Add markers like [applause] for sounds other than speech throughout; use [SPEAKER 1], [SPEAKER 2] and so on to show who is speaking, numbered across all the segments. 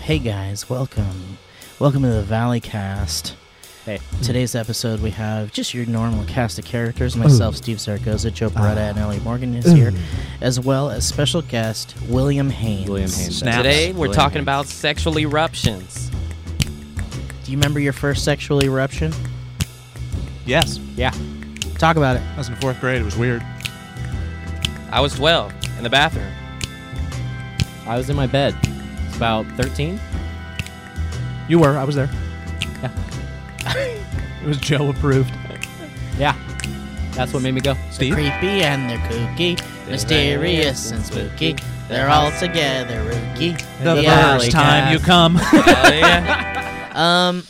[SPEAKER 1] Hey guys, welcome. Welcome to the Valley Cast.
[SPEAKER 2] Hey.
[SPEAKER 3] Hmm.
[SPEAKER 1] Today's episode we have just your normal cast of characters. Myself, Steve Sarkoza,
[SPEAKER 3] Ah.
[SPEAKER 1] Joe Beretta, and Ellie Morgan is
[SPEAKER 3] Hmm.
[SPEAKER 1] here, as well as special guest William Haynes.
[SPEAKER 2] William Haynes.
[SPEAKER 4] Now,
[SPEAKER 2] Snaps.
[SPEAKER 4] Today we're
[SPEAKER 2] William
[SPEAKER 4] talking
[SPEAKER 2] Haynes.
[SPEAKER 4] about sexual eruptions.
[SPEAKER 1] Do you remember your first sexual eruption?
[SPEAKER 3] Yes.
[SPEAKER 2] Yeah.
[SPEAKER 1] Talk about it.
[SPEAKER 3] I was in fourth grade. It was weird.
[SPEAKER 4] I was 12 in
[SPEAKER 1] [laughs]
[SPEAKER 4] the bathroom.
[SPEAKER 2] I was in my bed. It's about 13.
[SPEAKER 3] You were. I was there. it was Joe approved.
[SPEAKER 2] Yeah. That's what made me go.
[SPEAKER 3] Steve?
[SPEAKER 1] Creepy and they're kooky, mysterious and spooky. They're all together, rookie.
[SPEAKER 3] The
[SPEAKER 1] Alley
[SPEAKER 3] first time you
[SPEAKER 1] Cast.
[SPEAKER 2] [laughs]
[SPEAKER 3] come.
[SPEAKER 4] Oh, yeah.
[SPEAKER 1] Um,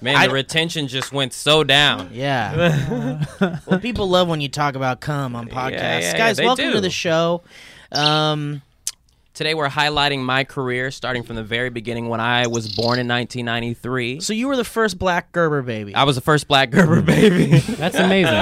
[SPEAKER 4] Man,
[SPEAKER 1] I-
[SPEAKER 4] the retention just went so down.
[SPEAKER 1] Yeah.
[SPEAKER 4] [laughs]
[SPEAKER 1] well, people love when you talk about cum on podcasts.
[SPEAKER 4] yeah, yeah,
[SPEAKER 1] Guys,
[SPEAKER 4] they
[SPEAKER 1] welcome
[SPEAKER 4] do.
[SPEAKER 1] to the show. Um,
[SPEAKER 4] Today we're highlighting my career starting from the very beginning when I was born in 1993.
[SPEAKER 1] so you were the first black Gerber baby.
[SPEAKER 4] I was the first black Gerber [laughs] baby.
[SPEAKER 2] That's amazing.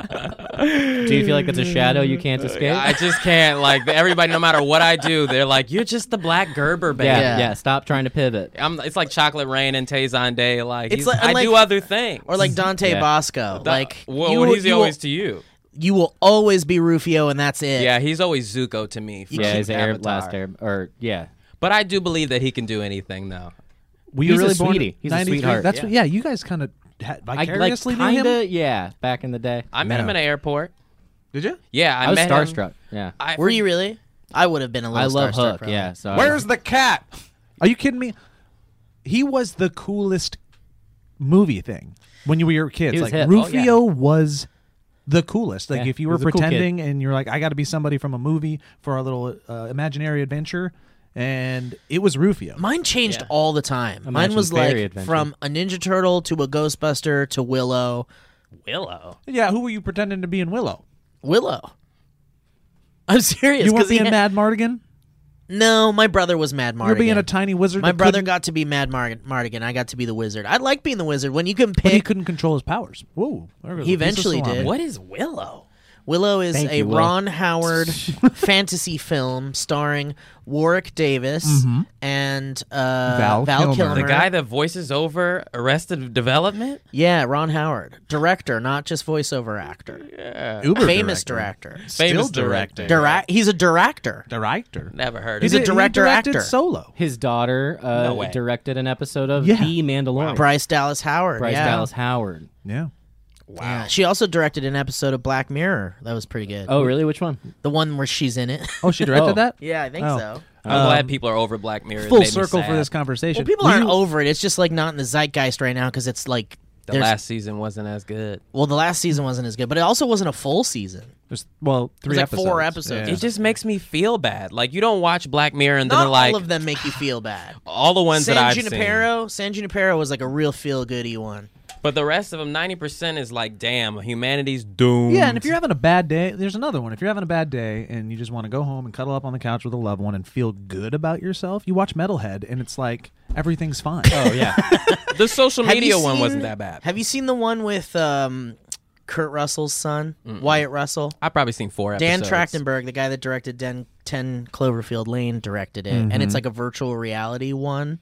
[SPEAKER 2] Do you feel like it's a shadow you can't escape?
[SPEAKER 4] I just can't like everybody no matter what I do, they're like you're just the black Gerber baby.
[SPEAKER 2] yeah,
[SPEAKER 1] Yeah.
[SPEAKER 2] yeah, Stop trying to pivot.
[SPEAKER 4] I'm, it's like Chocolate Rain and Tazon Day. Like,
[SPEAKER 1] It's
[SPEAKER 4] he's-
[SPEAKER 1] like-
[SPEAKER 4] I
[SPEAKER 1] unlike-
[SPEAKER 4] do other things.
[SPEAKER 1] or
[SPEAKER 4] [laughs]
[SPEAKER 1] like Dante
[SPEAKER 2] Yeah.
[SPEAKER 1] Bosco.
[SPEAKER 4] The-
[SPEAKER 1] like
[SPEAKER 4] well,
[SPEAKER 1] you,
[SPEAKER 4] what he's
[SPEAKER 1] you,
[SPEAKER 4] always
[SPEAKER 1] will,
[SPEAKER 4] to you.
[SPEAKER 1] you will always be Rufio and that's it.
[SPEAKER 4] Yeah, he's always Zuko to me. From
[SPEAKER 2] Yeah, he's the Arab,
[SPEAKER 4] Avatar.
[SPEAKER 2] last Arab, or yeah.
[SPEAKER 4] But I do believe that he can do anything, though.
[SPEAKER 3] We
[SPEAKER 2] He's a sweetie. He's a sweetheart.
[SPEAKER 3] That's yeah. What, yeah. You guys kind of vicariously
[SPEAKER 2] I, like,
[SPEAKER 3] knew him.
[SPEAKER 2] kinda, yeah, back in the day.
[SPEAKER 4] I met
[SPEAKER 3] No.
[SPEAKER 4] him in an airport.
[SPEAKER 3] Did you?
[SPEAKER 4] Yeah, I,
[SPEAKER 2] I was
[SPEAKER 4] met Him.
[SPEAKER 2] starstruck. Yeah.
[SPEAKER 4] I,
[SPEAKER 1] Were you really? I would have been a
[SPEAKER 2] I
[SPEAKER 1] little
[SPEAKER 2] love
[SPEAKER 1] starstruck
[SPEAKER 2] Hook.
[SPEAKER 1] probably.
[SPEAKER 2] Yeah. So I was-
[SPEAKER 3] Where's the cat? Are you kidding me? He was the coolest movie thing when you were kids.
[SPEAKER 2] He was
[SPEAKER 3] like
[SPEAKER 2] hip. Oh,
[SPEAKER 3] Rufio was the coolest. Like
[SPEAKER 2] Yeah,
[SPEAKER 3] if you
[SPEAKER 2] he
[SPEAKER 3] were
[SPEAKER 2] was a cool kid.
[SPEAKER 3] pretending and you're like, I got to be somebody from a movie for our little uh, imaginary adventure, and it was Rufio.
[SPEAKER 1] Mine changed
[SPEAKER 4] Yeah.
[SPEAKER 1] all the time. Mine
[SPEAKER 2] Imagine
[SPEAKER 1] was like
[SPEAKER 2] Fairy Adventure.
[SPEAKER 1] from a Ninja Turtle to a Ghostbuster to Willow.
[SPEAKER 4] Willow?
[SPEAKER 3] yeah, who were you pretending to be in Willow?
[SPEAKER 1] Willow. I'm serious.
[SPEAKER 3] you were
[SPEAKER 1] 'cause he
[SPEAKER 3] being
[SPEAKER 1] had-
[SPEAKER 3] Mad Mardigan.
[SPEAKER 1] No, my brother was Mad Mardigan.
[SPEAKER 3] You're being a tiny wizard.
[SPEAKER 1] My
[SPEAKER 3] that
[SPEAKER 1] brother
[SPEAKER 3] couldn't-
[SPEAKER 1] got to be Mad Mar- Mardigan. I got to be the wizard. I like being the wizard when you can
[SPEAKER 3] but he
[SPEAKER 1] pick.
[SPEAKER 3] couldn't control his powers. Whoa! there goes
[SPEAKER 1] He
[SPEAKER 3] a piece of
[SPEAKER 1] eventually
[SPEAKER 3] salami.
[SPEAKER 1] did.
[SPEAKER 4] What is Willow?
[SPEAKER 1] Willow is
[SPEAKER 2] Thank
[SPEAKER 1] a
[SPEAKER 2] you, Will.
[SPEAKER 1] Ron Howard
[SPEAKER 3] [laughs]
[SPEAKER 1] fantasy film starring Warwick Davis and uh,
[SPEAKER 3] Mm-hmm. Val Kilmer.
[SPEAKER 1] Kilmer.
[SPEAKER 4] The guy that voices over Arrested Development?
[SPEAKER 1] yeah, Ron Howard, director, not just voiceover actor,
[SPEAKER 3] Uber
[SPEAKER 1] famous director.
[SPEAKER 4] Famous
[SPEAKER 3] Still directing.
[SPEAKER 1] Dira- he's a director.
[SPEAKER 3] Director.
[SPEAKER 4] Never heard
[SPEAKER 1] He's
[SPEAKER 4] of
[SPEAKER 1] a
[SPEAKER 4] it.
[SPEAKER 3] He
[SPEAKER 1] director
[SPEAKER 3] directed
[SPEAKER 1] actor.
[SPEAKER 3] Solo.
[SPEAKER 2] his daughter uh,
[SPEAKER 4] No way.
[SPEAKER 2] directed an episode of
[SPEAKER 3] Yeah.
[SPEAKER 2] The Mandalorian.
[SPEAKER 1] Bryce Dallas Howard.
[SPEAKER 2] Oh. Bryce
[SPEAKER 1] yeah.
[SPEAKER 2] Dallas Howard.
[SPEAKER 3] Yeah.
[SPEAKER 1] Yeah. She also directed an episode of Black Mirror that was pretty good.
[SPEAKER 2] Oh, really? Which one?
[SPEAKER 1] The one where she's in it. [laughs]
[SPEAKER 3] Oh, she directed
[SPEAKER 2] Oh.
[SPEAKER 3] that.
[SPEAKER 1] yeah, I think
[SPEAKER 3] Oh.
[SPEAKER 1] so.
[SPEAKER 4] I'm
[SPEAKER 1] Um,
[SPEAKER 4] glad people are over Black Mirror. It
[SPEAKER 3] Full
[SPEAKER 4] made me
[SPEAKER 3] circle for
[SPEAKER 4] sad.
[SPEAKER 3] this conversation.
[SPEAKER 1] Well, people
[SPEAKER 3] Were
[SPEAKER 1] aren't
[SPEAKER 3] you-
[SPEAKER 1] over it. It's just like not in the zeitgeist right now because it's like
[SPEAKER 4] The
[SPEAKER 1] there's-
[SPEAKER 4] last season wasn't as good.
[SPEAKER 1] Well, the last season wasn't as good, but it also wasn't a full season.
[SPEAKER 3] There's, well, three
[SPEAKER 1] like
[SPEAKER 3] episodes.
[SPEAKER 1] four episodes.
[SPEAKER 4] It just makes me feel bad. Like you don't watch Black Mirror and
[SPEAKER 1] Not
[SPEAKER 4] then like
[SPEAKER 1] all of them make you feel bad.
[SPEAKER 4] all the [sighs] ones
[SPEAKER 1] San
[SPEAKER 4] that I've
[SPEAKER 1] Junipero, San Junipero was like a real feel goody one.
[SPEAKER 4] seen, but the rest of them, ninety percent is like, damn, humanity's doomed.
[SPEAKER 3] Yeah, and if you're having a bad day, there's another one. If you're having a bad day and you just want to go home and cuddle up on the couch with a loved one and feel good about yourself, you watch Metalhead and it's like everything's fine.
[SPEAKER 2] Oh,
[SPEAKER 1] [laughs]
[SPEAKER 2] yeah.
[SPEAKER 4] the social
[SPEAKER 1] Have you
[SPEAKER 4] media one
[SPEAKER 1] seen-
[SPEAKER 4] wasn't that bad.
[SPEAKER 1] Have you seen the one with um, Kurt Russell's son, Wyatt Russell?
[SPEAKER 4] I've probably seen four
[SPEAKER 1] Dan
[SPEAKER 4] episodes.
[SPEAKER 1] Trachtenberg, the guy that directed Den- 10 Cloverfield Lane, directed it. And
[SPEAKER 4] Mm-hmm.
[SPEAKER 1] it's like a virtual reality one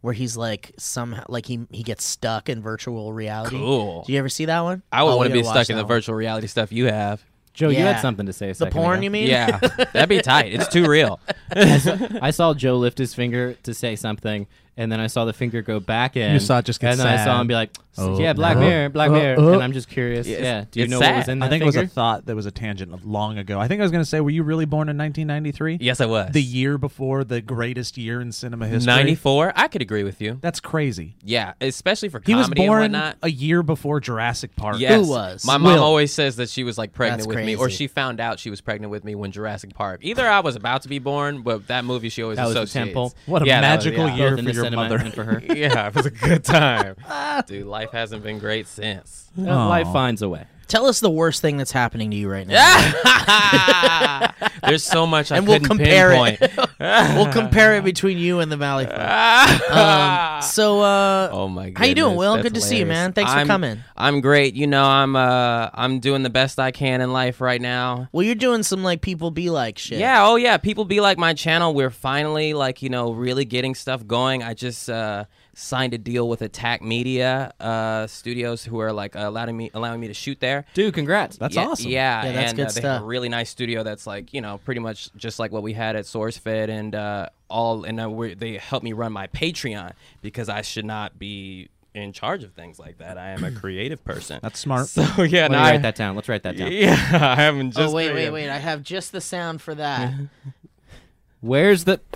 [SPEAKER 1] where he's like somehow, like he, he gets stuck in virtual reality.
[SPEAKER 4] Cool.
[SPEAKER 1] Do you ever see that one?
[SPEAKER 4] I would
[SPEAKER 1] Oh, we
[SPEAKER 4] want to
[SPEAKER 1] gotta
[SPEAKER 4] be
[SPEAKER 1] watch
[SPEAKER 4] stuck in
[SPEAKER 1] that
[SPEAKER 4] the
[SPEAKER 1] one.
[SPEAKER 4] virtual reality stuff you have.
[SPEAKER 2] Joe, you
[SPEAKER 1] Yeah.
[SPEAKER 2] had something to say. A
[SPEAKER 1] The
[SPEAKER 2] second
[SPEAKER 1] porn,
[SPEAKER 2] ago.
[SPEAKER 1] you mean?
[SPEAKER 4] Yeah, that'd be tight. It's too
[SPEAKER 1] [laughs]
[SPEAKER 4] real.
[SPEAKER 2] I saw Joe lift his finger to say something, and then I saw the finger go back in.
[SPEAKER 3] You saw it just get
[SPEAKER 2] and then I saw
[SPEAKER 3] sad.
[SPEAKER 2] him be like,
[SPEAKER 3] Oh,
[SPEAKER 2] "Yeah, Black
[SPEAKER 3] oh,
[SPEAKER 2] Mirror, Black
[SPEAKER 3] oh,
[SPEAKER 2] Mirror,"
[SPEAKER 3] oh.
[SPEAKER 2] and I'm just curious.
[SPEAKER 4] It's-
[SPEAKER 2] yeah, do you
[SPEAKER 4] it's
[SPEAKER 2] know what was
[SPEAKER 4] sad.
[SPEAKER 2] in
[SPEAKER 3] I
[SPEAKER 2] that
[SPEAKER 3] think it was
[SPEAKER 2] finger?
[SPEAKER 3] a thought that was a tangent of long ago. I think I was going to say, were you really born in 1993?
[SPEAKER 4] Yes, I was.
[SPEAKER 3] The year before the greatest year in cinema history.
[SPEAKER 4] 94. I could agree with you.
[SPEAKER 3] That's crazy.
[SPEAKER 4] Yeah, especially for
[SPEAKER 3] He was
[SPEAKER 4] comedy and
[SPEAKER 3] born
[SPEAKER 4] whatnot.
[SPEAKER 3] a year before Jurassic Park.
[SPEAKER 4] Yes.
[SPEAKER 1] was?
[SPEAKER 4] My mom
[SPEAKER 3] Will.
[SPEAKER 4] always says that she was like pregnant
[SPEAKER 1] That's
[SPEAKER 4] with me, or
[SPEAKER 1] crazy.
[SPEAKER 4] she found out she was pregnant with me when Jurassic Park. Either I was about to be born, but that movie she always
[SPEAKER 2] That was the
[SPEAKER 4] associates.
[SPEAKER 2] temple.
[SPEAKER 3] What a
[SPEAKER 4] Yeah, that was-
[SPEAKER 3] magical
[SPEAKER 4] yeah. [laughs]
[SPEAKER 3] year
[SPEAKER 2] Both in
[SPEAKER 3] for
[SPEAKER 2] the
[SPEAKER 3] your
[SPEAKER 2] cinema
[SPEAKER 3] mother.
[SPEAKER 2] and for her. [laughs]
[SPEAKER 1] [laughs] Ah.
[SPEAKER 4] yeah, it was a good time. Dude, life hasn't been great since. [laughs]
[SPEAKER 2] Uh, Life finds a way.
[SPEAKER 1] Tell us the worst thing that's happening to you right now.
[SPEAKER 4] There's so much I
[SPEAKER 1] And we'll
[SPEAKER 4] couldn't
[SPEAKER 1] compare it.
[SPEAKER 4] pinpoint.
[SPEAKER 1] [laughs] We'll compare it between you and the
[SPEAKER 4] [laughs]
[SPEAKER 1] Valley Folk. Um, so, uh,
[SPEAKER 4] oh my god.
[SPEAKER 1] how you doing, Will? Good to see you, man. Thanks for coming.
[SPEAKER 4] I'm great. You know, I'm uh I'm doing the best I can in life right now.
[SPEAKER 1] well, you're doing some like people be like shit.
[SPEAKER 4] Yeah, oh yeah. People be like my channel. We're finally like, you know, really getting stuff going. I just uh signed a deal with Attack Media uh studios who are like allowing me allowing me to shoot there.
[SPEAKER 2] Dude, congrats.
[SPEAKER 3] That's
[SPEAKER 4] yeah,
[SPEAKER 3] awesome.
[SPEAKER 4] Yeah,
[SPEAKER 1] Yeah, that's
[SPEAKER 4] and
[SPEAKER 1] good
[SPEAKER 4] uh, they have
[SPEAKER 1] stuff.
[SPEAKER 4] a really nice studio that's like you know pretty much just like what we had at SourceFed and uh, all. And uh, we they helped me run my Patreon because I should not be in charge of things like that. I am a creative person.
[SPEAKER 3] That's smart.
[SPEAKER 4] [laughs] so yeah.
[SPEAKER 2] Let
[SPEAKER 4] no,
[SPEAKER 2] me
[SPEAKER 4] I, [laughs]
[SPEAKER 2] write that down. Let's write that down.
[SPEAKER 4] yeah, I haven't
[SPEAKER 1] Oh
[SPEAKER 4] just.
[SPEAKER 1] wait, wait,
[SPEAKER 4] created-
[SPEAKER 1] wait! I have just the sound for that.
[SPEAKER 2] Where's the
[SPEAKER 4] [laughs]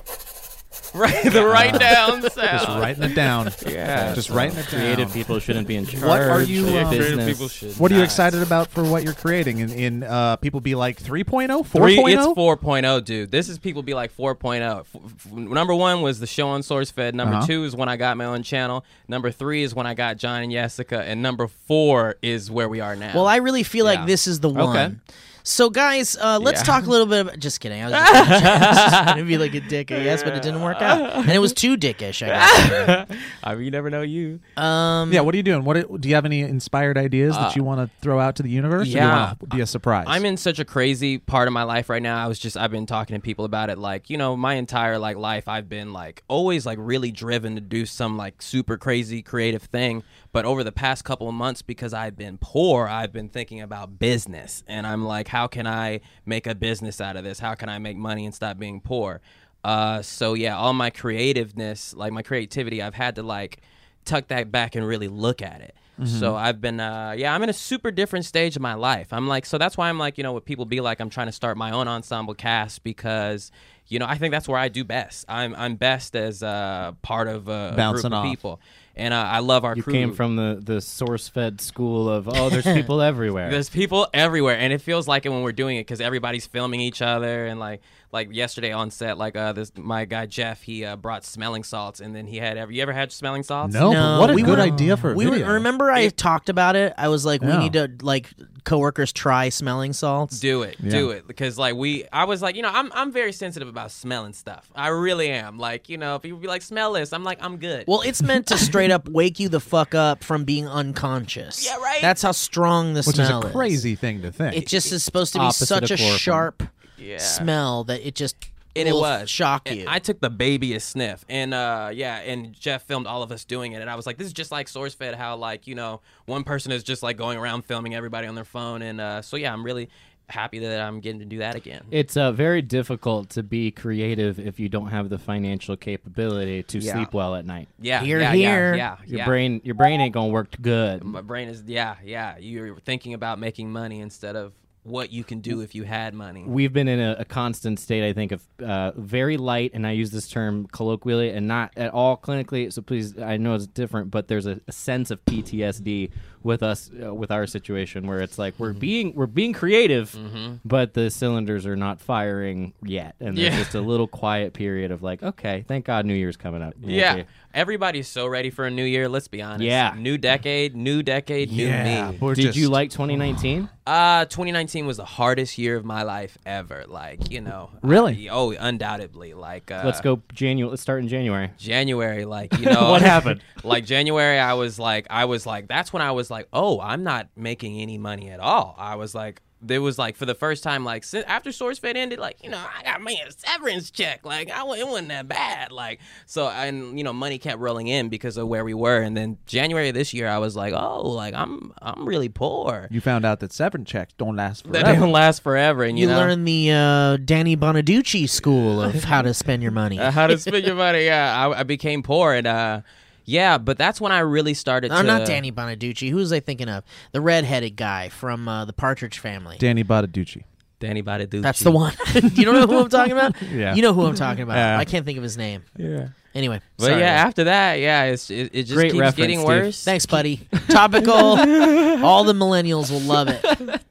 [SPEAKER 4] Right, the write down sound. [laughs]
[SPEAKER 3] Just writing it down.
[SPEAKER 4] Yeah.
[SPEAKER 3] Just writing it down.
[SPEAKER 2] creative people shouldn't be in charge?
[SPEAKER 3] are you,
[SPEAKER 2] of
[SPEAKER 3] uh,
[SPEAKER 2] business.
[SPEAKER 4] Creative people should
[SPEAKER 3] What are you
[SPEAKER 4] not.
[SPEAKER 3] excited about for what you're creating? In, in uh, people be like oh? 3.0, 4.0?
[SPEAKER 4] Three, it's 4.0, dude. This is people be like 4.0. F- f- number one was the show on SourceFed. Number
[SPEAKER 3] Uh-huh.
[SPEAKER 4] two is when I got my own channel. Number three is when I got John and Jessica. And number four is where we are now.
[SPEAKER 1] Well, I really feel
[SPEAKER 4] Yeah.
[SPEAKER 1] like this is the one. So, guys, uh, let's
[SPEAKER 4] Yeah.
[SPEAKER 1] talk a little bit about. Just kidding. I
[SPEAKER 4] [laughs]
[SPEAKER 1] was just gonna- just going to be like a dick, I guess, but it didn't work out. And it was too dickish, I
[SPEAKER 4] I mean, you never know you.
[SPEAKER 1] guess. Um,
[SPEAKER 3] Yeah, what are you doing? What are- do you have any inspired ideas that you want to throw out to the universe? or do you
[SPEAKER 4] yeah.
[SPEAKER 3] want to be a surprise.
[SPEAKER 4] I'm in such a crazy part of my life right now. I was just I've been talking to people about it like, you know, my entire like life I've been like always like really driven to do some like super crazy creative thing, but over the past couple of months because I've been poor, I've been thinking about business and I'm like how can I make a business out of this? How can I make money and stop being poor? Uh so yeah, all my creativeness, like my creativity, I've had to like tuck that back and really look at it.
[SPEAKER 2] Mm-hmm.
[SPEAKER 4] So I've been, uh, yeah, I'm in a super different stage of my life. I'm like, so that's why I'm like, you know, what people be like, I'm trying to start my own ensemble cast because, you know, I think that's where I do best. I'm I'm best as uh, part of a, a
[SPEAKER 3] Bouncing
[SPEAKER 4] group of
[SPEAKER 3] off.
[SPEAKER 4] people, and uh, I love our
[SPEAKER 2] You
[SPEAKER 4] crew.
[SPEAKER 2] came from the the source fed school of oh, there's people everywhere.
[SPEAKER 4] There's people everywhere, and it feels like it when we're doing it because everybody's filming each other. And like like yesterday on set, like uh, this my guy Jeff, he uh, brought smelling salts, and then he had ever you ever had smelling salts?
[SPEAKER 3] no, but
[SPEAKER 1] No,
[SPEAKER 3] what a
[SPEAKER 1] we
[SPEAKER 3] good
[SPEAKER 1] were-
[SPEAKER 3] idea for a
[SPEAKER 1] we were,
[SPEAKER 3] video.
[SPEAKER 1] remember I talked about it. I was like,
[SPEAKER 3] Yeah.
[SPEAKER 1] we need to like coworkers try smelling salts.
[SPEAKER 4] Do it, do it, because like we, I was like, you know, I'm I'm very sensitive about smelling stuff. I really am. Like, you know, people be like, smell this. I'm like, I'm good.
[SPEAKER 1] Well, it's meant to straight up wake you the fuck up from being unconscious.
[SPEAKER 4] Yeah, right?
[SPEAKER 1] That's how strong the
[SPEAKER 3] which is
[SPEAKER 1] smell
[SPEAKER 3] a crazy thing to think.
[SPEAKER 1] It just is supposed to be
[SPEAKER 2] Opposite
[SPEAKER 1] such
[SPEAKER 2] of
[SPEAKER 1] a
[SPEAKER 2] chloroform.
[SPEAKER 1] sharp
[SPEAKER 4] Yeah.
[SPEAKER 1] smell that it just
[SPEAKER 4] and it
[SPEAKER 1] will
[SPEAKER 4] was
[SPEAKER 1] shock
[SPEAKER 4] And
[SPEAKER 1] you.
[SPEAKER 4] I took the babyest sniff, and uh, yeah, and Jeff filmed all of us doing it, and I was like, this is just like SourceFed, how like you know one person is just like going around filming everybody on their phone, and uh, so yeah, I'm really happy that I'm getting to do that again.
[SPEAKER 2] It's uh, very difficult to be creative if you don't have the financial capability to
[SPEAKER 1] Yeah.
[SPEAKER 2] sleep well at night.
[SPEAKER 4] yeah,
[SPEAKER 1] Here,
[SPEAKER 4] yeah,
[SPEAKER 1] here.
[SPEAKER 4] yeah, yeah,
[SPEAKER 2] Your
[SPEAKER 4] yeah.
[SPEAKER 2] brain, your brain ain't gonna work good.
[SPEAKER 4] My brain is yeah, yeah. You're thinking about making money instead of what you can do if you had money.
[SPEAKER 2] We've been in a, a constant state, I think, of uh, very light, and I use this term colloquially and not at all clinically. So please, I know it's different, but there's a, a sense of PTSD with us, uh, with our situation, where it's like
[SPEAKER 4] Mm-hmm.
[SPEAKER 2] we're being we're being creative, but the cylinders are not firing yet, and there's
[SPEAKER 4] Yeah.
[SPEAKER 2] just a little quiet period of like, okay, thank God New Year's coming up.
[SPEAKER 4] Yeah.
[SPEAKER 2] Okay.
[SPEAKER 4] Everybody's so ready for a new year, let's be honest.
[SPEAKER 2] Yeah.
[SPEAKER 4] New decade, new decade, new
[SPEAKER 3] yeah,
[SPEAKER 4] me.
[SPEAKER 3] we're
[SPEAKER 2] Did you
[SPEAKER 3] just-
[SPEAKER 2] like [sighs] 2019?
[SPEAKER 4] Uh 2019 was the hardest year of my life ever. Like, you know.
[SPEAKER 3] Really?
[SPEAKER 4] I- oh, undoubtedly. Like uh
[SPEAKER 2] Let's go January. Let's start in January.
[SPEAKER 4] January, like you know,
[SPEAKER 2] What happened?
[SPEAKER 4] [laughs] Like January, I was like, I was like, that's when I was like, oh, I'm not making any money at all. I was like, there was like for the first time, like since after SourceFed ended, like you know, I got me a severance check. Like I wa- it wasn't that bad. Like so, and you know, money kept rolling in because of where we were. And then January of this year, I was like, oh, like I'm I'm really poor.
[SPEAKER 3] You found out that severance checks don't last forever.
[SPEAKER 4] [laughs] That don't last forever, and you,
[SPEAKER 1] you
[SPEAKER 4] know. [laughs]
[SPEAKER 1] learn the uh, Danny Bonaducci school of how to spend your
[SPEAKER 4] [laughs]
[SPEAKER 1] money.
[SPEAKER 4] Uh, how to spend your money? Yeah, I, I became poor, and uh, yeah, but that's when I really started.
[SPEAKER 1] I'm
[SPEAKER 4] to,
[SPEAKER 1] not Danny Bonaducci. Who was I thinking of? The redheaded guy from uh, the Partridge Family.
[SPEAKER 3] Danny Bottaducci.
[SPEAKER 4] Danny Bottaducci.
[SPEAKER 1] That's the one. [laughs] you don't know who I'm talking
[SPEAKER 4] [laughs]
[SPEAKER 1] about?
[SPEAKER 3] Yeah.
[SPEAKER 1] You know who I'm talking about.
[SPEAKER 3] Yeah.
[SPEAKER 1] I can't think of his name.
[SPEAKER 4] Yeah.
[SPEAKER 1] Anyway,
[SPEAKER 4] But
[SPEAKER 1] sorry.
[SPEAKER 4] yeah, after that, yeah, it's it, it just
[SPEAKER 2] Great
[SPEAKER 4] keeps
[SPEAKER 2] reference,
[SPEAKER 4] getting
[SPEAKER 2] Steve.
[SPEAKER 4] worse.
[SPEAKER 1] Thanks, buddy. Topical.
[SPEAKER 4] [laughs]
[SPEAKER 1] All the millennials will love it.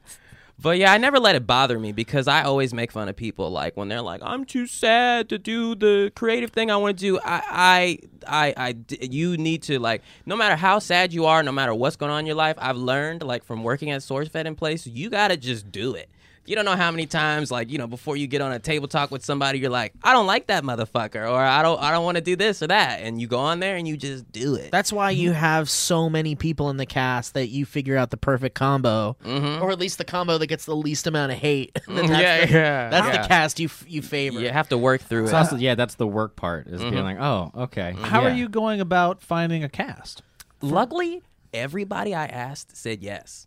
[SPEAKER 4] But yeah, I never let it bother me because I always make fun of people like when they're like, "I'm too sad to do the creative thing I want to do." I I, I d- you need to like no matter how sad you are, no matter what's going on in your life. I've learned like from working at SourceFed in place, you gotta just do it. You don't know how many times, like you know, before you get on a table talk with somebody, you're like, "I don't like that motherfucker," or "I don't, I don't want to do this or that," and you go on there and you just do it.
[SPEAKER 1] That's why you have so many people in the cast that you figure out the perfect combo, or at least the combo that gets the least amount of hate. [laughs] that's
[SPEAKER 4] Mm-hmm. [laughs] Yeah,
[SPEAKER 1] the,
[SPEAKER 4] yeah,
[SPEAKER 1] That's
[SPEAKER 4] yeah.
[SPEAKER 1] the cast you f- you favor.
[SPEAKER 4] you have to work through it.
[SPEAKER 2] It's also, yeah, that's the work part is
[SPEAKER 4] Mm-hmm.
[SPEAKER 2] being like, oh, okay.
[SPEAKER 3] How
[SPEAKER 2] yeah.
[SPEAKER 3] are you going about finding a cast?
[SPEAKER 4] Luckily, everybody I asked said yes.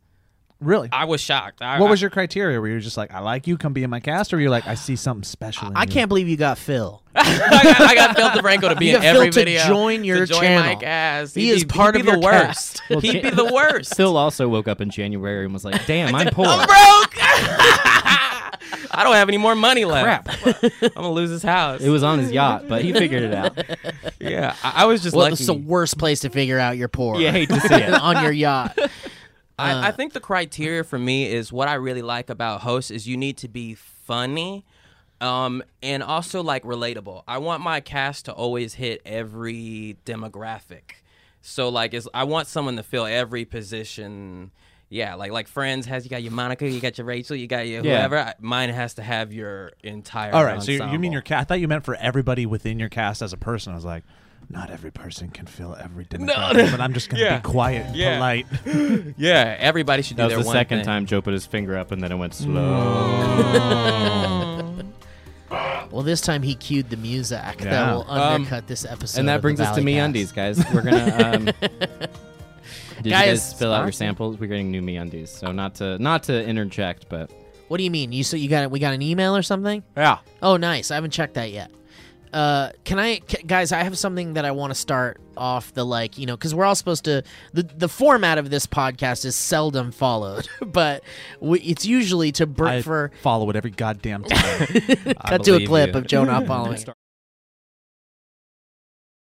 [SPEAKER 3] Really?
[SPEAKER 4] I was shocked. I,
[SPEAKER 3] what
[SPEAKER 4] I-
[SPEAKER 3] was your criteria? Were you just like, I like you, come be in my cast, or you're like, I see something special? In
[SPEAKER 1] I
[SPEAKER 3] you?
[SPEAKER 1] can't believe you got Phil.
[SPEAKER 4] [laughs] I got, I got Phil DeFranco to be
[SPEAKER 1] [laughs] You
[SPEAKER 4] in
[SPEAKER 1] got Phil
[SPEAKER 4] every
[SPEAKER 1] to
[SPEAKER 4] video.
[SPEAKER 1] join your
[SPEAKER 4] to join
[SPEAKER 1] channel.
[SPEAKER 4] My cast.
[SPEAKER 1] He
[SPEAKER 4] He'd
[SPEAKER 1] is
[SPEAKER 4] be-
[SPEAKER 1] part
[SPEAKER 4] he'd
[SPEAKER 1] of
[SPEAKER 4] be the
[SPEAKER 1] your
[SPEAKER 4] worst.
[SPEAKER 1] cast.
[SPEAKER 4] He'd be the
[SPEAKER 1] [laughs]
[SPEAKER 4] worst.
[SPEAKER 2] Phil also woke up in January and was [laughs] like, damn, I'm poor.
[SPEAKER 4] I'm broke. [laughs] I don't have any more money left.
[SPEAKER 2] Crap.
[SPEAKER 4] [laughs] I'm gonna lose this house.
[SPEAKER 2] It was on his yacht, but he figured it [laughs] out.
[SPEAKER 4] yeah. I, I was just
[SPEAKER 1] Well,
[SPEAKER 4] lucky.
[SPEAKER 1] it's the worst place to figure out you're poor.
[SPEAKER 2] You hate to see it.
[SPEAKER 1] [laughs] on your yacht.
[SPEAKER 4] I, I think the criteria for me is what I really like about hosts is you need to be funny, um, and also like relatable. I want my cast to always hit every demographic. So like, is I want someone to fill every position. Yeah, like like Friends has you got your Monica, you got your Rachel, you got your
[SPEAKER 2] Yeah.
[SPEAKER 4] whoever. I, mine has to have your entire.
[SPEAKER 3] All right, so you, you
[SPEAKER 4] ensemble.
[SPEAKER 3] mean your cast? I thought you meant for everybody within your cast as a person. I was like, not every person can fill every demographic, but I'm just going to
[SPEAKER 4] Yeah.
[SPEAKER 3] be quiet and
[SPEAKER 4] Yeah.
[SPEAKER 3] polite.
[SPEAKER 4] Yeah, everybody should do
[SPEAKER 2] That
[SPEAKER 4] their
[SPEAKER 2] was the
[SPEAKER 4] one
[SPEAKER 2] second
[SPEAKER 4] thing.
[SPEAKER 2] time Joe put his finger up and then it went slow.
[SPEAKER 3] [laughs]
[SPEAKER 1] Well, this time he cued the music that
[SPEAKER 2] Yeah. Um,
[SPEAKER 1] will undercut this episode.
[SPEAKER 2] and that
[SPEAKER 1] of
[SPEAKER 2] brings
[SPEAKER 1] the
[SPEAKER 2] us to
[SPEAKER 1] Valley
[SPEAKER 2] me
[SPEAKER 1] Cast.
[SPEAKER 2] undies, guys. We're [laughs] gonna. Um, did you
[SPEAKER 1] Guys,
[SPEAKER 2] guys fill out your
[SPEAKER 1] sponsor.
[SPEAKER 2] samples? We're getting new me undies, so not to not to interject, but
[SPEAKER 1] What do you mean? You so you got we got an email or something?
[SPEAKER 2] yeah,
[SPEAKER 1] Oh, nice. I haven't checked that yet. Uh, can I, c- guys? I have something that I want to start off the like, you know, because we're all supposed to. The, the format of this podcast is seldom followed, [laughs] but we, it's usually to br-
[SPEAKER 3] I
[SPEAKER 2] [laughs]
[SPEAKER 1] for
[SPEAKER 3] follow it
[SPEAKER 1] [laughs]
[SPEAKER 3] every goddamn time.
[SPEAKER 1] cut to a
[SPEAKER 4] believe
[SPEAKER 1] clip
[SPEAKER 4] you.
[SPEAKER 1] of Joe not
[SPEAKER 2] [laughs]
[SPEAKER 1] following.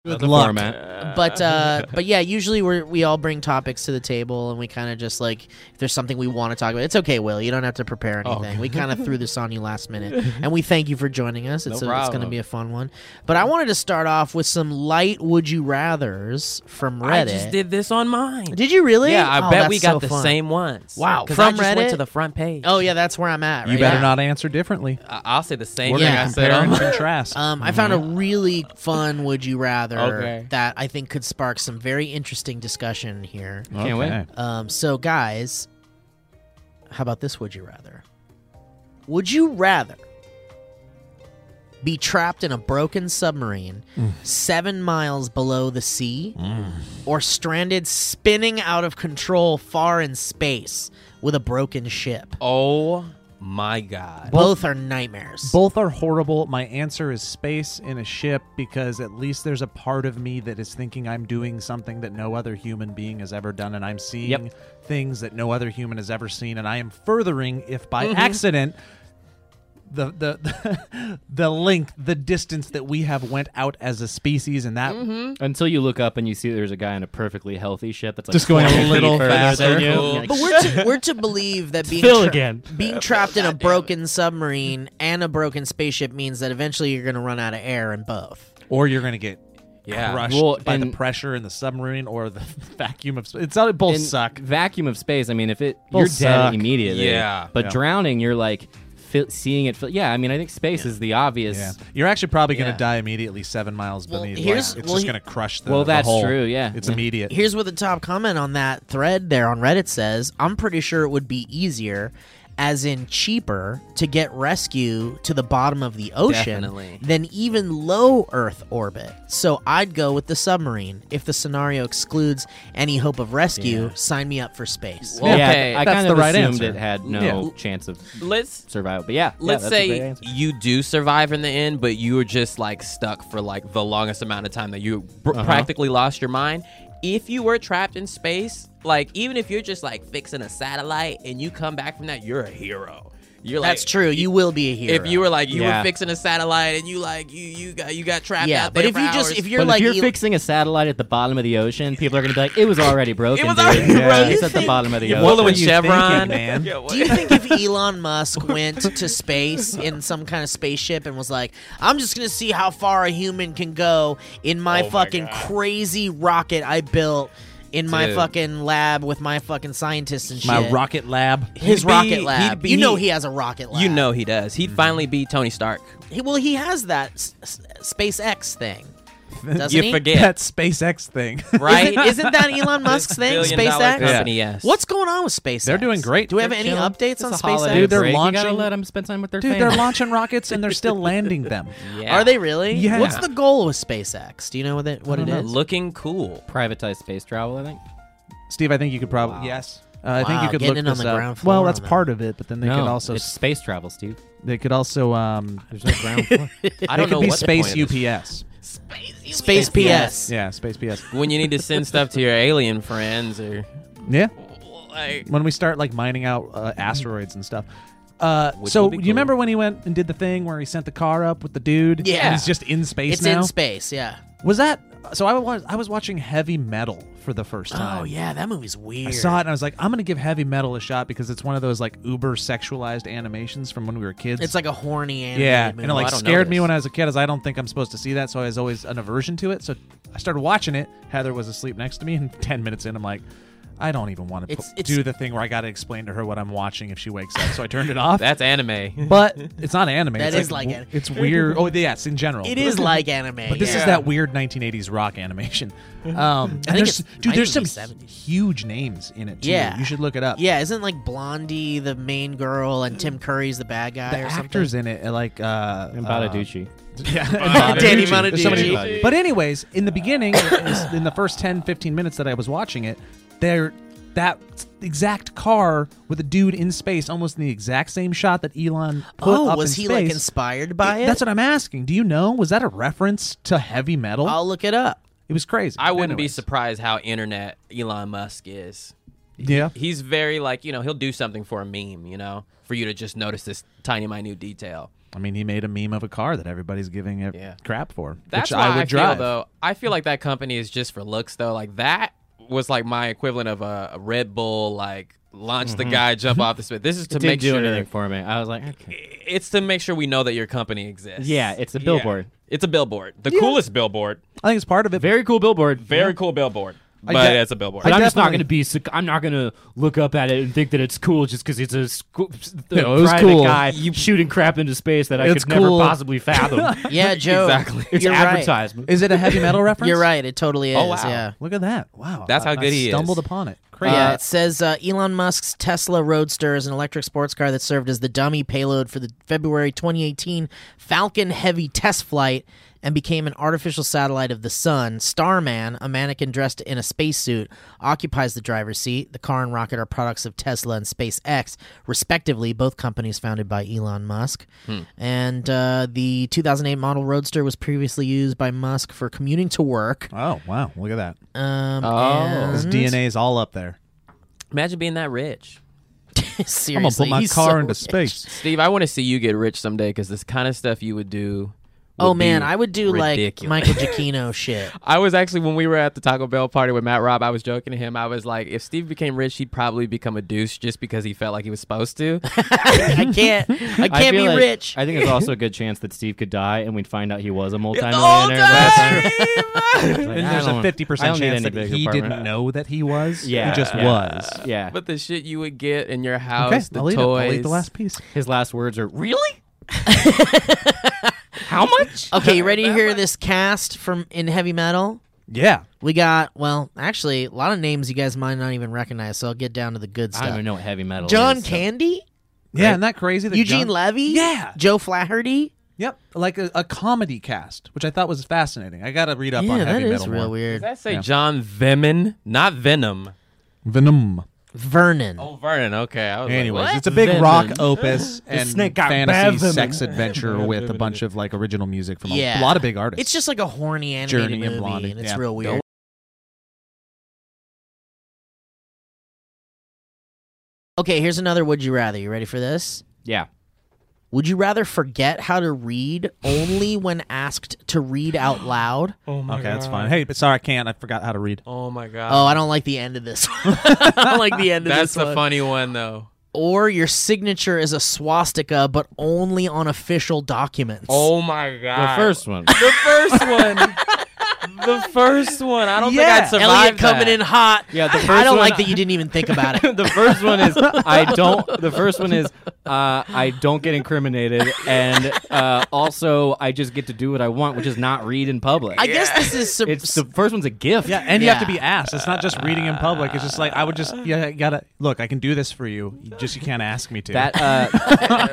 [SPEAKER 2] Good
[SPEAKER 3] luck.
[SPEAKER 2] format.
[SPEAKER 1] but
[SPEAKER 2] [laughs]
[SPEAKER 1] uh,
[SPEAKER 4] [laughs]
[SPEAKER 1] but yeah, usually we we all bring topics to the table and we kind of just like if there's something we want to talk about. It's okay, Will. You don't have to prepare
[SPEAKER 4] Oh,
[SPEAKER 1] anything. we kind of threw this on you
[SPEAKER 4] [laughs]
[SPEAKER 1] last minute, and we thank you for joining us. It's a- it's going to
[SPEAKER 4] problem.
[SPEAKER 1] be a fun one. But I wanted to start off with some light would you rather's from Reddit.
[SPEAKER 4] I just did this on mine.
[SPEAKER 1] Did you really?
[SPEAKER 4] Yeah, I
[SPEAKER 1] Oh,
[SPEAKER 4] bet
[SPEAKER 1] that's
[SPEAKER 4] we got
[SPEAKER 1] so
[SPEAKER 4] the
[SPEAKER 1] fun.
[SPEAKER 4] same ones.
[SPEAKER 1] Wow,
[SPEAKER 4] because I
[SPEAKER 1] from
[SPEAKER 4] just went
[SPEAKER 1] Reddit?
[SPEAKER 4] to the front page.
[SPEAKER 1] Oh yeah, that's where I'm at.
[SPEAKER 3] You
[SPEAKER 1] right?
[SPEAKER 3] better
[SPEAKER 1] Yeah.
[SPEAKER 3] not answer differently.
[SPEAKER 4] I- I'll say the same
[SPEAKER 3] We're
[SPEAKER 4] thing
[SPEAKER 1] gonna
[SPEAKER 4] I
[SPEAKER 3] going to
[SPEAKER 4] said
[SPEAKER 3] compare
[SPEAKER 4] on
[SPEAKER 3] and
[SPEAKER 1] [laughs]
[SPEAKER 3] contrast.
[SPEAKER 1] Um, I found a really fun would you rather
[SPEAKER 4] Mm-hmm. Okay.
[SPEAKER 1] that I think could spark some very interesting discussion here.
[SPEAKER 3] Mm-hmm.
[SPEAKER 2] Can't wait.
[SPEAKER 1] Um, so, guys, how about this? Would you rather? Would you rather be trapped in a broken submarine
[SPEAKER 2] Mm.
[SPEAKER 1] seven miles below the sea or stranded spinning out of control far in space with a broken ship?
[SPEAKER 4] Oh my god.
[SPEAKER 1] Both are nightmares.
[SPEAKER 3] Both are horrible. My answer is space in a ship because at least there's a part of me that is thinking I'm doing something that no other human being has ever done, and I'm seeing
[SPEAKER 2] Yep.
[SPEAKER 3] things that no other human has ever seen, and I am furthering, if by
[SPEAKER 2] Mm-hmm.
[SPEAKER 3] accident, the the, the [laughs] length, the distance that we have went out as a species, and that
[SPEAKER 2] [laughs] Until you look up and you see there's a guy in a perfectly healthy ship that's like
[SPEAKER 3] Just going a
[SPEAKER 2] 20 feet
[SPEAKER 3] little [laughs]
[SPEAKER 2] further
[SPEAKER 3] faster.
[SPEAKER 2] than you.
[SPEAKER 4] Cool.
[SPEAKER 2] You're like,
[SPEAKER 1] But we're to, we're to believe
[SPEAKER 2] [laughs]
[SPEAKER 1] that being
[SPEAKER 2] Phil again.
[SPEAKER 1] being trapped in a broken submarine and a broken spaceship means that eventually you're going to run out of air in both.
[SPEAKER 3] or you're gonna get.
[SPEAKER 4] Yeah.
[SPEAKER 3] Crushed
[SPEAKER 2] Well,
[SPEAKER 3] by the
[SPEAKER 2] and-
[SPEAKER 3] pressure in the submarine or the [laughs] vacuum of space. It's not both
[SPEAKER 2] in
[SPEAKER 3] suck.
[SPEAKER 2] Vacuum of space. I mean, if it
[SPEAKER 3] Both
[SPEAKER 2] you're
[SPEAKER 3] suck.
[SPEAKER 2] dead immediately.
[SPEAKER 4] Yeah.
[SPEAKER 2] But
[SPEAKER 3] Yeah.
[SPEAKER 2] drowning, you're like fi- seeing it. Fi- yeah. I mean, I think space is the obvious.
[SPEAKER 3] Yeah, you're actually probably going to
[SPEAKER 4] Yeah.
[SPEAKER 3] die immediately seven miles
[SPEAKER 1] Well,
[SPEAKER 3] beneath.
[SPEAKER 1] here's-
[SPEAKER 3] like, it's
[SPEAKER 1] well,
[SPEAKER 3] just
[SPEAKER 1] he-
[SPEAKER 3] going to crush the.
[SPEAKER 2] Well,
[SPEAKER 3] the
[SPEAKER 2] that's
[SPEAKER 3] hole.
[SPEAKER 2] true, yeah.
[SPEAKER 3] it's
[SPEAKER 2] Yeah.
[SPEAKER 3] immediate.
[SPEAKER 1] Here's what the top comment on that thread there on Reddit says I'm pretty sure it would be easier, as in cheaper, to get rescue to the bottom of the ocean
[SPEAKER 4] Definitely.
[SPEAKER 1] than even low Earth orbit. So I'd go with the submarine. If the scenario excludes any hope of rescue, sign me up for space.
[SPEAKER 4] Well,
[SPEAKER 2] Yeah,
[SPEAKER 4] okay,
[SPEAKER 2] I
[SPEAKER 3] that's
[SPEAKER 2] kind
[SPEAKER 3] the
[SPEAKER 2] of
[SPEAKER 3] right
[SPEAKER 2] assumed
[SPEAKER 3] answer.
[SPEAKER 2] it had no
[SPEAKER 3] Yeah.
[SPEAKER 2] chance of
[SPEAKER 4] Let's
[SPEAKER 2] survival. But yeah, yeah,
[SPEAKER 4] let's
[SPEAKER 2] that's a great
[SPEAKER 4] say
[SPEAKER 2] answer.
[SPEAKER 4] you do survive in the end, but you were just like stuck for like the longest amount of time that you br- practically lost your mind. If you were trapped in space, like even if you're just like fixing a satellite and you come back from that, you're a hero. You're like
[SPEAKER 1] That's true. You will be a hero.
[SPEAKER 4] If you were like you
[SPEAKER 2] Yeah.
[SPEAKER 4] were fixing a satellite and you like you you got you got trapped
[SPEAKER 1] yeah,
[SPEAKER 4] out there
[SPEAKER 1] but if
[SPEAKER 4] for
[SPEAKER 1] you just
[SPEAKER 4] hours.
[SPEAKER 1] if
[SPEAKER 2] But
[SPEAKER 1] you're like
[SPEAKER 2] if you're
[SPEAKER 1] El-
[SPEAKER 2] fixing a satellite at the bottom of the ocean, people are gonna be like, [laughs] "It was already broken.
[SPEAKER 4] It was
[SPEAKER 2] dude.
[SPEAKER 4] already
[SPEAKER 2] Yeah.
[SPEAKER 1] broken.
[SPEAKER 2] It's at the
[SPEAKER 1] You
[SPEAKER 2] bottom of the
[SPEAKER 4] You're
[SPEAKER 2] ocean."
[SPEAKER 4] following
[SPEAKER 3] you
[SPEAKER 4] Chevron,
[SPEAKER 3] thinking, man?
[SPEAKER 4] Yeah,
[SPEAKER 1] Do you think if Elon Musk went to space in some kind of spaceship and was like, I'm just going to see how far a human can go in my fucking crazy rocket I built in my
[SPEAKER 4] Dude.
[SPEAKER 1] fucking lab with my fucking scientists and shit?
[SPEAKER 3] My rocket lab.
[SPEAKER 1] [laughs] His
[SPEAKER 4] He'd be-
[SPEAKER 1] rocket lab.
[SPEAKER 4] he'd be-
[SPEAKER 1] you know he has a rocket lab.
[SPEAKER 4] you know he does. He'd finally be
[SPEAKER 1] [laughs]
[SPEAKER 4] Tony Stark.
[SPEAKER 1] He, well, he has that s- s- SpaceX
[SPEAKER 4] [laughs]
[SPEAKER 1] thing. Doesn't
[SPEAKER 4] you
[SPEAKER 1] he?
[SPEAKER 4] forget,
[SPEAKER 3] That SpaceX
[SPEAKER 1] [laughs]
[SPEAKER 3] thing.
[SPEAKER 4] right? [laughs]
[SPEAKER 1] Isn't, isn't that Elon Musk's thing?
[SPEAKER 4] billion dollar
[SPEAKER 1] SpaceX?
[SPEAKER 4] company, yes.
[SPEAKER 1] What's going on with SpaceX?
[SPEAKER 3] They're doing great.
[SPEAKER 1] Do we have
[SPEAKER 3] They're
[SPEAKER 1] any
[SPEAKER 3] chilling.
[SPEAKER 1] updates
[SPEAKER 2] It's
[SPEAKER 1] on
[SPEAKER 2] a
[SPEAKER 1] SpaceX?
[SPEAKER 2] holiday
[SPEAKER 3] Dude, they're
[SPEAKER 2] break. You gotta
[SPEAKER 3] launching-
[SPEAKER 2] let them spend time with their
[SPEAKER 3] Dude, they're
[SPEAKER 2] family.
[SPEAKER 3] launching rockets and they're still
[SPEAKER 1] [laughs]
[SPEAKER 3] landing them.
[SPEAKER 4] Yeah.
[SPEAKER 1] Are they really?
[SPEAKER 3] Yeah.
[SPEAKER 1] What's the goal with SpaceX? Do you know what it, what it
[SPEAKER 3] don't
[SPEAKER 1] is? [laughs]
[SPEAKER 4] looking cool?
[SPEAKER 2] [laughs] privatized space travel. I think.
[SPEAKER 3] Steve, I think you could probably
[SPEAKER 2] Wow.
[SPEAKER 3] yes. Uh, I think
[SPEAKER 1] Wow,
[SPEAKER 3] you could
[SPEAKER 1] getting
[SPEAKER 3] look
[SPEAKER 1] in on
[SPEAKER 3] this
[SPEAKER 1] the
[SPEAKER 3] up.
[SPEAKER 1] ground floor
[SPEAKER 3] well, that's
[SPEAKER 1] on that.
[SPEAKER 3] part of it, but then they
[SPEAKER 2] no,
[SPEAKER 3] could also
[SPEAKER 2] it's space travel, Steve.
[SPEAKER 3] they could also um
[SPEAKER 2] There's no [laughs] ground floor.
[SPEAKER 4] I don't
[SPEAKER 3] it could
[SPEAKER 4] know
[SPEAKER 3] be
[SPEAKER 4] what the
[SPEAKER 3] space
[SPEAKER 4] point of this-
[SPEAKER 3] UPS.
[SPEAKER 1] Space PS.
[SPEAKER 3] Yeah, space
[SPEAKER 4] [laughs]
[SPEAKER 3] PS.
[SPEAKER 4] When you need to send stuff to your alien friends
[SPEAKER 1] [laughs]
[SPEAKER 4] or
[SPEAKER 3] Yeah,
[SPEAKER 4] like
[SPEAKER 3] when we start like mining out uh,
[SPEAKER 1] Mm-hmm.
[SPEAKER 3] asteroids and stuff. Uh,
[SPEAKER 4] Which
[SPEAKER 3] so
[SPEAKER 4] would be
[SPEAKER 3] you
[SPEAKER 4] cool.
[SPEAKER 3] remember when he went and did the thing where he sent the car up with the dude?
[SPEAKER 1] Yeah.
[SPEAKER 3] and he's just in space
[SPEAKER 1] It's
[SPEAKER 3] now.
[SPEAKER 1] in space, yeah.
[SPEAKER 3] was that? So I was I was watching Heavy Metal for the first time.
[SPEAKER 1] Oh yeah, that movie's weird.
[SPEAKER 3] I saw it and I was like, I'm gonna give Heavy Metal a shot because it's one of those like uber sexualized animations from when we were kids.
[SPEAKER 1] It's like a horny animated
[SPEAKER 3] yeah,
[SPEAKER 1] movie.
[SPEAKER 3] and it like
[SPEAKER 4] I don't know
[SPEAKER 3] scared me
[SPEAKER 4] this.
[SPEAKER 3] when I was a kid, as I don't think I'm supposed to see that, so I was always an aversion to it. So I started watching it. Heather was asleep next to me, and [laughs] ten minutes in, I'm like, I don't even want to
[SPEAKER 1] It's- it's-
[SPEAKER 3] do the thing where I got to explain to her what I'm watching if she wakes up. So I turned
[SPEAKER 1] [laughs]
[SPEAKER 3] it off.
[SPEAKER 4] that's anime.
[SPEAKER 3] [laughs] but it's not anime.
[SPEAKER 1] That
[SPEAKER 3] That
[SPEAKER 1] is
[SPEAKER 3] is
[SPEAKER 1] like it. [laughs]
[SPEAKER 3] it's weird. Oh yeah, it's in general.
[SPEAKER 1] it is like anime.
[SPEAKER 3] [laughs] But this
[SPEAKER 1] yeah.
[SPEAKER 3] is that weird 1980s rock
[SPEAKER 1] [laughs]
[SPEAKER 3] animation. Um, and there's,
[SPEAKER 1] it's
[SPEAKER 3] dude, there's some
[SPEAKER 1] 1970s.
[SPEAKER 3] huge names in it. Too.
[SPEAKER 1] Yeah.
[SPEAKER 3] you should look it up.
[SPEAKER 1] Yeah, isn't like Blondie the main girl and Tim Curry's the bad guy
[SPEAKER 3] the
[SPEAKER 1] or
[SPEAKER 3] actors in it, are like uh,
[SPEAKER 2] and
[SPEAKER 3] uh,
[SPEAKER 2] Bataducci.
[SPEAKER 3] Yeah, [laughs]
[SPEAKER 1] Danny
[SPEAKER 3] Bonaducci. There's so many
[SPEAKER 2] Bonaducci.
[SPEAKER 3] people. But anyways, in the beginning, is- [coughs] in the first 10, 15 minutes that I was watching it, there that exact car with a dude in space, almost in the exact same shot that Elon put
[SPEAKER 1] something? Oh,
[SPEAKER 3] up
[SPEAKER 1] was
[SPEAKER 3] in
[SPEAKER 1] he
[SPEAKER 3] space.
[SPEAKER 1] like inspired by it?
[SPEAKER 3] That's what I'm asking. Do you know? Was that a reference to heavy metal?
[SPEAKER 1] I'll look it up.
[SPEAKER 3] it was crazy.
[SPEAKER 4] I wouldn't be
[SPEAKER 3] Anyways.
[SPEAKER 4] surprised how internet Elon Musk is.
[SPEAKER 3] Yeah.
[SPEAKER 4] He's very like you know he'll do something for a meme, you know, for you to just notice this tiny minute detail.
[SPEAKER 3] I mean, he made a meme of a car that everybody's giving it
[SPEAKER 4] Yeah.
[SPEAKER 3] crap for,
[SPEAKER 4] That's
[SPEAKER 3] which
[SPEAKER 4] why
[SPEAKER 3] I would drive.
[SPEAKER 4] feel though. I feel like that company is just for looks though. Like that was like my equivalent of a, a Red Bull like launch the guy jump off the spit. This is to
[SPEAKER 2] Didn't
[SPEAKER 4] make
[SPEAKER 2] do
[SPEAKER 4] sure
[SPEAKER 2] anything for me. I was like, okay.
[SPEAKER 4] it's to make sure we know that your company exists.
[SPEAKER 2] yeah, it's a billboard.
[SPEAKER 4] It's a billboard. The coolest billboard.
[SPEAKER 3] I think it's part of it.
[SPEAKER 2] Very cool billboard.
[SPEAKER 4] Very cool billboard. But
[SPEAKER 3] de-
[SPEAKER 4] it's a billboard.
[SPEAKER 2] But
[SPEAKER 3] I
[SPEAKER 2] I'm just not
[SPEAKER 3] definitely-
[SPEAKER 2] gonna be. sec- I'm not gonna look up at it and think that it's cool just because it's a sco-
[SPEAKER 3] No,
[SPEAKER 2] a
[SPEAKER 3] it was
[SPEAKER 2] private
[SPEAKER 3] cool.
[SPEAKER 2] guy shooting crap into space that I
[SPEAKER 3] It's
[SPEAKER 2] could never
[SPEAKER 3] cool.
[SPEAKER 2] possibly fathom. [laughs]
[SPEAKER 1] Yeah, Joe.
[SPEAKER 4] Exactly.
[SPEAKER 2] it's
[SPEAKER 1] You're right.
[SPEAKER 2] advertisement.
[SPEAKER 3] Is it a heavy metal
[SPEAKER 1] [laughs]
[SPEAKER 3] reference?
[SPEAKER 1] You're right. It totally is.
[SPEAKER 4] Oh, wow.
[SPEAKER 1] Yeah.
[SPEAKER 3] Look at that. Wow.
[SPEAKER 4] That's
[SPEAKER 3] I-
[SPEAKER 4] how
[SPEAKER 3] I
[SPEAKER 4] good he is.
[SPEAKER 3] Stumbled upon it. Crazy.
[SPEAKER 1] Yeah,
[SPEAKER 4] Uh,
[SPEAKER 1] it says uh, Elon Musk's Tesla Roadster is an electric sports car that served as the dummy payload for the February 2018 Falcon Heavy test flight and became an artificial satellite of the sun. Starman, a mannequin dressed in a spacesuit, occupies the driver's seat. The car and rocket are products of Tesla and SpaceX, respectively, both companies founded by Elon Musk. And uh, the 2008 model Roadster was previously used by Musk for commuting to work.
[SPEAKER 3] Oh wow! Look at that.
[SPEAKER 1] Um,
[SPEAKER 4] Oh.
[SPEAKER 3] His
[SPEAKER 1] and- [laughs]
[SPEAKER 3] DNA is all up there.
[SPEAKER 4] Imagine being that rich.
[SPEAKER 1] Seriously,
[SPEAKER 3] I'm gonna put my
[SPEAKER 1] he's
[SPEAKER 3] car
[SPEAKER 1] so
[SPEAKER 3] into
[SPEAKER 1] [laughs] rich.
[SPEAKER 3] space.
[SPEAKER 4] [laughs] Steve, I want to see you get rich someday because this kind of stuff you would do. would
[SPEAKER 1] Oh man,
[SPEAKER 4] be
[SPEAKER 1] I would do
[SPEAKER 4] ridiculous.
[SPEAKER 1] like Michael Giacchino shit.
[SPEAKER 4] I was actually when we were at the Taco Bell party with Matt Robb, I was joking to him. I was like, if Steve became rich, he'd probably become a douche just because he felt like he was supposed to.
[SPEAKER 1] I can't. I can't
[SPEAKER 2] I feel
[SPEAKER 1] be
[SPEAKER 2] like-
[SPEAKER 1] rich.
[SPEAKER 2] I think there's also
[SPEAKER 1] [laughs]
[SPEAKER 2] a good chance that Steve could die, and we'd find out he was a
[SPEAKER 4] Old
[SPEAKER 2] multimillionaire.
[SPEAKER 4] time!
[SPEAKER 3] [laughs]
[SPEAKER 2] Like,
[SPEAKER 3] And
[SPEAKER 2] I
[SPEAKER 3] there's a
[SPEAKER 2] don't-
[SPEAKER 3] fifty
[SPEAKER 2] I
[SPEAKER 3] percent
[SPEAKER 2] don't need
[SPEAKER 3] chance
[SPEAKER 2] any
[SPEAKER 3] that
[SPEAKER 2] big
[SPEAKER 3] he
[SPEAKER 2] apartment.
[SPEAKER 3] didn't know that he was.
[SPEAKER 2] Yeah.
[SPEAKER 3] he just
[SPEAKER 2] Yeah.
[SPEAKER 3] was.
[SPEAKER 2] [laughs] Yeah,
[SPEAKER 4] [laughs] but the shit you would get in your house,
[SPEAKER 3] Okay,
[SPEAKER 4] the
[SPEAKER 3] I'll leave it.
[SPEAKER 4] toys.
[SPEAKER 3] I'll leave the last piece.
[SPEAKER 2] his last words
[SPEAKER 1] [laughs]
[SPEAKER 2] are really. How much?
[SPEAKER 1] Okay, you ready to hear this cast from in heavy metal?
[SPEAKER 3] Yeah,
[SPEAKER 1] We got well, actually, a lot of names you guys might not even recognize. So I'll get down to the good
[SPEAKER 2] I don't
[SPEAKER 1] stuff.
[SPEAKER 2] even know what heavy metal
[SPEAKER 1] John
[SPEAKER 2] is. so-
[SPEAKER 1] Candy,
[SPEAKER 3] yeah. Isn't that crazy? That
[SPEAKER 1] Eugene
[SPEAKER 3] John-
[SPEAKER 1] Levy,
[SPEAKER 3] Yeah.
[SPEAKER 1] Joe Flaherty.
[SPEAKER 3] Yep, like a, a comedy cast, which I thought was fascinating. I gotta read up on
[SPEAKER 1] yeah, that
[SPEAKER 3] heavy
[SPEAKER 1] is
[SPEAKER 3] metal
[SPEAKER 1] real
[SPEAKER 3] more.
[SPEAKER 1] weird.
[SPEAKER 4] Did I say
[SPEAKER 3] Yeah.
[SPEAKER 4] John Venom? Not Venom.
[SPEAKER 3] Venom.
[SPEAKER 1] Vernon.
[SPEAKER 4] Oh, Vernon. Okay. I was
[SPEAKER 3] Anyways,
[SPEAKER 4] like, what?
[SPEAKER 3] it's a big
[SPEAKER 2] Venom.
[SPEAKER 3] rock opus and
[SPEAKER 2] snake got
[SPEAKER 3] fantasy
[SPEAKER 2] venom.
[SPEAKER 3] sex adventure with a bunch of like original music from a
[SPEAKER 1] Yeah.
[SPEAKER 3] lot of big artists.
[SPEAKER 1] It's just like a horny animated
[SPEAKER 3] Journey and
[SPEAKER 1] movie,
[SPEAKER 3] Blondie,
[SPEAKER 1] and it's
[SPEAKER 3] yeah.
[SPEAKER 1] real weird. Okay, here's another. Would you rather? You ready for this?
[SPEAKER 2] Yeah.
[SPEAKER 1] Would you rather forget how to read only when asked to read out loud?
[SPEAKER 4] Oh my
[SPEAKER 3] Okay, that's fine. Hey, but sorry, I can't. I forgot how
[SPEAKER 4] [laughs]
[SPEAKER 3] to read.
[SPEAKER 4] Oh my god.
[SPEAKER 1] Oh, I don't like the end of this. one. [laughs] I don't like the end of this
[SPEAKER 4] that's the
[SPEAKER 1] one.
[SPEAKER 4] funny one though.
[SPEAKER 1] or your signature is a swastika, but only on official documents.
[SPEAKER 4] Oh my
[SPEAKER 1] Uh,
[SPEAKER 2] The
[SPEAKER 4] god.
[SPEAKER 2] first one.
[SPEAKER 4] The first one. the first one. I don't
[SPEAKER 3] Yeah.
[SPEAKER 4] think I'd
[SPEAKER 1] [laughs]
[SPEAKER 4] survive
[SPEAKER 1] Elliot coming
[SPEAKER 4] that.
[SPEAKER 1] in hot.
[SPEAKER 2] Yeah, the first
[SPEAKER 1] I don't
[SPEAKER 2] one-
[SPEAKER 1] like that you didn't even think about
[SPEAKER 3] [laughs]
[SPEAKER 1] it.
[SPEAKER 2] the first one is
[SPEAKER 1] [laughs]
[SPEAKER 2] I don't. The first one is uh, I don't get incriminated, and uh, also I just get to do what I want, which is not read in public.
[SPEAKER 1] I guess this is sur-
[SPEAKER 2] it's the first one's a gift.
[SPEAKER 3] Yeah, and you have to
[SPEAKER 1] Yeah.
[SPEAKER 3] be asked. It's not just reading in public. It's just like I would just yeah, I gotta look. I can do this for you. You Just you can't ask me to.
[SPEAKER 2] That
[SPEAKER 4] [laughs]
[SPEAKER 3] [laughs]
[SPEAKER 2] uh,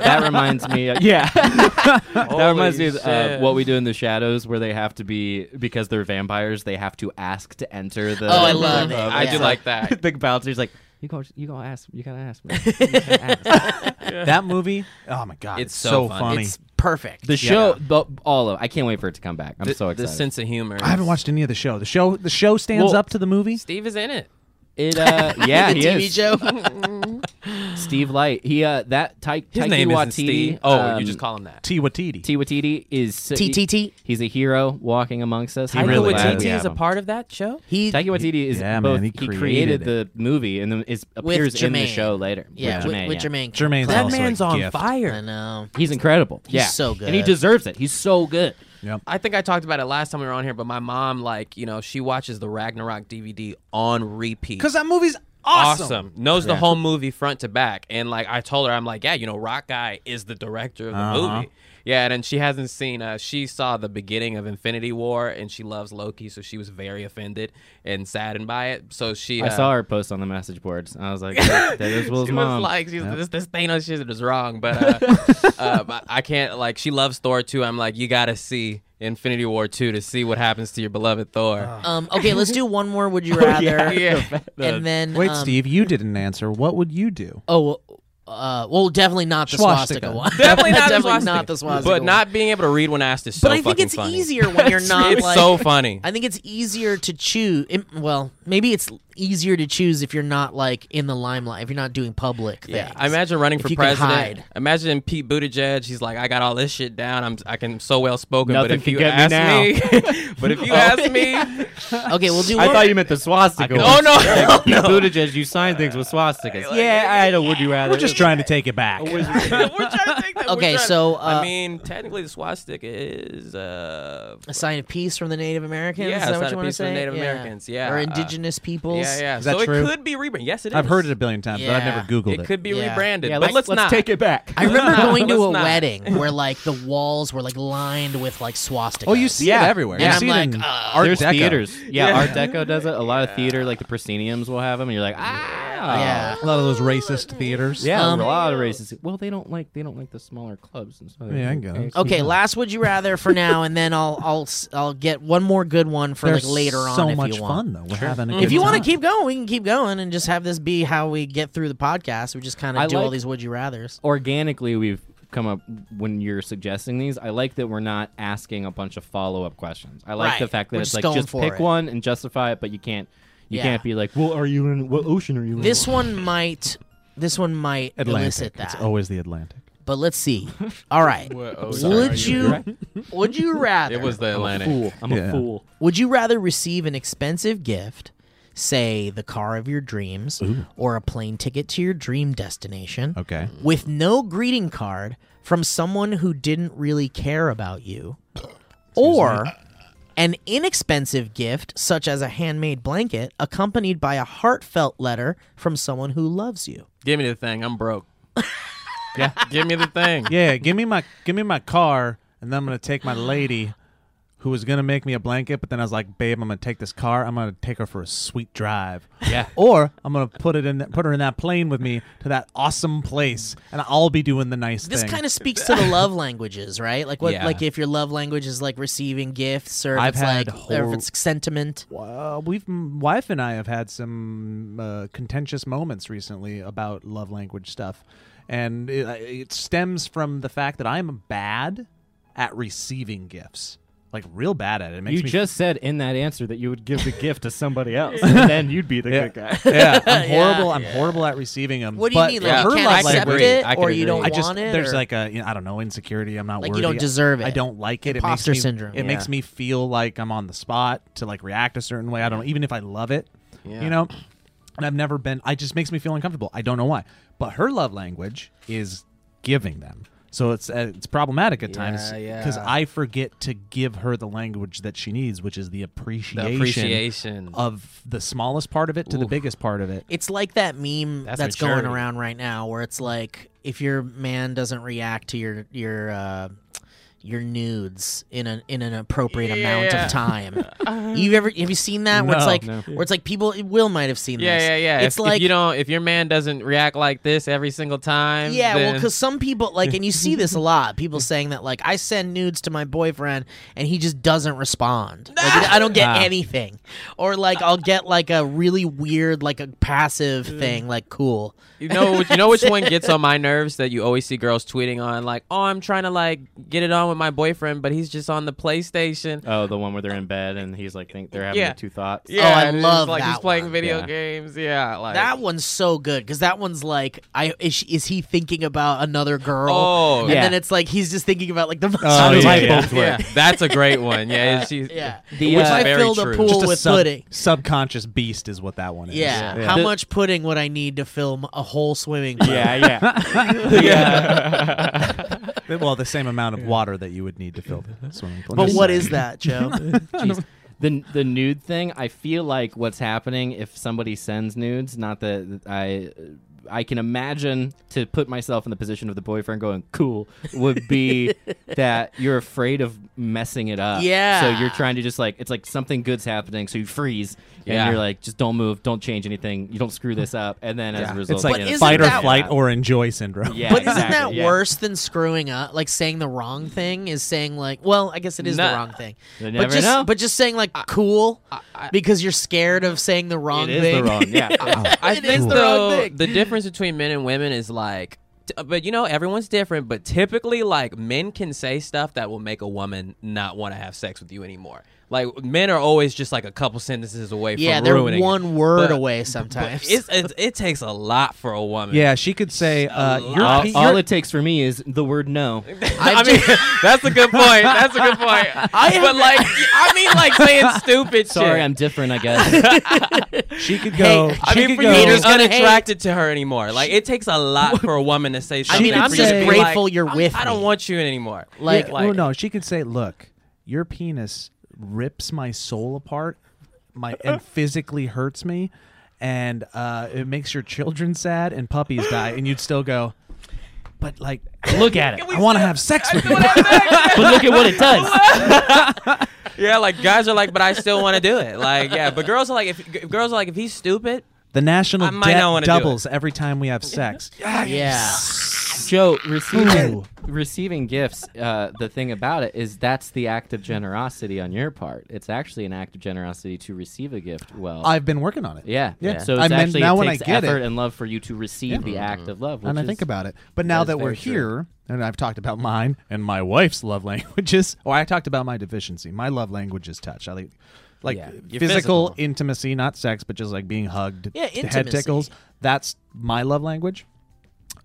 [SPEAKER 2] that reminds me. Of, yeah, that reminds me of uh,
[SPEAKER 4] shit.
[SPEAKER 2] what we do in the shadows, where they have to be because they're vampires. They have to ask to enter the.
[SPEAKER 1] Oh, I love
[SPEAKER 2] the-
[SPEAKER 1] it.
[SPEAKER 4] I do
[SPEAKER 1] Yeah.
[SPEAKER 4] like
[SPEAKER 2] [laughs]
[SPEAKER 4] that.
[SPEAKER 2] the bouncer's like, you go, you go ask, you gotta ask me. You
[SPEAKER 1] [laughs]
[SPEAKER 2] gotta ask."
[SPEAKER 3] that movie. Oh my god,
[SPEAKER 4] It's
[SPEAKER 3] it's,
[SPEAKER 4] so
[SPEAKER 3] so,
[SPEAKER 4] fun.
[SPEAKER 3] funny.
[SPEAKER 1] it's perfect.
[SPEAKER 2] the show, but all of, I can't wait for it to come back. I'm
[SPEAKER 4] The,
[SPEAKER 2] so
[SPEAKER 4] the
[SPEAKER 2] excited.
[SPEAKER 4] sense of humor.
[SPEAKER 3] I haven't watched any of the show. The show the show stands
[SPEAKER 2] Well-
[SPEAKER 3] up to the movie.
[SPEAKER 4] Steve is in it.
[SPEAKER 1] [laughs]
[SPEAKER 2] it, uh, yeah,
[SPEAKER 1] the
[SPEAKER 2] he
[SPEAKER 1] TV
[SPEAKER 2] is.
[SPEAKER 4] [laughs]
[SPEAKER 1] show.
[SPEAKER 2] Steve Light. He uh, that Ty-
[SPEAKER 4] His
[SPEAKER 2] Taiki
[SPEAKER 4] name isn't
[SPEAKER 2] Waititi,
[SPEAKER 4] Steve. Oh,
[SPEAKER 2] um,
[SPEAKER 4] you just call him that.
[SPEAKER 3] T Watiti.
[SPEAKER 2] T Watiti is
[SPEAKER 1] TTT.
[SPEAKER 2] He's a hero walking amongst us.
[SPEAKER 3] He I'm really glad
[SPEAKER 2] is.
[SPEAKER 3] we
[SPEAKER 4] is
[SPEAKER 3] have
[SPEAKER 4] a
[SPEAKER 3] him.
[SPEAKER 4] part of that show.
[SPEAKER 1] He
[SPEAKER 2] Taiki Waititi is
[SPEAKER 3] Yeah,
[SPEAKER 2] both.
[SPEAKER 3] man, he
[SPEAKER 2] created,
[SPEAKER 3] created
[SPEAKER 2] the movie and then is appears in the
[SPEAKER 1] Jermaine.
[SPEAKER 2] show later.
[SPEAKER 1] yeah,
[SPEAKER 2] with
[SPEAKER 1] with,
[SPEAKER 2] Jermaine.
[SPEAKER 1] with
[SPEAKER 2] yeah.
[SPEAKER 1] Jermaine.
[SPEAKER 3] Jermaine's
[SPEAKER 1] Clement.
[SPEAKER 3] also a
[SPEAKER 4] man's on
[SPEAKER 3] gift.
[SPEAKER 1] I
[SPEAKER 4] fire.
[SPEAKER 1] know.
[SPEAKER 2] He's incredible. yeah,
[SPEAKER 1] so
[SPEAKER 2] and he
[SPEAKER 1] good.
[SPEAKER 2] deserves it. He's so good.
[SPEAKER 3] Yep.
[SPEAKER 4] I think I talked about it last time we were on here, but my mom, like, you know, she watches the Ragnarok DVD on repeat.
[SPEAKER 3] Because that movie's awesome.
[SPEAKER 4] Knows the whole movie front to back. And like I told her, I'm like, yeah, you know, Rock Guy is the director of the
[SPEAKER 3] Uh-huh.
[SPEAKER 4] movie. Yeah, and, then she hasn't seen uh she saw the beginning of Infinity War and she loves Loki, so she was very offended and saddened by it. So she
[SPEAKER 2] I
[SPEAKER 4] uh,
[SPEAKER 2] saw her post on the message boards. I was like, that is Will's
[SPEAKER 4] she
[SPEAKER 2] mom.
[SPEAKER 4] was like, she's, this this Thanos shit is wrong, but uh,
[SPEAKER 1] [laughs]
[SPEAKER 4] uh, but I can't like. She loves Thor too. I'm like, you gotta see Infinity War two to see what happens to your beloved Thor.
[SPEAKER 1] Um, okay, let's do one more. Would you rather?
[SPEAKER 4] [laughs] Oh, yeah,
[SPEAKER 1] And then
[SPEAKER 3] Wait,
[SPEAKER 1] um,
[SPEAKER 3] Steve, you didn't answer. What would you do?
[SPEAKER 1] Oh, uh, well, definitely not the swastika,
[SPEAKER 3] Swastika.
[SPEAKER 4] [laughs]
[SPEAKER 1] one.
[SPEAKER 4] Definitely not the
[SPEAKER 1] definitely
[SPEAKER 4] swastika.
[SPEAKER 1] not the swastika.
[SPEAKER 4] but
[SPEAKER 1] one.
[SPEAKER 4] not being able to read when asked is so
[SPEAKER 1] But I think
[SPEAKER 4] fucking
[SPEAKER 1] it's
[SPEAKER 4] funny.
[SPEAKER 1] easier when you're not
[SPEAKER 4] [laughs] it's
[SPEAKER 1] like.
[SPEAKER 4] so funny.
[SPEAKER 1] I think it's easier to choose. It, well, maybe it's easier to choose if you're not like in the limelight, if you're not doing public things.
[SPEAKER 4] I imagine running
[SPEAKER 1] If
[SPEAKER 4] for
[SPEAKER 1] you can
[SPEAKER 4] president.
[SPEAKER 1] hide.
[SPEAKER 4] Imagine Pete Buttigieg. He's like, I got all this shit down. I'm, I can so well spoken. But
[SPEAKER 2] Nothing
[SPEAKER 4] if
[SPEAKER 2] can
[SPEAKER 4] you
[SPEAKER 2] get me
[SPEAKER 4] ask me, [laughs] but
[SPEAKER 1] Oh,
[SPEAKER 4] if you ask me,
[SPEAKER 1] Okay, we'll do.
[SPEAKER 2] I
[SPEAKER 1] one-
[SPEAKER 2] thought you meant the swastika.
[SPEAKER 4] oh no,
[SPEAKER 2] You Buttigieg, you sign things with swastikas. yeah, I know. Would you rather?
[SPEAKER 3] We're just trying to take it back.
[SPEAKER 4] [laughs] We're trying to take that. we're
[SPEAKER 1] Okay,
[SPEAKER 4] trying-
[SPEAKER 1] so, uh,
[SPEAKER 4] I mean, technically, the swastika is uh,
[SPEAKER 1] a sign of peace from the Native Americans.
[SPEAKER 4] Yeah,
[SPEAKER 1] is that what
[SPEAKER 4] a sign
[SPEAKER 1] you
[SPEAKER 4] of
[SPEAKER 1] want to
[SPEAKER 4] peace from
[SPEAKER 1] say?
[SPEAKER 4] Native Americans, yeah,
[SPEAKER 1] or
[SPEAKER 4] uh,
[SPEAKER 1] indigenous peoples.
[SPEAKER 4] yeah, yeah.
[SPEAKER 3] Is that
[SPEAKER 4] so
[SPEAKER 3] true?
[SPEAKER 4] it could be rebranded. Yes, it is.
[SPEAKER 3] I've heard it a billion times, but I've
[SPEAKER 1] Yeah.
[SPEAKER 3] never Googled it.
[SPEAKER 4] It could be
[SPEAKER 1] Yeah.
[SPEAKER 4] rebranded,
[SPEAKER 2] Yeah,
[SPEAKER 4] but let's, not
[SPEAKER 2] take it back.
[SPEAKER 1] I remember
[SPEAKER 4] [laughs] not.
[SPEAKER 1] going to
[SPEAKER 4] Let's
[SPEAKER 1] a
[SPEAKER 4] not.
[SPEAKER 1] wedding where like the walls were like lined with like swastikas.
[SPEAKER 3] oh, you see
[SPEAKER 2] Yeah.
[SPEAKER 3] it everywhere.
[SPEAKER 1] And
[SPEAKER 3] you
[SPEAKER 1] I'm
[SPEAKER 3] see
[SPEAKER 1] like,
[SPEAKER 3] it in
[SPEAKER 1] uh,
[SPEAKER 3] Art
[SPEAKER 2] There's
[SPEAKER 3] Deco.
[SPEAKER 2] theaters. Yeah,
[SPEAKER 4] Yeah.
[SPEAKER 2] Art Deco does it. A lot of theater, like the prosceniums, will have them, and you're like, ah,
[SPEAKER 1] Yeah.
[SPEAKER 3] A lot of those racist theaters.
[SPEAKER 2] yeah.
[SPEAKER 1] Um,
[SPEAKER 2] a lot of races. Well, they don't like they don't like the smaller clubs and stuff.
[SPEAKER 3] Yeah, I get it.
[SPEAKER 1] Okay, last would you rather for now, and then I'll I'll s- I'll get one more good one for
[SPEAKER 3] They're
[SPEAKER 1] like later on.
[SPEAKER 3] So
[SPEAKER 1] if
[SPEAKER 3] much
[SPEAKER 1] you want.
[SPEAKER 3] fun though. We're having a
[SPEAKER 1] If
[SPEAKER 3] good
[SPEAKER 1] you want to
[SPEAKER 3] time.
[SPEAKER 1] keep going, we can keep going and just have this be how we get through the podcast. We just kind
[SPEAKER 2] I
[SPEAKER 1] of do all
[SPEAKER 2] like-
[SPEAKER 1] these would you rather's.
[SPEAKER 2] Organically, we've come up when you're suggesting these. I like that we're not asking a bunch of follow up questions. I like
[SPEAKER 1] Right.
[SPEAKER 2] the fact that
[SPEAKER 1] We're
[SPEAKER 2] it's
[SPEAKER 1] just
[SPEAKER 2] like
[SPEAKER 1] going
[SPEAKER 2] just
[SPEAKER 1] for
[SPEAKER 2] pick
[SPEAKER 1] it.
[SPEAKER 2] one and justify it, but you can't. You
[SPEAKER 1] Yeah.
[SPEAKER 2] can't be like, well, are you in what ocean are you in?
[SPEAKER 1] This one might, this one might
[SPEAKER 3] Atlantic.
[SPEAKER 1] elicit
[SPEAKER 3] It's
[SPEAKER 1] that.
[SPEAKER 3] always the Atlantic.
[SPEAKER 1] But let's see. All
[SPEAKER 4] [laughs]
[SPEAKER 1] right,
[SPEAKER 4] oh,
[SPEAKER 1] would you, would you rather?
[SPEAKER 4] [laughs] It was the
[SPEAKER 2] I'm a
[SPEAKER 4] Atlantic.
[SPEAKER 2] fool. I'm a
[SPEAKER 3] Yeah.
[SPEAKER 2] fool.
[SPEAKER 1] Would you rather receive an expensive gift, say the car of your dreams, or a plane ticket to your dream destination,
[SPEAKER 3] Okay.
[SPEAKER 1] with no greeting card from someone who didn't really care about you, or an inexpensive gift such as a handmade blanket accompanied by a heartfelt letter from someone who loves you?
[SPEAKER 4] Give me the thing. I'm broke. yeah, give me the thing.
[SPEAKER 3] Yeah, give me my give me my car, and then I'm gonna take my lady, who was gonna make me a blanket, but then I was like, babe, I'm gonna take this car. I'm gonna take her for a sweet drive.
[SPEAKER 2] Yeah.
[SPEAKER 3] Or I'm gonna put it in put her in that plane with me to that awesome place, and I'll be doing the nice
[SPEAKER 1] This
[SPEAKER 3] thing.
[SPEAKER 1] kind of speaks
[SPEAKER 3] [laughs]
[SPEAKER 1] to the love languages, right? Like what
[SPEAKER 4] Yeah.
[SPEAKER 1] like if your love language is like receiving gifts or if
[SPEAKER 3] I've
[SPEAKER 1] it's
[SPEAKER 3] had
[SPEAKER 1] like or
[SPEAKER 3] whole-
[SPEAKER 1] if it's sentiment.
[SPEAKER 3] uh, we've m- wife and I have had some uh, contentious moments recently about love language stuff, and it, it stems from the fact that I'm bad at receiving gifts. like real bad at it. It makes
[SPEAKER 2] You
[SPEAKER 3] me
[SPEAKER 2] just said in that answer that you would give the gift
[SPEAKER 1] [laughs]
[SPEAKER 2] to somebody else, and then you'd be the
[SPEAKER 3] Yeah.
[SPEAKER 2] good
[SPEAKER 3] [laughs]
[SPEAKER 2] guy.
[SPEAKER 3] yeah,
[SPEAKER 2] [laughs]
[SPEAKER 1] Yeah,
[SPEAKER 3] I'm horrible. I'm horrible at receiving them.
[SPEAKER 1] What do you mean? Like
[SPEAKER 4] yeah,
[SPEAKER 1] you
[SPEAKER 3] her
[SPEAKER 1] can't
[SPEAKER 3] love
[SPEAKER 1] accept
[SPEAKER 3] language,
[SPEAKER 1] it,
[SPEAKER 4] I can
[SPEAKER 1] or you
[SPEAKER 4] agree.
[SPEAKER 1] don't
[SPEAKER 3] I
[SPEAKER 1] want
[SPEAKER 3] just
[SPEAKER 1] it?
[SPEAKER 3] there's
[SPEAKER 1] or-
[SPEAKER 3] like a you know, I don't know insecurity. I'm not
[SPEAKER 1] Like you
[SPEAKER 3] worthy.
[SPEAKER 1] don't deserve
[SPEAKER 3] I
[SPEAKER 1] it.
[SPEAKER 3] don't like it.
[SPEAKER 1] Imposter
[SPEAKER 3] it makes me,
[SPEAKER 1] syndrome,
[SPEAKER 3] It makes
[SPEAKER 1] yeah.
[SPEAKER 3] me feel like I'm on the spot to like react a certain way. I don't even if I love it.
[SPEAKER 4] Yeah.
[SPEAKER 3] You know, and I've never been. I just makes me feel uncomfortable. I don't know why. But her love language is giving them. So it's uh, it's problematic at times
[SPEAKER 4] Yeah,
[SPEAKER 3] because
[SPEAKER 4] yeah.
[SPEAKER 3] I forget to give her the language that she needs, which is the appreciation, Uh,
[SPEAKER 4] The appreciation.
[SPEAKER 3] of the smallest part of it to the biggest part of it.
[SPEAKER 1] It's like that meme that's,
[SPEAKER 4] That's
[SPEAKER 1] going
[SPEAKER 4] maturity.
[SPEAKER 1] around right now, where it's like if your man doesn't react to your your uh, your nudes in an in an appropriate amount
[SPEAKER 4] Yeah.
[SPEAKER 1] of
[SPEAKER 4] [laughs]
[SPEAKER 1] time, you ever have you seen that? where it's
[SPEAKER 3] No.
[SPEAKER 1] like where it's like people Will might have seen
[SPEAKER 4] yeah,
[SPEAKER 1] this.
[SPEAKER 4] yeah, yeah.
[SPEAKER 1] It's
[SPEAKER 4] if,
[SPEAKER 1] like
[SPEAKER 4] if you don't, if your man doesn't react like this every single time,
[SPEAKER 1] Yeah, well,
[SPEAKER 4] then-
[SPEAKER 1] because some people like, and you see this a lot. People saying that like, I send nudes to my boyfriend and he just doesn't respond. Like, I don't get anything, or like I'll get like a really weird like a passive thing, like cool.
[SPEAKER 4] You know, you know which one gets on my nerves that you always see girls tweeting on, like, "Oh, I'm trying to like get it on with my boyfriend, but he's just on the PlayStation."
[SPEAKER 2] Oh, the one where they're in bed and he's like, think they're having
[SPEAKER 4] Yeah.
[SPEAKER 2] the two thoughts.
[SPEAKER 1] Yeah. Oh, I
[SPEAKER 4] and it's
[SPEAKER 1] love
[SPEAKER 4] like he's
[SPEAKER 1] that
[SPEAKER 4] playing
[SPEAKER 1] one.
[SPEAKER 4] video
[SPEAKER 2] Yeah.
[SPEAKER 4] games. Yeah, like
[SPEAKER 1] That one's so good because that one's like, I is, she- is he thinking about another girl?
[SPEAKER 4] Oh,
[SPEAKER 1] and
[SPEAKER 2] yeah.
[SPEAKER 1] then it's like he's just thinking about like the most.
[SPEAKER 3] Oh,
[SPEAKER 2] How do
[SPEAKER 3] yeah.
[SPEAKER 2] light bulbs work?
[SPEAKER 4] yeah, that's a great one. Yeah, she's,
[SPEAKER 1] [laughs] yeah.
[SPEAKER 2] The,
[SPEAKER 1] Which
[SPEAKER 2] uh,
[SPEAKER 1] I
[SPEAKER 4] very
[SPEAKER 1] filled a
[SPEAKER 4] true.
[SPEAKER 1] pool
[SPEAKER 3] Just a
[SPEAKER 1] with
[SPEAKER 3] sub-
[SPEAKER 1] pudding.
[SPEAKER 3] subconscious beast is what that one is.
[SPEAKER 1] Yeah.
[SPEAKER 2] Yeah.
[SPEAKER 1] How
[SPEAKER 2] The-
[SPEAKER 1] much pudding would I need to film a whole swimming pool?
[SPEAKER 2] Yeah,
[SPEAKER 1] [laughs]
[SPEAKER 2] yeah. uh,
[SPEAKER 3] Well, the same amount of water that you would need to fill the swimming pool.
[SPEAKER 1] But
[SPEAKER 3] Just
[SPEAKER 1] what
[SPEAKER 3] saying.
[SPEAKER 1] is that, Joe?
[SPEAKER 2] Jeez. The, the nude thing, I feel like what's happening if somebody sends nudes, not that I. I can imagine to put myself in the position of the boyfriend going, cool, would be that you're afraid of messing it up.
[SPEAKER 1] Yeah.
[SPEAKER 2] So you're trying to just like, it's like something good's happening. So you freeze
[SPEAKER 4] Yeah.
[SPEAKER 2] and you're like, just don't move, don't change anything. You don't screw this up. And then as
[SPEAKER 4] Yeah.
[SPEAKER 2] a result,
[SPEAKER 3] It's
[SPEAKER 1] But
[SPEAKER 3] like
[SPEAKER 1] isn't
[SPEAKER 3] fight or
[SPEAKER 1] that-
[SPEAKER 3] flight or enjoy syndrome.
[SPEAKER 2] Yeah,
[SPEAKER 1] But isn't
[SPEAKER 2] exactly,
[SPEAKER 1] that
[SPEAKER 2] yeah.
[SPEAKER 1] worse than screwing up? Like saying the wrong thing is saying like, well, I guess it is
[SPEAKER 4] Nah.
[SPEAKER 1] the wrong thing.
[SPEAKER 2] You
[SPEAKER 1] but
[SPEAKER 2] never
[SPEAKER 1] just
[SPEAKER 2] know.
[SPEAKER 1] but just saying like cool because you're scared of saying the wrong
[SPEAKER 2] It is
[SPEAKER 1] thing.
[SPEAKER 2] the wrong. Yeah.
[SPEAKER 4] I
[SPEAKER 1] It is
[SPEAKER 4] think
[SPEAKER 1] the
[SPEAKER 4] though,
[SPEAKER 1] wrong thing.
[SPEAKER 4] the difference between men and women is like, t- but you know, everyone's different. But typically, like men can say stuff that will make a woman not want to have sex with you anymore. Like men are always just like a couple sentences away
[SPEAKER 1] [laughs] yeah,
[SPEAKER 4] from
[SPEAKER 1] they're
[SPEAKER 4] ruining. it.
[SPEAKER 1] one word
[SPEAKER 4] But-
[SPEAKER 1] away
[SPEAKER 4] But
[SPEAKER 1] sometimes. [laughs]
[SPEAKER 4] it's, it's, it takes a lot for a woman.
[SPEAKER 3] [laughs] Yeah, she could say, uh,
[SPEAKER 4] lot.
[SPEAKER 3] "Your
[SPEAKER 2] all,
[SPEAKER 3] pe-
[SPEAKER 2] all
[SPEAKER 3] your-
[SPEAKER 2] it takes for me is the word no.
[SPEAKER 4] I mean, [laughs]
[SPEAKER 2] [laughs]
[SPEAKER 4] that's a good point. That's a good point. but like, I mean, like saying stupid
[SPEAKER 2] Sorry,
[SPEAKER 4] shit.
[SPEAKER 2] I'm different, I guess.
[SPEAKER 3] she could go.
[SPEAKER 1] Hey,
[SPEAKER 3] she
[SPEAKER 4] I mean,
[SPEAKER 3] could
[SPEAKER 4] for
[SPEAKER 3] go.
[SPEAKER 4] me, just
[SPEAKER 1] Haters gonna
[SPEAKER 4] unattracted to her anymore. Like, it takes a lot for a woman to say
[SPEAKER 1] I
[SPEAKER 4] something.
[SPEAKER 1] mean, I'm
[SPEAKER 4] for
[SPEAKER 1] just
[SPEAKER 4] you to be
[SPEAKER 1] grateful
[SPEAKER 4] like,
[SPEAKER 1] you're
[SPEAKER 4] "I'm-
[SPEAKER 1] with
[SPEAKER 4] I
[SPEAKER 1] me."
[SPEAKER 4] don't want you anymore.
[SPEAKER 1] [laughs]
[SPEAKER 4] [laughs]
[SPEAKER 1] Like-
[SPEAKER 3] Yeah,
[SPEAKER 4] like
[SPEAKER 3] well, no, she could say, "Look, your penis rips my soul apart, my
[SPEAKER 4] [laughs]
[SPEAKER 3] and physically hurts me, and uh, it makes your children sad and puppies die," and you'd still go. But like,
[SPEAKER 2] look
[SPEAKER 3] [laughs]
[SPEAKER 2] at it.
[SPEAKER 3] I want to have sex with you.
[SPEAKER 2] But look at what it
[SPEAKER 3] [laughs]
[SPEAKER 2] does.
[SPEAKER 4] Yeah, like guys are like, but I still want to do it. Like, yeah, but girls are like, if g- girls are like, if he's stupid,
[SPEAKER 3] The
[SPEAKER 4] I
[SPEAKER 3] national
[SPEAKER 4] might not
[SPEAKER 3] debt
[SPEAKER 4] wanna do it.
[SPEAKER 3] doubles every
[SPEAKER 4] [laughs]
[SPEAKER 3] time we have sex.
[SPEAKER 1] yeah.
[SPEAKER 2] Joe, receiving receiving gifts, uh, the thing about it is that's the act of generosity on your part. It's actually an act of generosity to receive a gift well.
[SPEAKER 3] I've been working on it.
[SPEAKER 2] yeah.
[SPEAKER 3] yeah.
[SPEAKER 2] So it's
[SPEAKER 3] I mean,
[SPEAKER 2] actually
[SPEAKER 3] now
[SPEAKER 2] it
[SPEAKER 3] when I
[SPEAKER 2] takes
[SPEAKER 3] get it- Mm-hmm.
[SPEAKER 2] effort and love for you to receive the act of love. Which
[SPEAKER 3] and I
[SPEAKER 2] is-
[SPEAKER 3] think about it. But now
[SPEAKER 2] that
[SPEAKER 3] that,
[SPEAKER 2] is
[SPEAKER 3] we're
[SPEAKER 2] very true.
[SPEAKER 3] here, and I've talked about mine and my wife's love [laughs] languages, or I talked about my deficiency. My love language is touch. I like, like
[SPEAKER 2] Yeah.
[SPEAKER 3] physical,
[SPEAKER 4] physical.
[SPEAKER 3] intimacy, not sex, but just like being hugged,
[SPEAKER 1] Yeah,
[SPEAKER 3] head
[SPEAKER 1] intimacy.
[SPEAKER 3] tickles. That's my love language.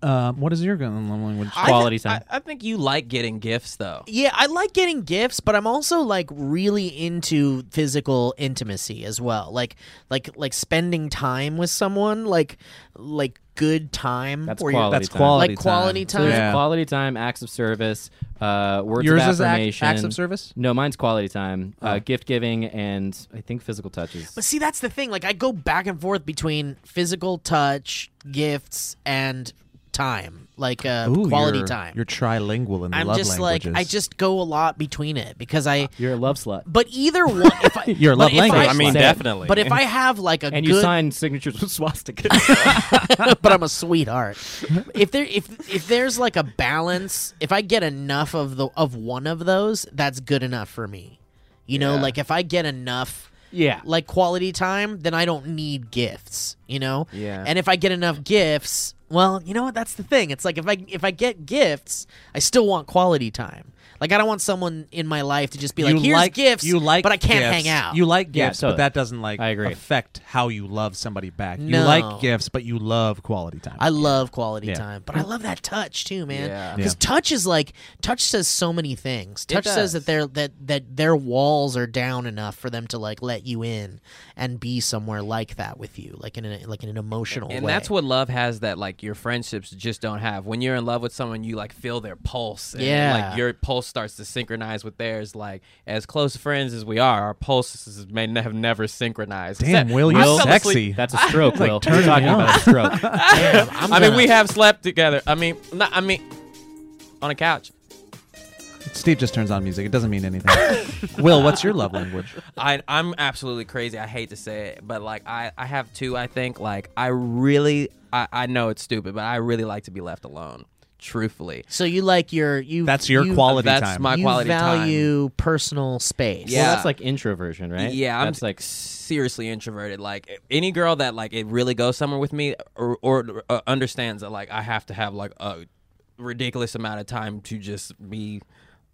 [SPEAKER 3] Um, what is your gu- love language?
[SPEAKER 2] quality
[SPEAKER 4] I,
[SPEAKER 2] time.
[SPEAKER 4] I think you like getting gifts though.
[SPEAKER 1] Yeah, I like getting gifts, but I'm also like really into physical intimacy as well. Like like like spending time with someone, like like good time
[SPEAKER 2] That's
[SPEAKER 1] where you're-
[SPEAKER 2] quality
[SPEAKER 3] That's
[SPEAKER 2] time.
[SPEAKER 3] quality.
[SPEAKER 1] Like quality
[SPEAKER 2] So there's
[SPEAKER 1] time.
[SPEAKER 3] Yeah.
[SPEAKER 2] quality time, acts of service, uh, words
[SPEAKER 3] Yours
[SPEAKER 2] of
[SPEAKER 3] is act,
[SPEAKER 2] affirmation.
[SPEAKER 3] acts of service. Oh.
[SPEAKER 2] No, mine's quality time, uh, gift giving, and I think physical touches.
[SPEAKER 1] But see, that's the thing. Like, I go back and forth between physical touch, gifts, and time, like uh,
[SPEAKER 3] Ooh,
[SPEAKER 1] quality
[SPEAKER 3] you're-
[SPEAKER 1] time.
[SPEAKER 3] You're trilingual in the
[SPEAKER 1] I'm
[SPEAKER 3] love
[SPEAKER 1] just
[SPEAKER 3] languages. Uh,
[SPEAKER 1] like, I just go a lot between it because I.
[SPEAKER 2] You're a love slut.
[SPEAKER 1] But either one, if I,
[SPEAKER 3] [laughs] You're a
[SPEAKER 1] but
[SPEAKER 3] love
[SPEAKER 1] if
[SPEAKER 3] language.
[SPEAKER 1] I,
[SPEAKER 3] I mean,
[SPEAKER 2] Say it.
[SPEAKER 4] definitely.
[SPEAKER 1] But if I have like a
[SPEAKER 2] And you
[SPEAKER 1] good, [laughs]
[SPEAKER 2] sign signatures with [laughs] swastika.
[SPEAKER 1] but I'm a sweetheart. if there, if if there's like a balance, if I get enough of the of one of those, that's good enough for me. You know, like if I get enough.
[SPEAKER 2] yeah.
[SPEAKER 1] like quality time, then I don't need gifts, you know?
[SPEAKER 4] Yeah.
[SPEAKER 1] And if I get enough gifts, Well, you know what? That's the thing. It's like if I if I get gifts, I still want quality time. Like I don't want someone in my life to just be like, "Here's gifts,"
[SPEAKER 3] you like
[SPEAKER 1] but I can't
[SPEAKER 3] gifts.
[SPEAKER 1] hang out.
[SPEAKER 3] You like
[SPEAKER 2] Yeah,
[SPEAKER 3] gifts,
[SPEAKER 2] totally.
[SPEAKER 3] but that doesn't like
[SPEAKER 2] I agree.
[SPEAKER 3] affect how you love somebody back. You
[SPEAKER 1] No.
[SPEAKER 3] like gifts, but you love quality time.
[SPEAKER 1] I love quality
[SPEAKER 3] Yeah.
[SPEAKER 1] time, but I love that touch too,
[SPEAKER 4] Yeah.
[SPEAKER 1] man. Because touch is like touch says so many things. Touch says
[SPEAKER 4] does.
[SPEAKER 1] that their that that their walls are down enough for them to like let you in and be somewhere like that with you, like in a, like in an emotional
[SPEAKER 4] and
[SPEAKER 1] way.
[SPEAKER 4] that's what love has that like your friendships just don't have when you're in love with someone you like feel their pulse and
[SPEAKER 1] Yeah.
[SPEAKER 4] like your pulse starts to synchronize with theirs like as close friends as we are our pulses may ne- have never synchronized
[SPEAKER 3] Damn, Will,
[SPEAKER 4] I
[SPEAKER 3] you're
[SPEAKER 4] fell asleep-
[SPEAKER 3] sexy.
[SPEAKER 2] That's a stroke, Will. We're talking about a
[SPEAKER 1] [laughs]
[SPEAKER 2] stroke.
[SPEAKER 1] Damn, [laughs] I'm
[SPEAKER 4] i mean
[SPEAKER 1] gonna-
[SPEAKER 4] we have slept together i mean not, i mean on a couch
[SPEAKER 3] Steve just turns on music. It doesn't
[SPEAKER 1] [laughs]
[SPEAKER 3] mean anything. Will, what's your love language?
[SPEAKER 4] I, I'm absolutely crazy. I hate to say it, but like I, I have two. I think like I really, I, I know it's stupid, but I really like to be left alone. Truthfully,
[SPEAKER 1] So you like your you
[SPEAKER 3] That's your
[SPEAKER 1] you-
[SPEAKER 3] quality
[SPEAKER 4] that's
[SPEAKER 3] time.
[SPEAKER 4] my
[SPEAKER 1] you
[SPEAKER 4] quality time.
[SPEAKER 1] value personal space.
[SPEAKER 4] Yeah.
[SPEAKER 2] Well, that's like introversion, right?
[SPEAKER 4] Yeah, I'm
[SPEAKER 2] that's like
[SPEAKER 4] seriously introverted. Like any girl that like it really goes somewhere with me or, or uh, understands that like I have to have like a ridiculous amount of time to just be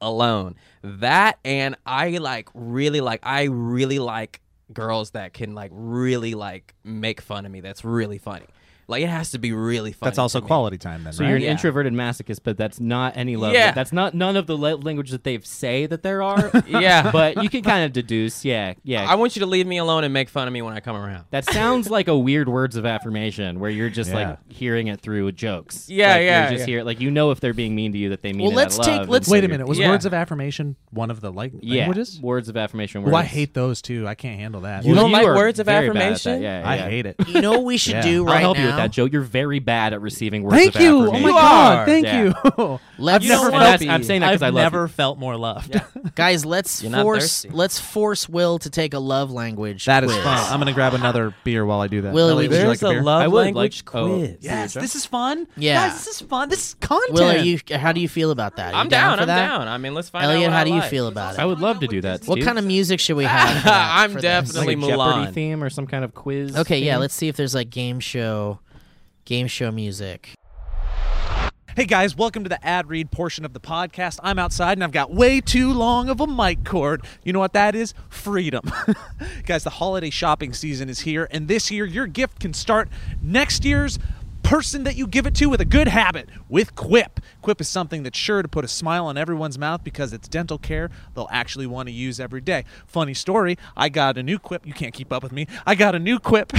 [SPEAKER 4] alone. That and I like really like I really like girls that can like really like make fun of me. That's really funny. Like it has to be really funny.
[SPEAKER 3] That's also
[SPEAKER 4] to me.
[SPEAKER 3] [laughs] quality time, then.
[SPEAKER 2] So
[SPEAKER 3] right?
[SPEAKER 2] you're an
[SPEAKER 4] Yeah.
[SPEAKER 2] introverted masochist, but that's not any love.
[SPEAKER 4] Yeah.
[SPEAKER 2] That's not none of the le- language that they say that there
[SPEAKER 4] [laughs]
[SPEAKER 2] are.
[SPEAKER 4] Yeah.
[SPEAKER 2] but you can kind of deduce. Yeah, yeah.
[SPEAKER 4] I want you to leave me alone and make fun of me when I come around.
[SPEAKER 2] that sounds like a weird words of affirmation where you're just
[SPEAKER 3] Yeah.
[SPEAKER 2] like hearing it through jokes.
[SPEAKER 4] Yeah,
[SPEAKER 2] Like,
[SPEAKER 4] yeah,
[SPEAKER 2] You just
[SPEAKER 4] yeah.
[SPEAKER 2] hear like you know if they're being mean to you that they mean.
[SPEAKER 1] Well,
[SPEAKER 2] it out
[SPEAKER 1] let's
[SPEAKER 2] of
[SPEAKER 1] take-
[SPEAKER 2] love, and
[SPEAKER 1] let's-
[SPEAKER 2] so
[SPEAKER 3] Wait a
[SPEAKER 2] you're-
[SPEAKER 3] minute. Was
[SPEAKER 4] Yeah.
[SPEAKER 3] words of affirmation one of the like
[SPEAKER 2] Yeah,
[SPEAKER 3] languages?
[SPEAKER 2] words of affirmation. Words.
[SPEAKER 3] Well, I hate those too. I can't handle that.
[SPEAKER 4] You
[SPEAKER 2] Well,
[SPEAKER 4] don't like
[SPEAKER 2] are
[SPEAKER 4] words of
[SPEAKER 2] very bad at that.
[SPEAKER 4] affirmation?
[SPEAKER 2] Yeah,
[SPEAKER 3] I
[SPEAKER 2] yeah.
[SPEAKER 3] hate it.
[SPEAKER 1] You know what we should
[SPEAKER 3] Yeah.
[SPEAKER 1] do right
[SPEAKER 2] I'll help
[SPEAKER 1] now?
[SPEAKER 2] you with that, Joe. You're very bad at receiving words
[SPEAKER 3] Thank
[SPEAKER 2] of
[SPEAKER 3] you. Oh
[SPEAKER 2] affirmation.
[SPEAKER 3] my
[SPEAKER 4] You
[SPEAKER 3] god.
[SPEAKER 4] are.
[SPEAKER 2] [laughs]
[SPEAKER 3] Thank
[SPEAKER 2] Yeah.
[SPEAKER 3] you.
[SPEAKER 1] Let's
[SPEAKER 2] You know
[SPEAKER 4] Never
[SPEAKER 2] what? That's-
[SPEAKER 4] happy.
[SPEAKER 2] I'm saying that because I love you.
[SPEAKER 3] felt more loved.
[SPEAKER 1] guys, let's
[SPEAKER 4] You're not
[SPEAKER 1] force
[SPEAKER 4] thirsty.
[SPEAKER 1] let's force Will to take a love language.
[SPEAKER 3] That is
[SPEAKER 1] quiz.
[SPEAKER 3] fun. I'm gonna grab another beer while I do that.
[SPEAKER 1] Willie,
[SPEAKER 3] Ellie, would you
[SPEAKER 1] there's
[SPEAKER 3] like a, beer?
[SPEAKER 2] I would like- oh.
[SPEAKER 3] Yes, this is fun.
[SPEAKER 1] Yeah.
[SPEAKER 3] Guys, this is fun. This is content.
[SPEAKER 1] Will, are you? How do you feel about that? Are you
[SPEAKER 4] I'm down.
[SPEAKER 1] for
[SPEAKER 4] I'm
[SPEAKER 1] that?
[SPEAKER 4] down. I mean, let's find out.
[SPEAKER 1] Elliot,
[SPEAKER 4] what
[SPEAKER 1] how
[SPEAKER 4] I
[SPEAKER 1] do you
[SPEAKER 4] like.
[SPEAKER 1] feel about
[SPEAKER 2] I
[SPEAKER 1] it?
[SPEAKER 2] would love to do that.
[SPEAKER 1] What
[SPEAKER 2] Steve.
[SPEAKER 1] kind of music [laughs] should we have? for that-
[SPEAKER 4] I'm
[SPEAKER 1] for this?
[SPEAKER 4] definitely-
[SPEAKER 2] like a
[SPEAKER 4] Mulan.
[SPEAKER 2] Jeopardy theme or some kind of quiz?
[SPEAKER 1] okay. Yeah,
[SPEAKER 2] theme?
[SPEAKER 1] let's see if there's like game show, game show music.
[SPEAKER 3] Hey guys, welcome to the ad read portion of the podcast. I'm outside and I've got way too long of a mic cord. You know what that is? Freedom. [laughs] guys, the holiday shopping season is here, and this year your gift can start next year's person that you give it to with a good habit with Quip. Quip is something that's sure to put a smile on everyone's mouth because it's dental care they'll actually want to use every day. Funny story, I got a new Quip. You can't keep up with me. I got a new Quip.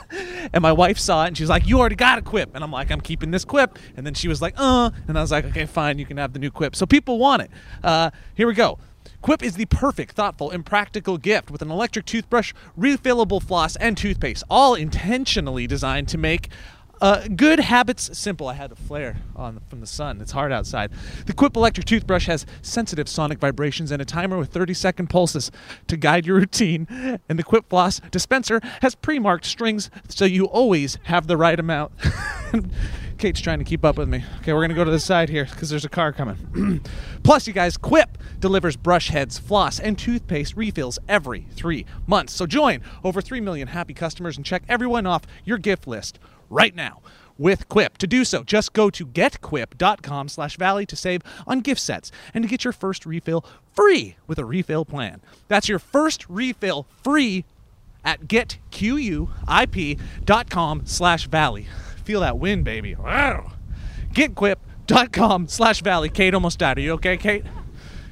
[SPEAKER 3] [laughs] and my wife saw it and she was like, "You already got a Quip," and I'm like, "I'm keeping this Quip." And then she was like, "Uh," and I was like, "Okay, fine, you can have the new Quip." So people want it. Uh, here we go. Quip is the perfect, thoughtful, and practical gift with an electric toothbrush, refillable floss, and toothpaste, all intentionally designed to make uh, good habits simple. I had a flare on from the sun. It's hard outside. The Quip electric toothbrush has sensitive sonic vibrations and a timer with 30-second pulses to guide your [laughs] routine. And the Quip floss dispenser has pre-marked strings so you always have the right amount. [laughs] Kate's trying to keep up with me. Okay, we're gonna go to the side here because there's a car coming. [clears throat] Plus, you guys, Quip delivers brush heads, floss, and toothpaste refills every three months. So join over three million happy customers and check everyone off your gift list right now with Quip. To do so, just go to getquip.com slash valley to save on gift sets and to get your first refill free with a refill plan. That's your first refill free at getquip.com slash valley. Feel that wind, baby. Wow. Getquip.com slash valley. Kate almost died. Are you okay, Kate?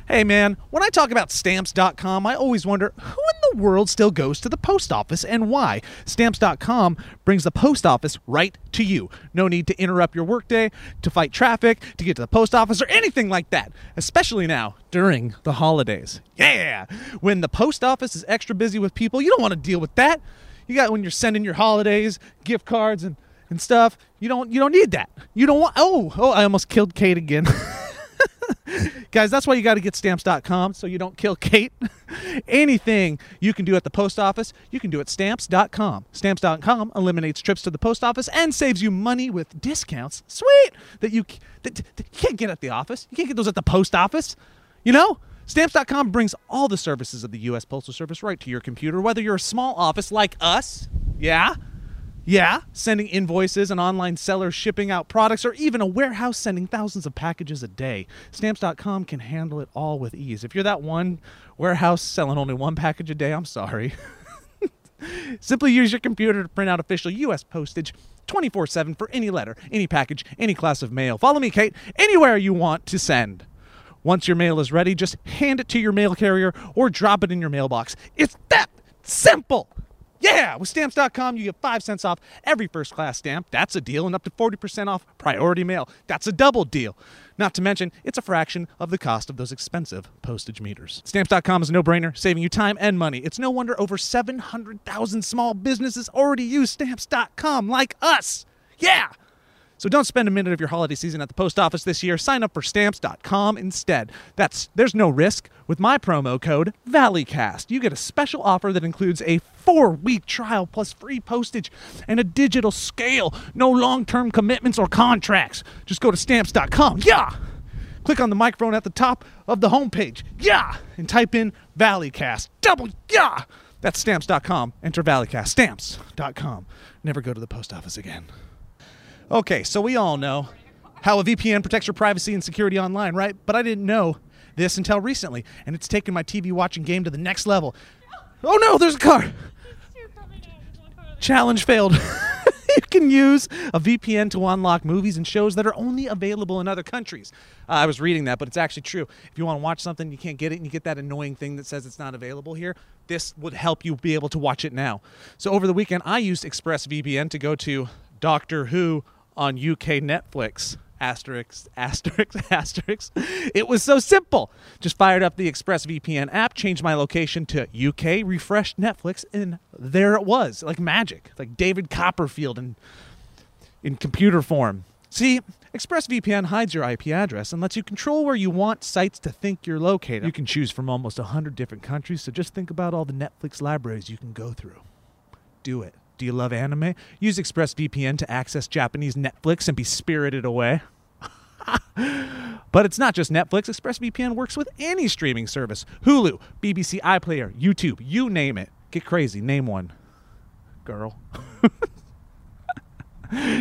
[SPEAKER 3] Hey, man, when I talk about stamps.com, I always wonder who in the world still goes to the post office and why. Stamps.com brings the post office right to you. No need to interrupt your workday, to fight traffic, to get to the post office, or anything like that, especially now during the holidays. Yeah! When the post office is extra busy with people, you don't want to deal with that. You got when you're sending your holidays, gift cards, and and stuff. You don't you don't need that. You don't want oh, oh, I almost killed Kate again. [laughs] guys that's why you got to get stamps.com so you don't kill kate [laughs] anything you can do at the post office you can do at stamps.com stamps.com eliminates trips to the post office and saves you money with discounts sweet that you, c- that, that you can't get at the office you can't get those at the post office you know stamps.com brings all the services of the us postal service right to your computer whether you're a small office like us yeah Yeah, sending invoices, an online seller shipping out products, or even a warehouse sending thousands of packages a day. Stamps.com can handle it all with ease. If you're that one warehouse selling only one package a day, I'm sorry. Simply use your computer to print out official U.S. postage 24 7 for any letter, any package, any class of mail. Follow me, Kate, anywhere you want to send. Once your mail is ready, just hand it to your mail carrier or drop it in your mailbox. It's that simple! Yeah, with stamps.com, you get 5 cents off every first class stamp. That's a deal, and up to 40% off priority mail. That's a double deal. Not to mention, it's a fraction of the cost of those expensive postage meters. Stamps.com is a no brainer, saving you time and money. It's no wonder over 700,000 small businesses already use stamps.com like us. Yeah! So don't spend a minute of your holiday season at the post office this year. Sign up for stamps.com instead. That's there's no risk. With my promo code ValleyCast, you get a special offer that includes a 4-week trial plus free postage and a digital scale. No long-term commitments or contracts. Just go to stamps.com. Yeah. Click on the microphone at the top of the homepage. Yeah. And type in ValleyCast. Double yeah. That's stamps.com. Enter ValleyCast. Stamps.com. Never go to the post office again. Okay, so we all know how a VPN protects your privacy and security online, right? But I didn't know this until recently, and it's taken my TV watching game to the next level. Oh no, there's a car! Challenge failed. [laughs] you can use a VPN to unlock movies and shows that are only available in other countries. Uh, I was reading that, but it's actually true. If you want to watch something, you can't get it, and you get that annoying thing that says it's not available here. This would help you be able to watch it now. So over the weekend, I used ExpressVPN to go to Doctor Who on UK Netflix. Asterisk, asterisk, [laughs] asterisk. It was so simple. Just fired up the ExpressVPN app, changed my location to UK, refreshed Netflix, and there it was, like magic, like David Copperfield and in computer form. See, ExpressVPN hides your IP address and lets you control where you want sites to think you're located. You can choose from almost 100 different countries, so just think about all the Netflix libraries you can go through. Do it. Do you love anime? Use ExpressVPN to access Japanese Netflix and be spirited away. [laughs] But it's not just Netflix. ExpressVPN works with any streaming service Hulu, BBC iPlayer, YouTube, you name it. Get crazy, name one. Girl.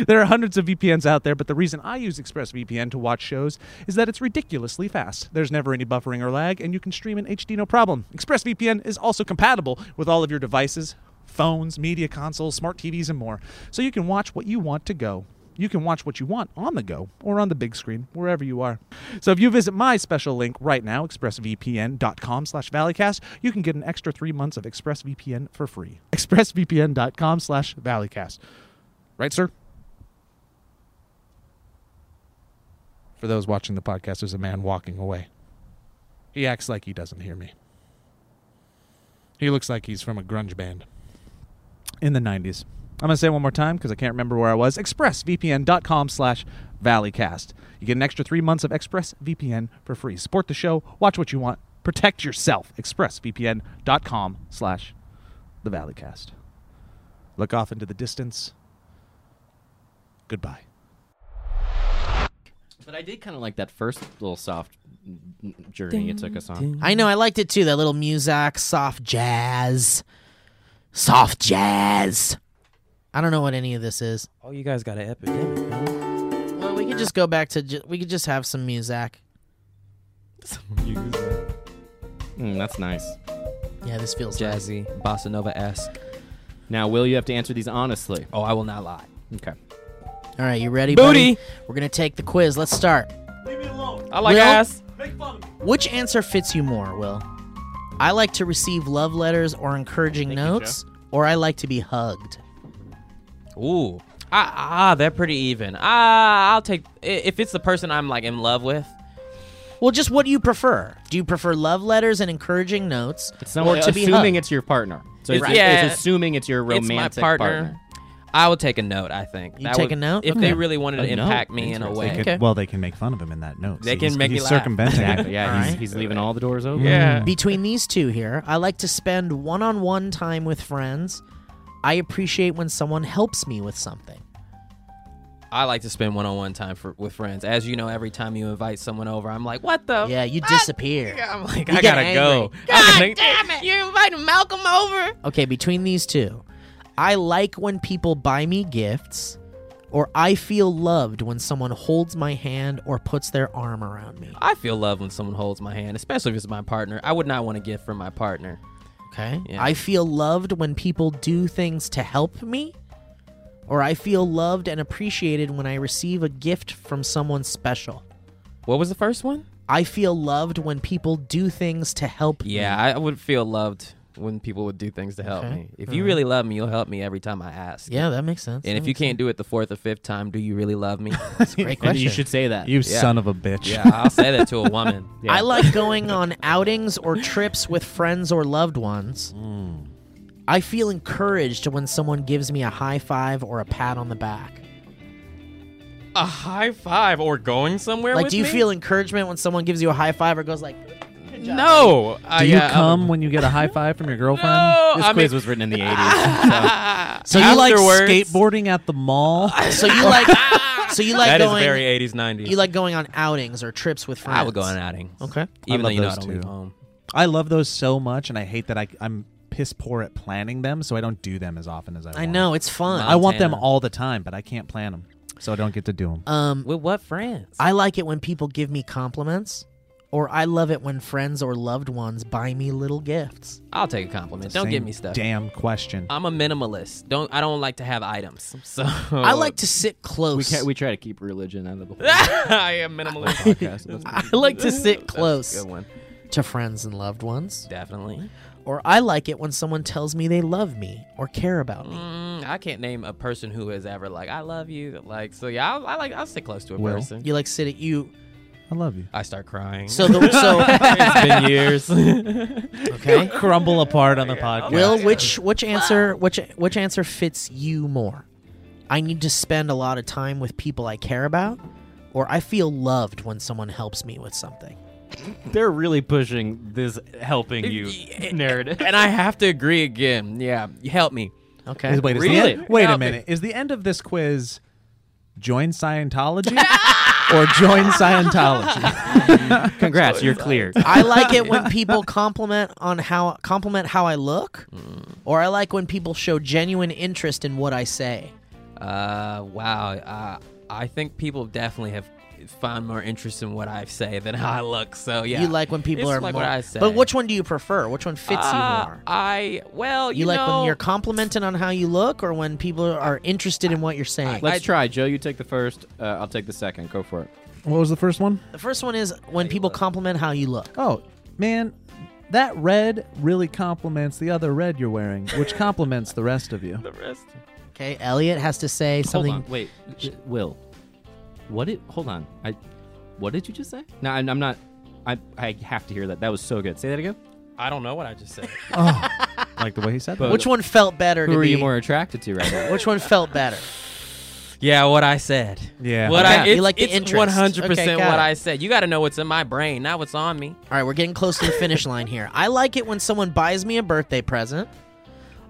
[SPEAKER 3] there are hundreds of VPNs out there, but the reason I use ExpressVPN to watch shows is that it's ridiculously fast. There's never any buffering or lag, and you can stream in HD no problem. ExpressVPN is also compatible with all of your devices phones, media consoles, smart TVs, and more, so you can watch what you want to go. You can watch what you want on the go or on the big screen, wherever you are. So if you visit my special link right now, expressvpn.com slash valleycast, you can get an extra three months of ExpressVPN for free. [laughs] expressvpn.com slash valleycast. Right, sir? For those watching the podcast, there's a man walking away. He acts like he doesn't hear me. He looks like he's from a grunge band in the 90s. I'm going to say it one more time because I can't remember where I was. ExpressVPN.com slash ValleyCast. You get an extra three months of ExpressVPN for free. Support the show. Watch what you want. Protect yourself. ExpressVPN.com slash the ValleyCast. Look off into the distance. Goodbye.
[SPEAKER 2] But I did kind of like that first little soft journey it took us on.
[SPEAKER 1] I know, I liked it too. That little Muzak, soft jazz. Soft jazz. I don't know what any of this is.
[SPEAKER 4] Oh, you guys got an epidemic. Huh?
[SPEAKER 1] Well, we could just go back to, ju- we could just have some Muzak.
[SPEAKER 2] Mm, that's nice.
[SPEAKER 1] Yeah, this feels nice.
[SPEAKER 4] Jazzy, bossa nova esque.
[SPEAKER 2] Now, Will, you have to answer these honestly.
[SPEAKER 4] Oh, I will not lie.
[SPEAKER 2] Okay.
[SPEAKER 1] All right, you ready,
[SPEAKER 4] Booty.
[SPEAKER 1] buddy? We're going to take the quiz. Let's start.
[SPEAKER 4] I like
[SPEAKER 1] Will?
[SPEAKER 4] ass.
[SPEAKER 1] Which answer fits you more, Will? I like to receive love letters or encouraging notes, or I like to be hugged.
[SPEAKER 4] Ooh. Ah, ah, they're pretty even. Ah, I'll take i- if it's the person I'm like in love with.
[SPEAKER 1] Well, just what do you prefer? Do you prefer love letters and encouraging notes,
[SPEAKER 2] It's not
[SPEAKER 1] or to be
[SPEAKER 2] assuming
[SPEAKER 1] hugged?
[SPEAKER 2] it's your partner. So it's,
[SPEAKER 4] Right. Yeah.
[SPEAKER 2] it's assuming it's your
[SPEAKER 4] It's
[SPEAKER 2] romantic
[SPEAKER 4] my partner. I would take a note. I think
[SPEAKER 1] You take
[SPEAKER 4] would-
[SPEAKER 1] a note?
[SPEAKER 4] if
[SPEAKER 1] Okay.
[SPEAKER 4] they really wanted to
[SPEAKER 2] A note.
[SPEAKER 4] impact me in a
[SPEAKER 2] Interesting.
[SPEAKER 4] way.
[SPEAKER 1] Okay.
[SPEAKER 3] Well, they can make fun of him in that note.
[SPEAKER 4] They
[SPEAKER 3] See,
[SPEAKER 4] can
[SPEAKER 3] he's-
[SPEAKER 4] make
[SPEAKER 3] he's
[SPEAKER 4] me laugh.
[SPEAKER 3] circumventing it.
[SPEAKER 2] Exactly. Yeah, he's,
[SPEAKER 1] Alright.
[SPEAKER 2] he's leaving all the doors open.
[SPEAKER 4] Yeah.
[SPEAKER 1] Between these two here, I like to spend one on one time with friends. I appreciate when someone helps me with something.
[SPEAKER 4] I like to spend one-on-one time for, with friends. As you know, every time you invite someone over, I'm like, Oh, "What the?"
[SPEAKER 1] Yeah, you disappear.
[SPEAKER 4] I'm like,
[SPEAKER 1] You
[SPEAKER 4] I
[SPEAKER 1] get
[SPEAKER 4] gotta
[SPEAKER 1] angry.
[SPEAKER 4] go. God damn it!
[SPEAKER 1] Okay, between these two, I like when people buy me gifts, or I feel loved when someone holds my hand or puts their arm around me.
[SPEAKER 4] I feel love when someone holds my hand, especially if it's my partner. I would not want a gift from my partner.
[SPEAKER 1] Okay.
[SPEAKER 4] Yeah.
[SPEAKER 1] I feel loved when people do things to help me, or I feel loved and appreciated when I receive a gift from someone special.
[SPEAKER 4] What was the first one?
[SPEAKER 1] I feel loved when people do things to help me.
[SPEAKER 4] Yeah, I I would feel loved when people would do things to help
[SPEAKER 1] Okay.
[SPEAKER 4] me. If you really love me, you'll help me every time I ask.
[SPEAKER 1] Yeah, that makes sense.
[SPEAKER 4] And if you can't do it the fourth or fifth time, do you really love me?
[SPEAKER 1] great
[SPEAKER 4] [laughs]
[SPEAKER 2] And
[SPEAKER 1] question. [laughs]
[SPEAKER 2] you should say that.
[SPEAKER 3] [laughs] You
[SPEAKER 4] Yeah.
[SPEAKER 3] son of a bitch.
[SPEAKER 4] yeah, I'll say that to a woman.
[SPEAKER 2] Yeah.
[SPEAKER 1] I like going on outings or trips with friends or loved ones.
[SPEAKER 4] Mm.
[SPEAKER 1] I feel encouraged when someone gives me a high five or a pat on the back.
[SPEAKER 4] A high five or going somewhere
[SPEAKER 1] Like,
[SPEAKER 4] with
[SPEAKER 1] do you
[SPEAKER 4] me?
[SPEAKER 1] feel encouragement when someone gives you a high five or goes like,
[SPEAKER 4] No. uh,
[SPEAKER 3] Do you come when you get a high five from your girlfriend?
[SPEAKER 4] um, No.
[SPEAKER 2] this
[SPEAKER 4] I
[SPEAKER 2] quiz
[SPEAKER 4] mean-
[SPEAKER 2] was written in the 80s.
[SPEAKER 3] So you like
[SPEAKER 4] Afterwards- Ah!
[SPEAKER 3] skateboarding at
[SPEAKER 4] [laughs]
[SPEAKER 3] the mall?
[SPEAKER 1] so you like, so you like
[SPEAKER 4] That is
[SPEAKER 1] going,
[SPEAKER 4] very 80s, 90s.
[SPEAKER 1] you like going on outings or trips with friends.
[SPEAKER 4] I would go on outing.
[SPEAKER 1] Okay.
[SPEAKER 4] Even though
[SPEAKER 3] I love
[SPEAKER 4] you know I
[SPEAKER 3] those
[SPEAKER 4] don't
[SPEAKER 3] too.
[SPEAKER 4] leave home.
[SPEAKER 3] I love those so much, and I hate that I, I'm piss poor at planning them, so I don't do them as often as I.
[SPEAKER 1] I
[SPEAKER 3] want.
[SPEAKER 1] know it's fun.
[SPEAKER 3] I want them
[SPEAKER 4] Montana. Uh,
[SPEAKER 3] all the time, but I can't plan them, so I don't get to do them.
[SPEAKER 1] um,
[SPEAKER 4] With what friends?
[SPEAKER 1] I like it when people give me compliments, or I love it when friends or loved ones buy me little gifts.
[SPEAKER 4] I'll take a compliment. Don't give me stuff. Uh,
[SPEAKER 3] Damn question.
[SPEAKER 4] I'm a minimalist. Don't I don't like to have items. [laughs] So
[SPEAKER 1] I like to sit close.
[SPEAKER 2] we,
[SPEAKER 4] [laughs]
[SPEAKER 2] can't, we try to keep religion out of the whole
[SPEAKER 4] I am minimalist.
[SPEAKER 2] podcast. That's
[SPEAKER 1] I like to sit
[SPEAKER 4] That's a
[SPEAKER 1] close
[SPEAKER 4] good one.
[SPEAKER 1] to friends and loved ones,
[SPEAKER 4] Definitely.
[SPEAKER 1] or I like it when someone tells me they love me or care about me.
[SPEAKER 4] Mm, I can't name a person who has ever like I love you. Like so, yeah. I, I like I'll sit close to a
[SPEAKER 3] Will.
[SPEAKER 4] person.
[SPEAKER 1] You like sit at you.
[SPEAKER 3] I love you.
[SPEAKER 4] I start crying.
[SPEAKER 1] So the
[SPEAKER 4] [laughs]
[SPEAKER 1] so
[SPEAKER 4] it's been years.
[SPEAKER 1] okay.
[SPEAKER 3] Crumble apart on the
[SPEAKER 4] Oh,
[SPEAKER 3] podcast.
[SPEAKER 1] Will which which answer which which answer fits you more? I need to spend a lot of time with people I care about, or I feel loved when someone helps me with something.
[SPEAKER 2] They're really pushing this helping you [laughs]
[SPEAKER 4] Yeah.
[SPEAKER 2] narrative.
[SPEAKER 4] and I have to agree again. Yeah, help me.
[SPEAKER 1] Okay.
[SPEAKER 3] wait, is the
[SPEAKER 4] uh, Really?
[SPEAKER 3] end- wait a
[SPEAKER 4] Help me.
[SPEAKER 3] minute. Is the end of this quiz
[SPEAKER 4] [laughs]
[SPEAKER 3] join Scientology or join Scientology?
[SPEAKER 2] Congrats, you're clear.
[SPEAKER 4] [laughs]
[SPEAKER 1] I like it when people compliment on how compliment how I look,
[SPEAKER 4] Mm.
[SPEAKER 1] or I like when people show genuine interest in what I say.
[SPEAKER 4] Uh, wow. Uh, I think people definitely have found more interest in what I say than how I look. So yeah,
[SPEAKER 1] You like when people
[SPEAKER 4] It's
[SPEAKER 1] are
[SPEAKER 4] like
[SPEAKER 1] more.
[SPEAKER 4] what I say.
[SPEAKER 1] But which one do you prefer? Which one fits
[SPEAKER 4] Uh,
[SPEAKER 1] you more?
[SPEAKER 4] I well, you,
[SPEAKER 1] You like
[SPEAKER 4] know,
[SPEAKER 1] when you're complimenting on how you look, or when people are interested in what you're saying?
[SPEAKER 2] Let's
[SPEAKER 4] I-
[SPEAKER 2] try. Joe, you take the first. Uh, I'll take the second. Go for it.
[SPEAKER 3] what was the first one?
[SPEAKER 1] the first one is when people compliment how you look.
[SPEAKER 3] Oh, man, that red really compliments the other red you're wearing, which compliments the rest of you. [laughs]
[SPEAKER 4] the rest.
[SPEAKER 1] Okay, Elliot has to say something.
[SPEAKER 2] Hold on. Wait, J- Will. What did? Hold on. I. What did you just say? No, I'm, I'm not. I I have to hear that. That was so good. Say that again.
[SPEAKER 4] I don't know what I just said.
[SPEAKER 3] Oh, like the way he said that.
[SPEAKER 2] But-
[SPEAKER 1] Which one felt better
[SPEAKER 2] Who
[SPEAKER 1] to
[SPEAKER 2] are
[SPEAKER 1] be?
[SPEAKER 2] you more attracted to right now?
[SPEAKER 1] Which one felt better?
[SPEAKER 4] [laughs] yeah, what I said.
[SPEAKER 3] Yeah.
[SPEAKER 4] What
[SPEAKER 1] Okay.
[SPEAKER 4] I
[SPEAKER 1] You
[SPEAKER 4] it's,
[SPEAKER 1] like the
[SPEAKER 4] it's
[SPEAKER 1] interest.
[SPEAKER 4] 100
[SPEAKER 1] Okay,
[SPEAKER 4] percent
[SPEAKER 1] got
[SPEAKER 4] what
[SPEAKER 1] it.
[SPEAKER 4] I said. You got to know what's in my brain, not what's on me.
[SPEAKER 1] All right, we're getting close to the finish line here. I like it when someone buys me a birthday present,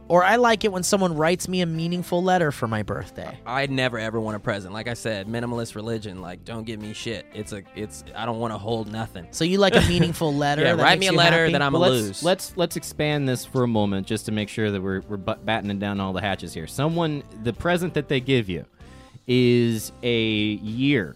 [SPEAKER 1] or I like it when someone writes me a meaningful letter for my birthday.
[SPEAKER 4] I never ever want a present. Like I said, minimalist religion. Like don't give me shit. It's a it's I don't want to hold nothing.
[SPEAKER 1] So you like a meaningful letter?
[SPEAKER 4] [laughs] Yeah,
[SPEAKER 1] that
[SPEAKER 4] write
[SPEAKER 1] makes
[SPEAKER 4] me a
[SPEAKER 1] you
[SPEAKER 4] letter
[SPEAKER 1] happy?
[SPEAKER 4] that I'm a
[SPEAKER 2] let's,
[SPEAKER 4] lose.
[SPEAKER 2] Let's let's expand this for a moment just to make sure that we're we're bat- battening down all the hatches here. Someone, the present that they give you is a year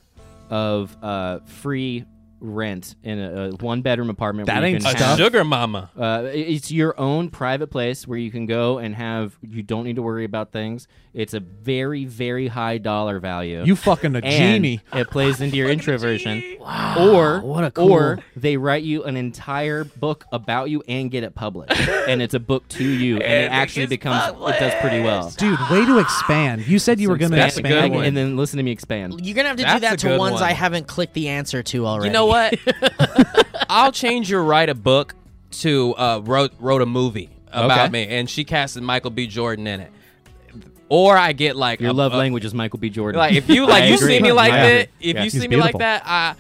[SPEAKER 2] of uh, free rent in a, a one bedroom apartment.
[SPEAKER 3] That
[SPEAKER 2] where you
[SPEAKER 3] ain't
[SPEAKER 2] can
[SPEAKER 3] stuff.
[SPEAKER 2] have-
[SPEAKER 4] sugar mama.
[SPEAKER 2] Uh, it- it's your own private place where you can go and have. You don't need to worry about things. It's a very, very high dollar value.
[SPEAKER 3] You fucking a
[SPEAKER 2] And
[SPEAKER 3] genie.
[SPEAKER 2] It plays into your introversion. Or
[SPEAKER 1] what a cool-
[SPEAKER 2] or they write you an entire book about you and get it
[SPEAKER 4] [laughs]
[SPEAKER 2] published, and it's a book to you, and, it actually becomes it does pretty well.
[SPEAKER 3] Dude, way to expand. You said you were going to
[SPEAKER 2] That's a
[SPEAKER 3] expand.
[SPEAKER 2] good one. And then listen to me expand.
[SPEAKER 1] You're gonna have to do
[SPEAKER 4] That's
[SPEAKER 1] that
[SPEAKER 4] a
[SPEAKER 1] to
[SPEAKER 4] good
[SPEAKER 1] ones
[SPEAKER 4] one.
[SPEAKER 1] I haven't clicked the answer to already.
[SPEAKER 4] You know what?
[SPEAKER 2] [laughs]
[SPEAKER 4] I'll change your write a book to uh, wrote wrote a movie about
[SPEAKER 2] Okay.
[SPEAKER 4] me, and she casted Michael B. Jordan in it. Or I get like
[SPEAKER 2] Your
[SPEAKER 4] a-
[SPEAKER 2] love
[SPEAKER 4] a-
[SPEAKER 2] language is Michael B. Jordan.
[SPEAKER 4] Like if you like
[SPEAKER 2] I
[SPEAKER 4] you
[SPEAKER 2] agree.
[SPEAKER 4] see me like
[SPEAKER 2] I
[SPEAKER 4] that,
[SPEAKER 2] agree.
[SPEAKER 4] if
[SPEAKER 2] Yeah.
[SPEAKER 4] you
[SPEAKER 3] He's
[SPEAKER 4] see me like
[SPEAKER 3] beautiful.
[SPEAKER 4] that, I.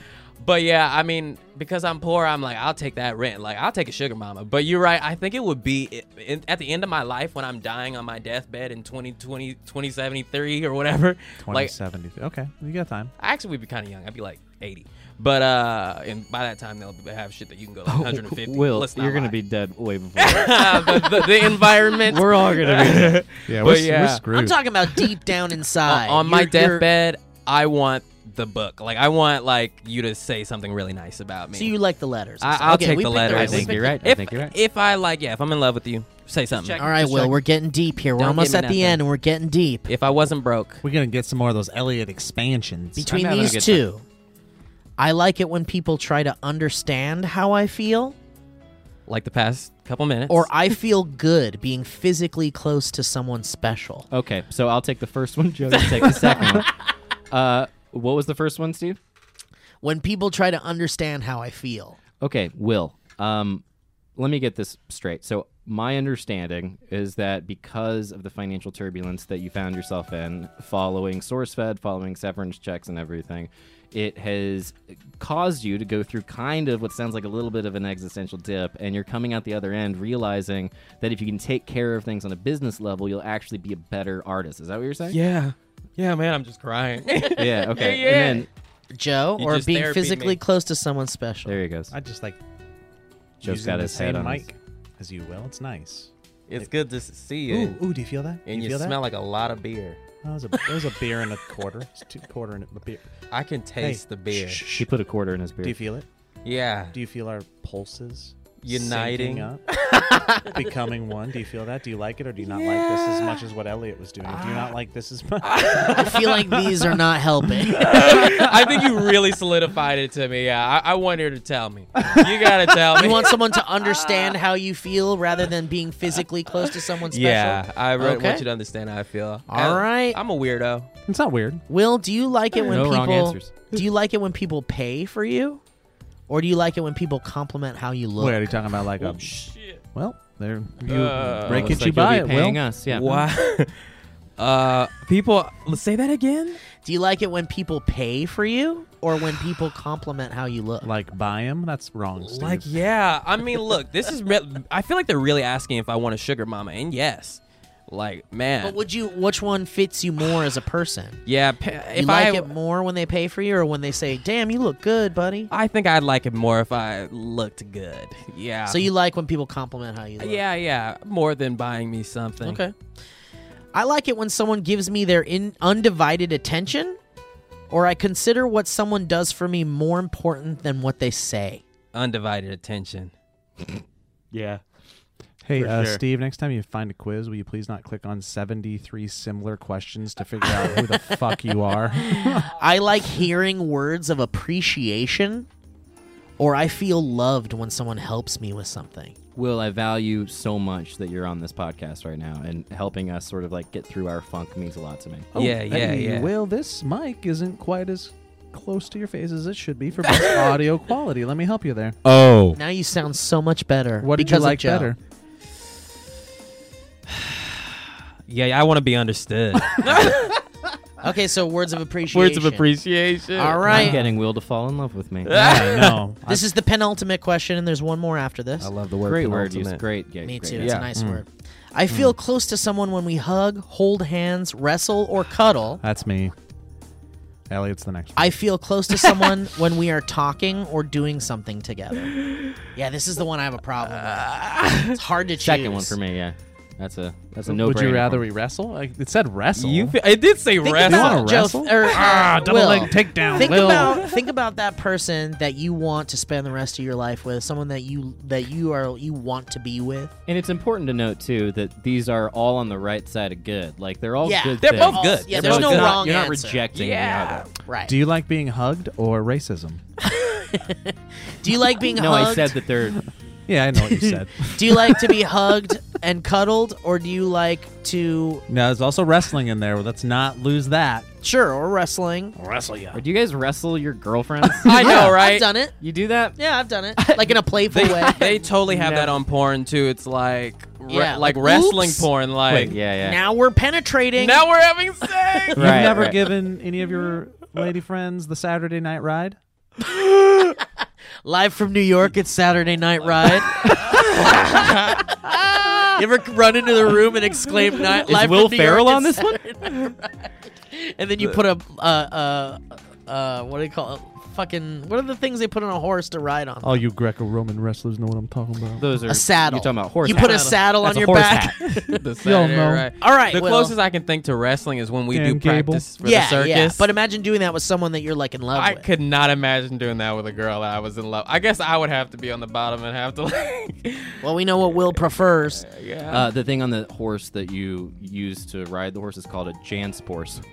[SPEAKER 4] But yeah, I mean, because I'm poor, I'm like, I'll take that rent. Like, I'll take a sugar mama. But you're right. I think it would be in, at the end of my life when I'm dying on my deathbed in 2020, 2073 or whatever. Like,
[SPEAKER 3] 2070. Okay, you got time.
[SPEAKER 4] I actually would be kind of young. I'd be like 80. But uh, and by that time they'll be- have shit that
[SPEAKER 2] [laughs]
[SPEAKER 4] you can go like 150.
[SPEAKER 2] Will,
[SPEAKER 4] Let's not
[SPEAKER 2] you're gonna
[SPEAKER 4] lie. [laughs]
[SPEAKER 2] be dead way before.
[SPEAKER 4] Ah, but the, the environment.
[SPEAKER 2] We're all
[SPEAKER 4] [laughs]
[SPEAKER 2] gonna be. Dead.
[SPEAKER 5] Yeah, we're,
[SPEAKER 4] But yeah.
[SPEAKER 5] we're
[SPEAKER 4] I'm
[SPEAKER 5] screwed.
[SPEAKER 1] I'm talking about deep down inside.
[SPEAKER 4] [laughs] on my
[SPEAKER 1] You're- you're-
[SPEAKER 4] deathbed, I want the book. Like I want like you to say something really nice about me.
[SPEAKER 1] So you like the letters? and
[SPEAKER 4] I-
[SPEAKER 1] stuff.
[SPEAKER 4] I'll
[SPEAKER 1] okay,
[SPEAKER 4] take
[SPEAKER 1] we
[SPEAKER 4] the
[SPEAKER 1] picked
[SPEAKER 4] letters.
[SPEAKER 2] I
[SPEAKER 1] right- we
[SPEAKER 2] think
[SPEAKER 1] picked
[SPEAKER 2] you're right. I
[SPEAKER 4] if
[SPEAKER 2] think you're right.
[SPEAKER 4] if I like, yeah, if I'm in love with you, say something.
[SPEAKER 1] the- All right,
[SPEAKER 4] Just
[SPEAKER 1] Will,
[SPEAKER 4] check-
[SPEAKER 1] we're getting deep here. We're
[SPEAKER 4] Don't
[SPEAKER 1] almost
[SPEAKER 4] give
[SPEAKER 1] at
[SPEAKER 4] me
[SPEAKER 1] the
[SPEAKER 4] nothing.
[SPEAKER 1] end, and we're getting deep.
[SPEAKER 4] If I wasn't broke,
[SPEAKER 3] We're gonna get some more of those Elliot expansions.
[SPEAKER 1] Between
[SPEAKER 2] having a
[SPEAKER 1] these
[SPEAKER 2] good
[SPEAKER 1] two, I like it when people try to understand how I feel,
[SPEAKER 4] like the past couple minutes,
[SPEAKER 1] or I feel good being physically close to someone special.
[SPEAKER 2] Okay, so I'll take the first one. Joe, you take the second
[SPEAKER 4] [laughs]
[SPEAKER 2] one. Uh, what was the first one, Steve?
[SPEAKER 1] When people try to understand how I feel,
[SPEAKER 2] Okay, Will. Um, let me get this straight. So my understanding is that because of the financial turbulence that you found yourself in, following SourceFed, following severance checks and everything, it has caused you to go through kind of what sounds like a little bit of an existential dip, and you're coming out the other end realizing that if you can take care of things on a business level, you'll actually be a better artist. Is that what you're saying?
[SPEAKER 4] yeah, yeah, man, I'm just crying. [laughs]
[SPEAKER 3] [laughs]
[SPEAKER 2] Yeah. Okay.
[SPEAKER 4] Yeah, yeah.
[SPEAKER 2] And then
[SPEAKER 1] Joe,
[SPEAKER 4] You
[SPEAKER 1] or
[SPEAKER 4] just
[SPEAKER 1] being
[SPEAKER 4] therapied
[SPEAKER 1] physically
[SPEAKER 4] me.
[SPEAKER 1] close to someone special.
[SPEAKER 2] there he goes.
[SPEAKER 3] I just like
[SPEAKER 2] Joe's
[SPEAKER 3] using
[SPEAKER 2] got
[SPEAKER 3] the
[SPEAKER 2] his
[SPEAKER 3] same
[SPEAKER 2] head on his-
[SPEAKER 3] mic as you. Will it's nice.
[SPEAKER 4] it's good to see
[SPEAKER 3] Ooh, ooh, do you feel that?
[SPEAKER 4] and
[SPEAKER 3] do
[SPEAKER 4] you,
[SPEAKER 3] you, feel
[SPEAKER 4] smell like a lot of beer.
[SPEAKER 3] that? That was a that was a beer and a quarter. It's two quarter and a beer.
[SPEAKER 4] I can taste the beer.
[SPEAKER 3] Shh, shh,
[SPEAKER 2] He
[SPEAKER 3] shh.
[SPEAKER 2] put a quarter in his beard.
[SPEAKER 3] Do you feel it?
[SPEAKER 4] Yeah,
[SPEAKER 3] Do you feel our pulses
[SPEAKER 4] Uniting.
[SPEAKER 3] syncing up, becoming one? Do you feel that? Do you like it or do you not like this as much as what Elliot was doing? Do you not like this as much?
[SPEAKER 1] I feel like these are not helping.
[SPEAKER 4] I think you really solidified it to me. Yeah, I, I want her to tell me. You gotta tell me.
[SPEAKER 1] [laughs] You want someone to understand how you feel rather than being physically close to someone special.
[SPEAKER 4] Yeah, I re-
[SPEAKER 1] Okay.
[SPEAKER 4] want you to understand how I feel.
[SPEAKER 1] All
[SPEAKER 4] I-
[SPEAKER 1] right.
[SPEAKER 4] I'm a weirdo.
[SPEAKER 3] it's not weird.
[SPEAKER 1] Will, do you like it when
[SPEAKER 2] No
[SPEAKER 1] people
[SPEAKER 2] wrong answers.
[SPEAKER 1] do you like it when people pay for you? Or do you like it when people compliment how you look?
[SPEAKER 3] Wait, are you talking about like a?
[SPEAKER 4] Shit.
[SPEAKER 3] Well, there you
[SPEAKER 4] Uh,
[SPEAKER 3] break
[SPEAKER 2] Looks Oh, like
[SPEAKER 3] it, you
[SPEAKER 2] you'll
[SPEAKER 3] buy
[SPEAKER 2] be
[SPEAKER 3] it.
[SPEAKER 2] paying
[SPEAKER 3] Will.
[SPEAKER 2] us. Yeah.
[SPEAKER 4] Why?
[SPEAKER 1] Mm-hmm.
[SPEAKER 4] [laughs] uh, people, say that again.
[SPEAKER 1] Do you like it when people pay for you? Or when people compliment how you look?
[SPEAKER 3] Like buy him? That's wrong. Steve.
[SPEAKER 4] Like, yeah. I mean, look, this is. Re- I feel like they're really asking if I want a sugar mama, and yes, like, man,
[SPEAKER 1] But would you which one fits you more as a person?
[SPEAKER 4] yeah. pa-
[SPEAKER 1] You
[SPEAKER 4] If
[SPEAKER 1] like
[SPEAKER 4] I,
[SPEAKER 1] it more when they pay for you or when they say, Damn, you look good, buddy?
[SPEAKER 4] I think I'd like it more if I looked good. Yeah.
[SPEAKER 1] So you like when people compliment how you look?
[SPEAKER 4] Yeah, yeah. More than buying me something.
[SPEAKER 1] Okay. I like it when someone gives me their in- undivided attention, or I consider what someone does for me more important than what they say.
[SPEAKER 4] Undivided attention.
[SPEAKER 2] Yeah.
[SPEAKER 3] Hey,
[SPEAKER 2] For
[SPEAKER 3] uh,
[SPEAKER 2] sure.
[SPEAKER 3] Steve, next time you find a quiz, will you please not click on 73 similar questions to figure out who the fuck you are?
[SPEAKER 1] I like hearing words of appreciation, or I feel loved when someone helps me with something.
[SPEAKER 2] Will, I value so much that you're on this podcast right now and helping us sort of like get through our funk means a lot to me.
[SPEAKER 4] yeah, yeah,
[SPEAKER 3] Oh, hey,
[SPEAKER 4] yeah.
[SPEAKER 3] Will, this mic isn't quite as close to your face as it should be for best audio quality. Let me help you there.
[SPEAKER 5] oh,
[SPEAKER 1] Now you sound so much better.
[SPEAKER 3] What did
[SPEAKER 1] because of
[SPEAKER 3] you like
[SPEAKER 1] Joe.
[SPEAKER 3] better?
[SPEAKER 4] Yeah, yeah. I want to be understood.
[SPEAKER 1] Okay, so words
[SPEAKER 3] [laughs]
[SPEAKER 1] of appreciation.
[SPEAKER 4] Words of appreciation.
[SPEAKER 1] All
[SPEAKER 2] I'm
[SPEAKER 1] right.
[SPEAKER 2] getting Will to fall in love with me.
[SPEAKER 3] [laughs] I know.
[SPEAKER 1] This is the penultimate question, and there's one more after this.
[SPEAKER 4] [laughs] I love the word.
[SPEAKER 2] great word. Use.
[SPEAKER 4] penultimate.
[SPEAKER 2] Great. Yeah,
[SPEAKER 1] Me
[SPEAKER 2] great.
[SPEAKER 1] too.
[SPEAKER 2] use.
[SPEAKER 1] It's a
[SPEAKER 4] Yeah.
[SPEAKER 1] nice word. I feel close to someone when we hug, hold hands, wrestle, or cuddle.
[SPEAKER 3] That's me. Elliot's the next one.
[SPEAKER 1] I feel close to someone when we are talking or doing something together. Yeah, this is the one I have a problem with. It's hard to choose.
[SPEAKER 2] Second one for me. Yeah. That's a that's a no.
[SPEAKER 3] Would you rather we wrestle? Like, it said wrestle.
[SPEAKER 4] You. Fe- it did say
[SPEAKER 1] Think
[SPEAKER 4] [laughs] wrestle.
[SPEAKER 1] about
[SPEAKER 3] wanna
[SPEAKER 1] Joe,
[SPEAKER 3] wrestle?
[SPEAKER 1] or, uh,
[SPEAKER 3] ah, double
[SPEAKER 1] Will.
[SPEAKER 3] leg takedown.
[SPEAKER 1] Think
[SPEAKER 3] Will.
[SPEAKER 1] about think about that person that you want to spend the rest of your life with, someone that you that you are you want to be with.
[SPEAKER 2] And it's important to note too that these are all on the right side of good. Like they're all
[SPEAKER 1] Yeah.
[SPEAKER 2] good.
[SPEAKER 4] They're
[SPEAKER 2] things.
[SPEAKER 4] both good.
[SPEAKER 1] Yeah,
[SPEAKER 4] They're
[SPEAKER 1] there's
[SPEAKER 4] both
[SPEAKER 1] no
[SPEAKER 2] You're not-
[SPEAKER 1] wrong
[SPEAKER 2] You're not
[SPEAKER 1] answer.
[SPEAKER 2] rejecting the
[SPEAKER 4] Yeah.
[SPEAKER 2] other.
[SPEAKER 1] Right.
[SPEAKER 3] Do you like being hugged or racism?
[SPEAKER 1] Do you like being
[SPEAKER 2] No,
[SPEAKER 1] hugged?
[SPEAKER 2] I said
[SPEAKER 1] [laughs]
[SPEAKER 2] that they're.
[SPEAKER 3] [laughs]
[SPEAKER 2] [laughs]
[SPEAKER 3] Yeah, I know what you [laughs] said.
[SPEAKER 1] Do you like to be hugged and cuddled or do you like to
[SPEAKER 3] No, there's also wrestling in there. Let's not lose that.
[SPEAKER 1] sure or wrestling?
[SPEAKER 3] Wrestle you.
[SPEAKER 2] Do you guys wrestle
[SPEAKER 1] [laughs]
[SPEAKER 2] your girlfriends?
[SPEAKER 4] I know,
[SPEAKER 1] I've
[SPEAKER 4] right?
[SPEAKER 1] done it.
[SPEAKER 2] you do that?
[SPEAKER 1] Yeah, I've [laughs] done it. Like in a playful way.
[SPEAKER 4] They, they totally have
[SPEAKER 2] No.
[SPEAKER 4] that on porn too. It's like re-
[SPEAKER 1] Yeah,
[SPEAKER 4] like,
[SPEAKER 1] like,
[SPEAKER 4] wrestling
[SPEAKER 1] oops.
[SPEAKER 4] porn. Like
[SPEAKER 2] Wait, yeah, yeah.
[SPEAKER 1] Now we're penetrating.
[SPEAKER 4] now we're having [laughs] sex.
[SPEAKER 3] You've
[SPEAKER 2] Right,
[SPEAKER 3] never
[SPEAKER 2] right.
[SPEAKER 3] given any of your lady friends the Saturday night ride?
[SPEAKER 1] Live from New York, it's Saturday Night [laughs] Ride. you ever run into the room and exclaim, "Night!" Live
[SPEAKER 2] Will
[SPEAKER 1] from New
[SPEAKER 2] Ferrell
[SPEAKER 1] York, [laughs]
[SPEAKER 2] on
[SPEAKER 1] it's
[SPEAKER 2] this one?
[SPEAKER 1] Saturday Night Ride." And then you put a uh, uh, uh, what do you call it? fucking what are the things they put on a horse to ride on?
[SPEAKER 3] All you Greco-Roman wrestlers know what I'm talking about.
[SPEAKER 2] Those are
[SPEAKER 1] a saddle.
[SPEAKER 2] Oh, You're talking about horse.
[SPEAKER 1] You put a
[SPEAKER 2] hat.
[SPEAKER 1] saddle on
[SPEAKER 2] That's a
[SPEAKER 1] your
[SPEAKER 2] horse
[SPEAKER 1] back. [laughs]
[SPEAKER 2] hat.
[SPEAKER 4] the Saturday,
[SPEAKER 3] know.
[SPEAKER 4] right?
[SPEAKER 1] All right,
[SPEAKER 4] The
[SPEAKER 1] Will.
[SPEAKER 4] closest I can think to wrestling is when we
[SPEAKER 3] Dan
[SPEAKER 4] do
[SPEAKER 3] Gable.
[SPEAKER 4] practice for
[SPEAKER 1] yeah,
[SPEAKER 4] the circus.
[SPEAKER 1] yeah. But imagine doing that with someone that you're like in love
[SPEAKER 4] I
[SPEAKER 1] with.
[SPEAKER 4] could not imagine doing that with a girl that I was in love. I guess I would have to be on the bottom and have to like.
[SPEAKER 1] Well, we know what Will prefers.
[SPEAKER 4] yeah.
[SPEAKER 2] Uh, the thing on the horse that you use to ride the horse is called a Jansport.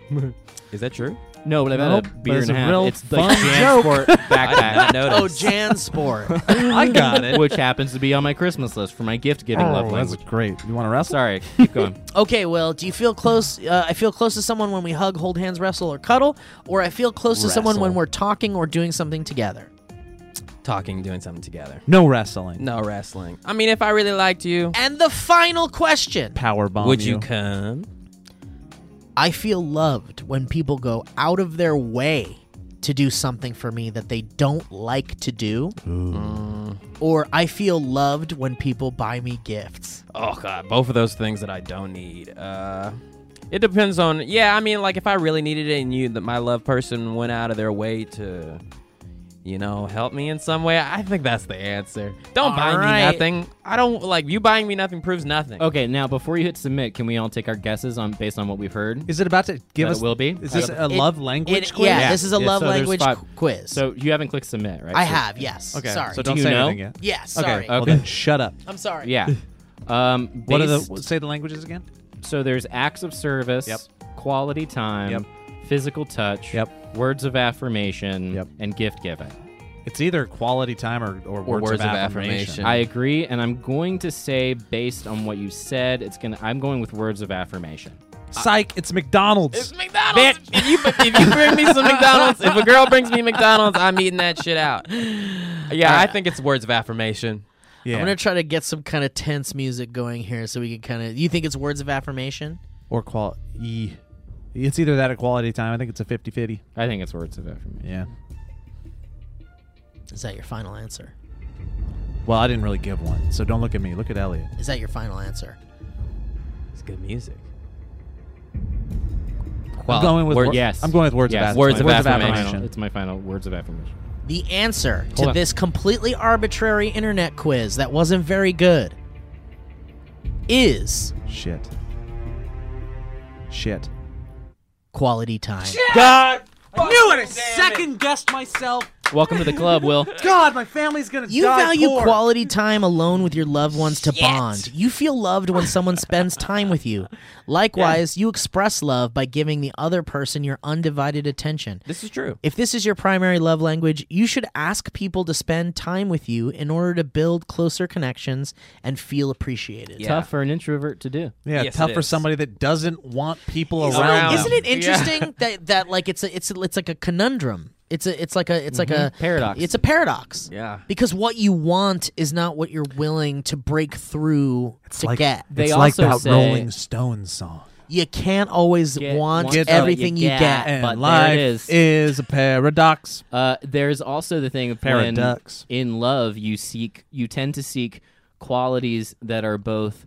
[SPEAKER 4] Is that [laughs] true?
[SPEAKER 2] No, but I've had
[SPEAKER 3] Nope,
[SPEAKER 2] a
[SPEAKER 3] but
[SPEAKER 2] beer
[SPEAKER 3] it's
[SPEAKER 2] and a
[SPEAKER 3] a
[SPEAKER 2] half.
[SPEAKER 3] real
[SPEAKER 2] it's like
[SPEAKER 3] fun [laughs]
[SPEAKER 2] Jansport
[SPEAKER 4] I
[SPEAKER 2] backpack,
[SPEAKER 4] did
[SPEAKER 1] [laughs]
[SPEAKER 4] not
[SPEAKER 1] Oh, [laughs]
[SPEAKER 4] notice.
[SPEAKER 1] Jansport.
[SPEAKER 4] Oh, I got it.
[SPEAKER 2] which happens to be on my Christmas list for my gift giving
[SPEAKER 3] Oh,
[SPEAKER 2] love
[SPEAKER 3] that's [laughs]
[SPEAKER 2] language.
[SPEAKER 3] great. You want to wrestle?
[SPEAKER 2] Sorry, keep
[SPEAKER 3] [laughs]
[SPEAKER 2] going.
[SPEAKER 1] okay, Will. Do you feel close? Uh, I feel close to someone when we hug, hold hands, wrestle, or cuddle, or I feel close to someone when
[SPEAKER 2] Wrestle.
[SPEAKER 1] we're talking or doing something together.
[SPEAKER 4] Talking, doing something together.
[SPEAKER 3] No wrestling.
[SPEAKER 4] No wrestling. I mean, if I really liked you,
[SPEAKER 1] And the final question.
[SPEAKER 3] Power bomb.
[SPEAKER 4] would you come?
[SPEAKER 1] I feel loved when people go out of their way to do something for me that they don't like to do. Or I feel loved when people buy me gifts.
[SPEAKER 4] Oh God, both of those things that I don't need. Uh, it depends on. Yeah, I mean, like if I really needed it and you, that my love person went out of their way to, you know, help me in some way. I think that's the answer. Don't
[SPEAKER 1] All
[SPEAKER 4] buy
[SPEAKER 1] right.
[SPEAKER 4] me nothing. I don't like you buying me nothing proves nothing.
[SPEAKER 2] Okay, now before you hit submit, can we all take our guesses on based on what we've heard?
[SPEAKER 3] Is it about to give
[SPEAKER 2] That
[SPEAKER 3] us?
[SPEAKER 2] it will be?
[SPEAKER 3] Is this
[SPEAKER 2] It-
[SPEAKER 3] a love language
[SPEAKER 1] It-
[SPEAKER 3] quiz?
[SPEAKER 1] Yeah, this is a
[SPEAKER 2] Yeah,
[SPEAKER 1] love
[SPEAKER 2] so there's
[SPEAKER 1] language
[SPEAKER 2] five-
[SPEAKER 1] qu- quiz.
[SPEAKER 2] So you haven't clicked submit, right?
[SPEAKER 1] I
[SPEAKER 2] So-
[SPEAKER 1] have, yes.
[SPEAKER 3] Okay.
[SPEAKER 1] Sorry.
[SPEAKER 3] So
[SPEAKER 2] Do
[SPEAKER 3] don't
[SPEAKER 2] you
[SPEAKER 3] say
[SPEAKER 2] know?
[SPEAKER 3] anything yet.
[SPEAKER 1] yes,
[SPEAKER 3] Okay. Oh.
[SPEAKER 1] sorry.
[SPEAKER 3] Well
[SPEAKER 2] Okay.
[SPEAKER 3] then, shut up.
[SPEAKER 1] I'm sorry.
[SPEAKER 2] Yeah.
[SPEAKER 3] [laughs]
[SPEAKER 2] Um,
[SPEAKER 3] What are
[SPEAKER 2] based-
[SPEAKER 3] the say the languages again?
[SPEAKER 2] So there's acts of service,
[SPEAKER 3] Yep.
[SPEAKER 2] quality time,
[SPEAKER 3] Yep.
[SPEAKER 2] physical touch,
[SPEAKER 3] Yep.
[SPEAKER 2] words of affirmation,
[SPEAKER 3] Yep.
[SPEAKER 2] and gift giving.
[SPEAKER 3] It's either quality time or, or, words,
[SPEAKER 4] words
[SPEAKER 3] of,
[SPEAKER 4] of
[SPEAKER 3] affirmation.
[SPEAKER 4] affirmation.
[SPEAKER 2] I agree, and I'm going to say based on what you said, it's gonna. I'm going with words of affirmation.
[SPEAKER 3] Psych, it's McDonald's.
[SPEAKER 4] It's McDonald's. If you if you bring me some McDonald's, if a girl brings me McDonald's, I'm eating that shit out. Yeah, I think it's words of affirmation.
[SPEAKER 3] yeah.
[SPEAKER 1] I'm going to try to get some kind of tense music going here so we can kind of. You think it's words of affirmation?
[SPEAKER 3] or quality. It's either that or quality time. I think it's a 50-50.
[SPEAKER 2] I think it's words of affirmation.
[SPEAKER 3] Yeah.
[SPEAKER 1] Is that your final answer?
[SPEAKER 3] Well, I didn't really give one, so don't look at me. Look at Elliot.
[SPEAKER 1] Is that your final answer?
[SPEAKER 4] It's good music.
[SPEAKER 3] I'm going with
[SPEAKER 4] words-
[SPEAKER 3] wor-
[SPEAKER 2] yes.
[SPEAKER 3] I'm going with words
[SPEAKER 2] Yes,
[SPEAKER 3] of
[SPEAKER 2] it's
[SPEAKER 4] Words
[SPEAKER 2] my-
[SPEAKER 4] of affirmation.
[SPEAKER 2] Final, it's my final words of affirmation.
[SPEAKER 1] The answer
[SPEAKER 2] Hold
[SPEAKER 1] to
[SPEAKER 2] on.
[SPEAKER 1] this completely arbitrary internet quiz that wasn't very good is
[SPEAKER 3] Shit. Shit.
[SPEAKER 1] quality time.
[SPEAKER 3] God. I knew it. I second guessed myself.
[SPEAKER 2] Welcome to the club, Will.
[SPEAKER 3] God, my family's gonna
[SPEAKER 1] You value quality time alone with your loved ones to bond. You feel loved when someone spends time with you. Likewise, you express love by giving the other person your undivided attention.
[SPEAKER 4] This is true.
[SPEAKER 1] If this is your primary love language, you should ask people to spend time with you in order to build closer connections and feel appreciated.
[SPEAKER 4] Yeah.
[SPEAKER 2] Tough for an introvert to do.
[SPEAKER 3] Yeah,
[SPEAKER 4] Yes,
[SPEAKER 3] tough
[SPEAKER 4] it
[SPEAKER 3] for
[SPEAKER 4] is.
[SPEAKER 3] somebody that doesn't want people
[SPEAKER 4] Isn't it-
[SPEAKER 3] around.
[SPEAKER 1] Isn't
[SPEAKER 3] them.
[SPEAKER 1] it interesting [laughs] that that like it's a, it's a, it's like a conundrum. It's a it's like a it's like a
[SPEAKER 2] Paradox.
[SPEAKER 1] It's a paradox.
[SPEAKER 4] Mm-hmm. Yeah.
[SPEAKER 1] Because what you want is not what you're willing to break through to
[SPEAKER 3] like-
[SPEAKER 1] get.
[SPEAKER 2] They
[SPEAKER 3] it's like
[SPEAKER 2] also
[SPEAKER 3] that
[SPEAKER 2] say-
[SPEAKER 3] Rolling Stones song.
[SPEAKER 1] You can't always
[SPEAKER 2] Get-
[SPEAKER 1] want
[SPEAKER 2] want what
[SPEAKER 1] everything
[SPEAKER 2] you
[SPEAKER 1] you
[SPEAKER 2] get.
[SPEAKER 1] get.
[SPEAKER 3] And
[SPEAKER 2] But there it
[SPEAKER 3] life
[SPEAKER 2] is.
[SPEAKER 3] a paradox.
[SPEAKER 2] Uh, there's also the thing of when
[SPEAKER 3] Paradox.
[SPEAKER 2] in love you seek you tend to seek qualities that are both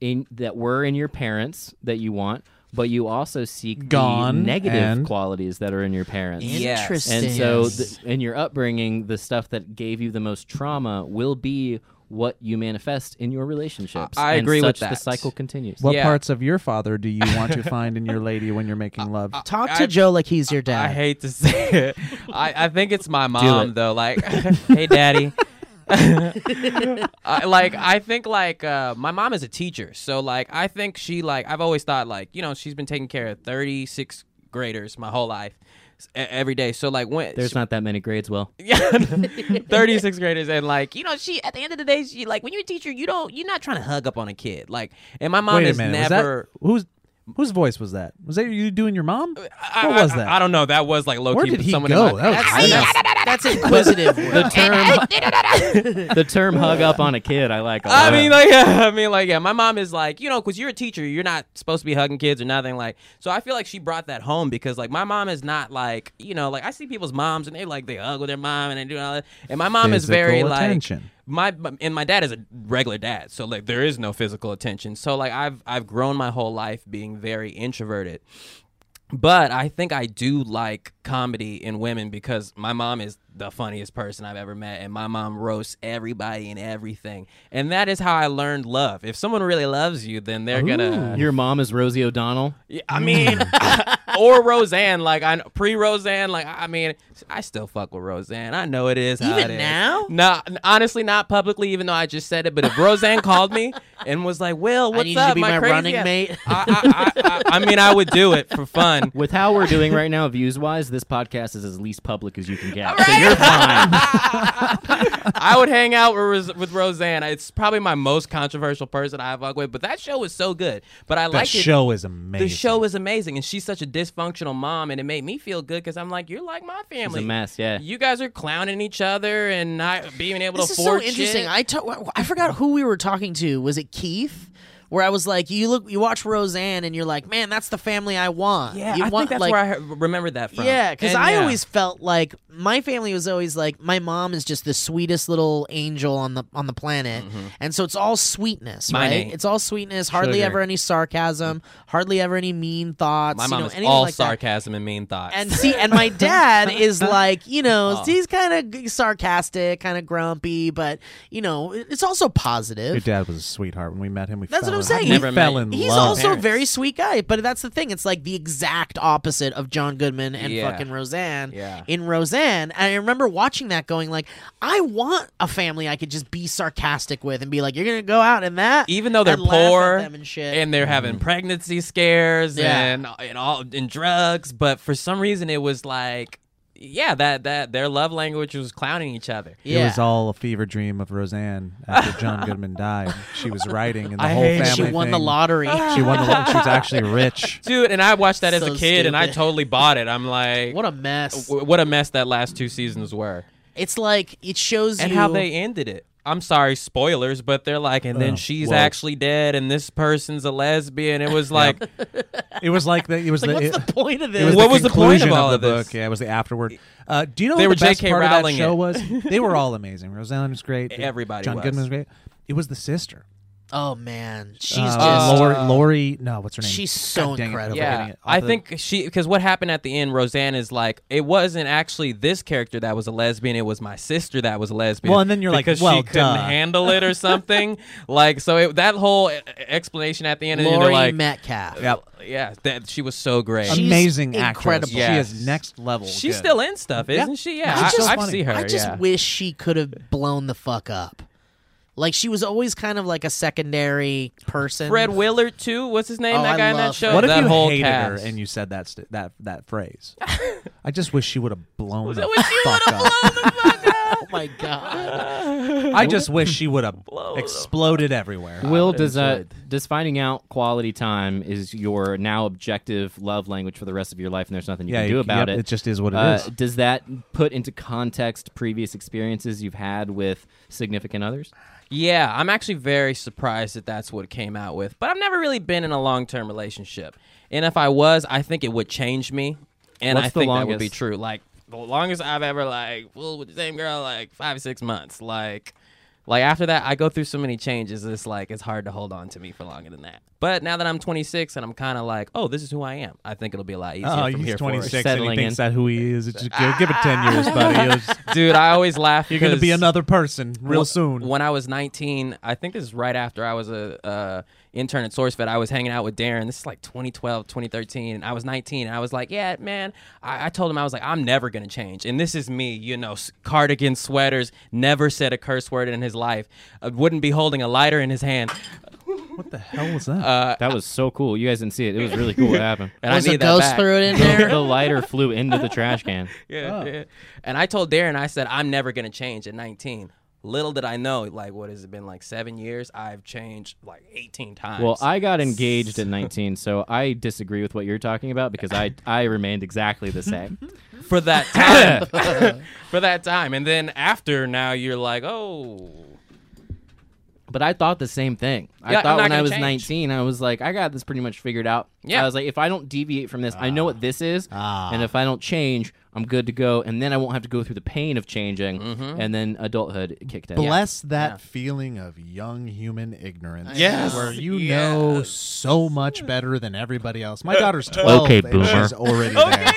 [SPEAKER 2] in that were in your parents that you want, but you also seek
[SPEAKER 3] Gone
[SPEAKER 2] the negative
[SPEAKER 3] and-
[SPEAKER 2] qualities that are in your parents.
[SPEAKER 4] Yes.
[SPEAKER 1] Interesting.
[SPEAKER 2] And so th- in your upbringing, the stuff that gave you the most trauma will be what you manifest in your relationships.
[SPEAKER 4] I- I
[SPEAKER 2] And
[SPEAKER 4] agree with
[SPEAKER 2] such The
[SPEAKER 4] that.
[SPEAKER 2] cycle continues.
[SPEAKER 3] What
[SPEAKER 4] Yeah.
[SPEAKER 3] parts of your father do you want to find in your lady when you're making love?
[SPEAKER 1] Talk to
[SPEAKER 4] I-
[SPEAKER 1] Joe like he's your dad.
[SPEAKER 4] I hate to say it. I, I think it's my mom though.
[SPEAKER 3] [laughs]
[SPEAKER 4] Like, [laughs] hey, daddy. I, like I think like uh, my mom is a teacher, so like I think she like I've always thought like you know she's been taking care of thirty six graders my whole life, s- e- every day. So like when
[SPEAKER 2] There's not that many grades, Will.
[SPEAKER 4] [laughs]
[SPEAKER 3] [laughs]
[SPEAKER 4] yeah, 36 graders and like you know she at the end of the day she like when you're a teacher you don't you're not trying to hug up on a kid like and my mom
[SPEAKER 3] Wait a
[SPEAKER 4] has
[SPEAKER 3] minute.
[SPEAKER 4] never
[SPEAKER 3] was that, whose whose voice was that? Was that you doing your mom?
[SPEAKER 4] I,
[SPEAKER 3] what
[SPEAKER 4] I-
[SPEAKER 3] was
[SPEAKER 4] I-
[SPEAKER 3] that?
[SPEAKER 4] I, don't know that was like low
[SPEAKER 3] Where
[SPEAKER 4] key
[SPEAKER 3] did
[SPEAKER 4] but
[SPEAKER 3] he
[SPEAKER 4] someone in
[SPEAKER 3] go?
[SPEAKER 4] my-
[SPEAKER 3] That was
[SPEAKER 1] That's, that's, that's
[SPEAKER 4] [laughs]
[SPEAKER 1] inquisitive.
[SPEAKER 2] The term, the term [laughs] "hug up on a kid," I like. a
[SPEAKER 4] I
[SPEAKER 2] lot.
[SPEAKER 4] mean, like, [laughs] yeah, I mean, like, yeah. My mom is like, you know, because you're a teacher, you're not supposed to be hugging kids or nothing. Like, so I feel like she brought that home because, like, my mom is not like, you know, like I see people's moms and they like they hug with their mom and they do all that, and my mom is very
[SPEAKER 3] Physical
[SPEAKER 4] like.
[SPEAKER 3] attention.
[SPEAKER 4] My my- and my dad is a regular dad, so like there is no physical attention. So like I've I've grown my whole life being very introverted, But I think I do like comedy in women because my mom is the funniest person I've ever met, and my mom roasts everybody and everything. And that is how I learned love. If someone really loves you, then they're gonna.
[SPEAKER 2] Your mom is Rosie O'Donnell.
[SPEAKER 4] Yeah, I mean, [laughs] or Roseanne. Like I pre Roseanne. Like I I mean, I still fuck with Roseanne. I know it is. how
[SPEAKER 1] Even
[SPEAKER 4] it is.
[SPEAKER 1] now?
[SPEAKER 4] No, honestly, not publicly. Even though I just said it, but if Roseanne
[SPEAKER 1] [laughs]
[SPEAKER 4] called me and was like, "Will, what's
[SPEAKER 1] I need
[SPEAKER 4] up,
[SPEAKER 1] you to be
[SPEAKER 4] my,
[SPEAKER 1] my,
[SPEAKER 4] crazy
[SPEAKER 1] running
[SPEAKER 4] ass?"
[SPEAKER 1] mate.
[SPEAKER 4] I, I, I, I, I mean, I would do it
[SPEAKER 1] [laughs]
[SPEAKER 4] for fun.
[SPEAKER 2] With how we're doing right now, views wise, this podcast is as least public as you can get. So you're fine.
[SPEAKER 4] I would hang out with, Ros- with Roseanne. It's probably my most controversial person I fuck with, but that show was so good. But I
[SPEAKER 3] That
[SPEAKER 4] liked it.
[SPEAKER 3] show is amazing.
[SPEAKER 4] The show is amazing, and she's such a dysfunctional mom, and it made me feel good because I'm like, you're like my
[SPEAKER 2] It's
[SPEAKER 4] family.
[SPEAKER 2] a mess, yeah.
[SPEAKER 4] You guys are clowning each other and not being able
[SPEAKER 1] This
[SPEAKER 4] to
[SPEAKER 1] is so
[SPEAKER 4] afford
[SPEAKER 1] interesting.
[SPEAKER 4] shit.
[SPEAKER 1] I to- I forgot who we were talking to. Was it Keith? Where I was like, you look, you watch Roseanne, and you're like, man, that's the family I want.
[SPEAKER 4] yeah,
[SPEAKER 1] you
[SPEAKER 4] I
[SPEAKER 1] want,
[SPEAKER 4] think that's
[SPEAKER 1] like,
[SPEAKER 4] where I he- remembered that from.
[SPEAKER 1] Yeah, because
[SPEAKER 4] And
[SPEAKER 1] I
[SPEAKER 4] yeah.
[SPEAKER 1] always felt like my family was always like my mom is just the sweetest little angel on the on the planet, and so it's all sweetness,
[SPEAKER 4] Mm-hmm. Mine
[SPEAKER 1] right?
[SPEAKER 4] ain't.
[SPEAKER 1] It's all sweetness, hardly
[SPEAKER 2] Sugar.
[SPEAKER 1] ever any sarcasm, hardly ever any mean thoughts.
[SPEAKER 4] My
[SPEAKER 1] you
[SPEAKER 4] mom
[SPEAKER 1] know,
[SPEAKER 4] is
[SPEAKER 1] anything
[SPEAKER 4] all
[SPEAKER 1] like that.
[SPEAKER 4] sarcasm and mean thoughts.
[SPEAKER 1] And see, and
[SPEAKER 4] [laughs]
[SPEAKER 1] my dad is like, you know,
[SPEAKER 4] Oh.
[SPEAKER 1] he's kind of sarcastic, kind of grumpy, but you know, it's also positive.
[SPEAKER 3] Your dad was a sweetheart. When we met him, we
[SPEAKER 1] That's
[SPEAKER 3] fell
[SPEAKER 1] what I'm
[SPEAKER 3] in-
[SPEAKER 1] saying.
[SPEAKER 3] we
[SPEAKER 1] Never
[SPEAKER 3] fell
[SPEAKER 4] met-
[SPEAKER 3] in
[SPEAKER 1] He's
[SPEAKER 3] love.
[SPEAKER 1] also a
[SPEAKER 4] Parents.
[SPEAKER 1] very sweet guy, but that's the thing. It's like the exact opposite of John Goodman and
[SPEAKER 4] Yeah.
[SPEAKER 1] fucking Roseanne.
[SPEAKER 4] Yeah.
[SPEAKER 1] In Roseanne, and I remember watching that, going like, I want a family I could just be sarcastic with and be like, you're gonna go out and that,
[SPEAKER 4] even though they're
[SPEAKER 1] and laugh at
[SPEAKER 4] poor
[SPEAKER 1] them and shit.
[SPEAKER 4] and they're having pregnancy scares
[SPEAKER 1] Yeah.
[SPEAKER 4] and and all and drugs, but for some reason it was like yeah, that that their love language was clowning each other.
[SPEAKER 1] yeah.
[SPEAKER 3] It was all a fever dream of Roseanne after John Goodman died. She was writing, and the
[SPEAKER 4] I
[SPEAKER 3] whole
[SPEAKER 4] hate-
[SPEAKER 3] family.
[SPEAKER 1] she won the
[SPEAKER 3] thing-
[SPEAKER 1] lottery.
[SPEAKER 4] Ah.
[SPEAKER 3] She won the lottery. She was actually rich.
[SPEAKER 4] Dude, and I watched that as a
[SPEAKER 1] So
[SPEAKER 4] kid and I
[SPEAKER 1] stupid.
[SPEAKER 4] totally bought it. I'm
[SPEAKER 1] [laughs]
[SPEAKER 4] like
[SPEAKER 1] what a mess!
[SPEAKER 4] w- what a mess that last two seasons were.
[SPEAKER 1] It's like it shows
[SPEAKER 4] And
[SPEAKER 1] you
[SPEAKER 4] how they ended it. I'm sorry, spoilers, but they're like, and then
[SPEAKER 3] Oh,
[SPEAKER 4] she's
[SPEAKER 3] whoa.
[SPEAKER 4] actually dead, and this person's a lesbian. It was like,
[SPEAKER 3] It was like the. It was
[SPEAKER 1] Like,
[SPEAKER 3] the.
[SPEAKER 1] what's
[SPEAKER 3] it-
[SPEAKER 1] the point of
[SPEAKER 3] it was
[SPEAKER 1] this?
[SPEAKER 4] What was the point
[SPEAKER 3] conclusion
[SPEAKER 4] of all of
[SPEAKER 3] the
[SPEAKER 4] this?
[SPEAKER 3] book. Yeah, it was the afterward. Uh, do you know
[SPEAKER 4] They
[SPEAKER 3] what
[SPEAKER 4] were
[SPEAKER 3] the best
[SPEAKER 4] J.K.
[SPEAKER 3] part of that
[SPEAKER 4] Rowling
[SPEAKER 3] show
[SPEAKER 4] it. [laughs]
[SPEAKER 3] was? They were all amazing. Roseanne was great.
[SPEAKER 4] Everybody
[SPEAKER 3] John
[SPEAKER 4] was.
[SPEAKER 3] Goodman was great. It was the sister.
[SPEAKER 1] oh man, she's
[SPEAKER 3] Uh,
[SPEAKER 1] just
[SPEAKER 3] Lori, Lori. No, what's her name?
[SPEAKER 1] She's so
[SPEAKER 3] God dang it,
[SPEAKER 1] incredible.
[SPEAKER 3] I'm forgetting
[SPEAKER 4] Yeah,
[SPEAKER 3] it.
[SPEAKER 4] I
[SPEAKER 3] Off the-
[SPEAKER 4] think she because what happened at the end, Roseanne is like, it wasn't actually this character that was a lesbian; it was my sister that was a lesbian.
[SPEAKER 3] Well, and then you're like,
[SPEAKER 4] because
[SPEAKER 3] well,
[SPEAKER 4] she couldn't
[SPEAKER 3] duh.
[SPEAKER 4] handle it or
[SPEAKER 3] [laughs]
[SPEAKER 4] something. like, so it, that whole e- explanation at the end, and then
[SPEAKER 1] Lori
[SPEAKER 4] you're like,
[SPEAKER 1] Metcalf.
[SPEAKER 3] Yep.
[SPEAKER 4] yeah, that she was so great.
[SPEAKER 1] She's
[SPEAKER 3] amazing
[SPEAKER 1] incredible.
[SPEAKER 3] actress.
[SPEAKER 4] Yeah.
[SPEAKER 3] She is next level.
[SPEAKER 4] She's
[SPEAKER 3] good.
[SPEAKER 4] still in stuff, isn't
[SPEAKER 3] Yeah.
[SPEAKER 4] she? Yeah,
[SPEAKER 3] I
[SPEAKER 4] I,
[SPEAKER 3] just-
[SPEAKER 4] I've
[SPEAKER 3] funny.
[SPEAKER 4] seen her.
[SPEAKER 1] I just
[SPEAKER 4] yeah.
[SPEAKER 1] wish she could have blown the fuck up. Like she was always kind of like a secondary person.
[SPEAKER 4] Fred Willard too. What's his name?
[SPEAKER 1] Oh, I
[SPEAKER 4] that guy in
[SPEAKER 1] love
[SPEAKER 4] that show.
[SPEAKER 1] Fred.
[SPEAKER 3] What if
[SPEAKER 4] that
[SPEAKER 3] you
[SPEAKER 4] whole
[SPEAKER 3] hated
[SPEAKER 4] cast.
[SPEAKER 3] her and you said that st- that
[SPEAKER 4] [laughs]
[SPEAKER 3] that phrase? I just wish she would have blown the
[SPEAKER 4] I wish you
[SPEAKER 3] fuck
[SPEAKER 4] would've
[SPEAKER 3] up.
[SPEAKER 1] oh my god!
[SPEAKER 3] I just wish she would
[SPEAKER 4] [laughs]
[SPEAKER 3] have
[SPEAKER 4] Blown the-
[SPEAKER 3] exploded everywhere.
[SPEAKER 2] Will, does, uh, does finding out quality time is your now objective love language for the rest of your life and there's nothing you
[SPEAKER 3] yeah,
[SPEAKER 2] can do
[SPEAKER 3] you-
[SPEAKER 2] about
[SPEAKER 3] yep,
[SPEAKER 2] it?
[SPEAKER 3] It just is what it is.
[SPEAKER 2] Uh, does that put into context previous experiences you've had with significant others?
[SPEAKER 4] Yeah, I'm actually very surprised that that's what it came out with. But I've never really been in a long term relationship, and if I was, I think it would change me, and
[SPEAKER 2] What's
[SPEAKER 4] I
[SPEAKER 2] the
[SPEAKER 4] think that would be
[SPEAKER 2] longest?
[SPEAKER 4] true. Like the longest I've ever like fooled with the same girl like five six months. Like, like after that, I go through so many changes. It's like it's hard to hold on to me for longer than that. But now that I'm 26 and I'm kind of like, oh, this is who I am. I think it'll be a lot easier.
[SPEAKER 3] Oh,
[SPEAKER 4] from
[SPEAKER 3] he's
[SPEAKER 4] here forward.
[SPEAKER 3] 26 and he
[SPEAKER 2] Settling
[SPEAKER 3] thinks
[SPEAKER 2] in.
[SPEAKER 3] that who he is. [laughs] It's just, give, give it 10 years,
[SPEAKER 1] [laughs]
[SPEAKER 3] buddy. You'll just-
[SPEAKER 4] dude. I always laugh.
[SPEAKER 3] [laughs] you're going to be
[SPEAKER 4] because-
[SPEAKER 3] another person real
[SPEAKER 4] Wh-
[SPEAKER 3] soon.
[SPEAKER 4] When I was 19, I think this is right after I was a uh, intern at SourceFed. I was hanging out with Darren. This is like 2012, 2013. And I was 19, and I was like, "Yeah, man." I, I told him I was like, "I'm never gonna change," and this is me. You know, s- cardigan sweaters. Never said a curse word in his life. Uh, wouldn't be holding a lighter in his hand.
[SPEAKER 3] what the hell was that?
[SPEAKER 1] Uh,
[SPEAKER 2] That was so cool. You guys didn't see it. It was really
[SPEAKER 3] [laughs]
[SPEAKER 2] cool what happened.
[SPEAKER 1] [laughs]
[SPEAKER 4] And
[SPEAKER 1] was
[SPEAKER 4] I need
[SPEAKER 1] a
[SPEAKER 4] that
[SPEAKER 1] ghost
[SPEAKER 4] back.
[SPEAKER 1] threw it
[SPEAKER 2] [laughs]
[SPEAKER 1] in
[SPEAKER 2] The,
[SPEAKER 1] there?
[SPEAKER 2] the lighter flew into the trash can.
[SPEAKER 4] yeah,
[SPEAKER 3] Oh.
[SPEAKER 4] yeah. And I told Darren, I said, I'm never gonna change at 19. Little did I know, like, what has it been like seven years? I've changed like 18 times.
[SPEAKER 2] Well, I got engaged at 19, so I disagree with what you're talking about because I I remained exactly the same.
[SPEAKER 4] for [laughs] that [laughs] time. for that time. And then after now you're like, "Oh,
[SPEAKER 2] But I thought the same thing. I
[SPEAKER 4] Yeah, I'm
[SPEAKER 2] thought
[SPEAKER 4] not
[SPEAKER 2] when I
[SPEAKER 4] gonna
[SPEAKER 2] was
[SPEAKER 4] change.
[SPEAKER 2] 19, I was like, I got this pretty much figured out.
[SPEAKER 4] Yeah.
[SPEAKER 2] I was like, if I don't deviate from this, I know what this is,
[SPEAKER 1] Ah.
[SPEAKER 2] and if I don't change, I'm good to go, and then I won't have to go through the pain of changing, and then adulthood kicked in.
[SPEAKER 3] Bless that
[SPEAKER 4] Yeah.
[SPEAKER 3] feeling of young human ignorance.
[SPEAKER 4] Yes.
[SPEAKER 3] Where you know so much better than everybody else. My
[SPEAKER 1] [laughs]
[SPEAKER 3] daughter's 12.
[SPEAKER 2] Okay,
[SPEAKER 3] and
[SPEAKER 2] boomer.
[SPEAKER 3] She's already there.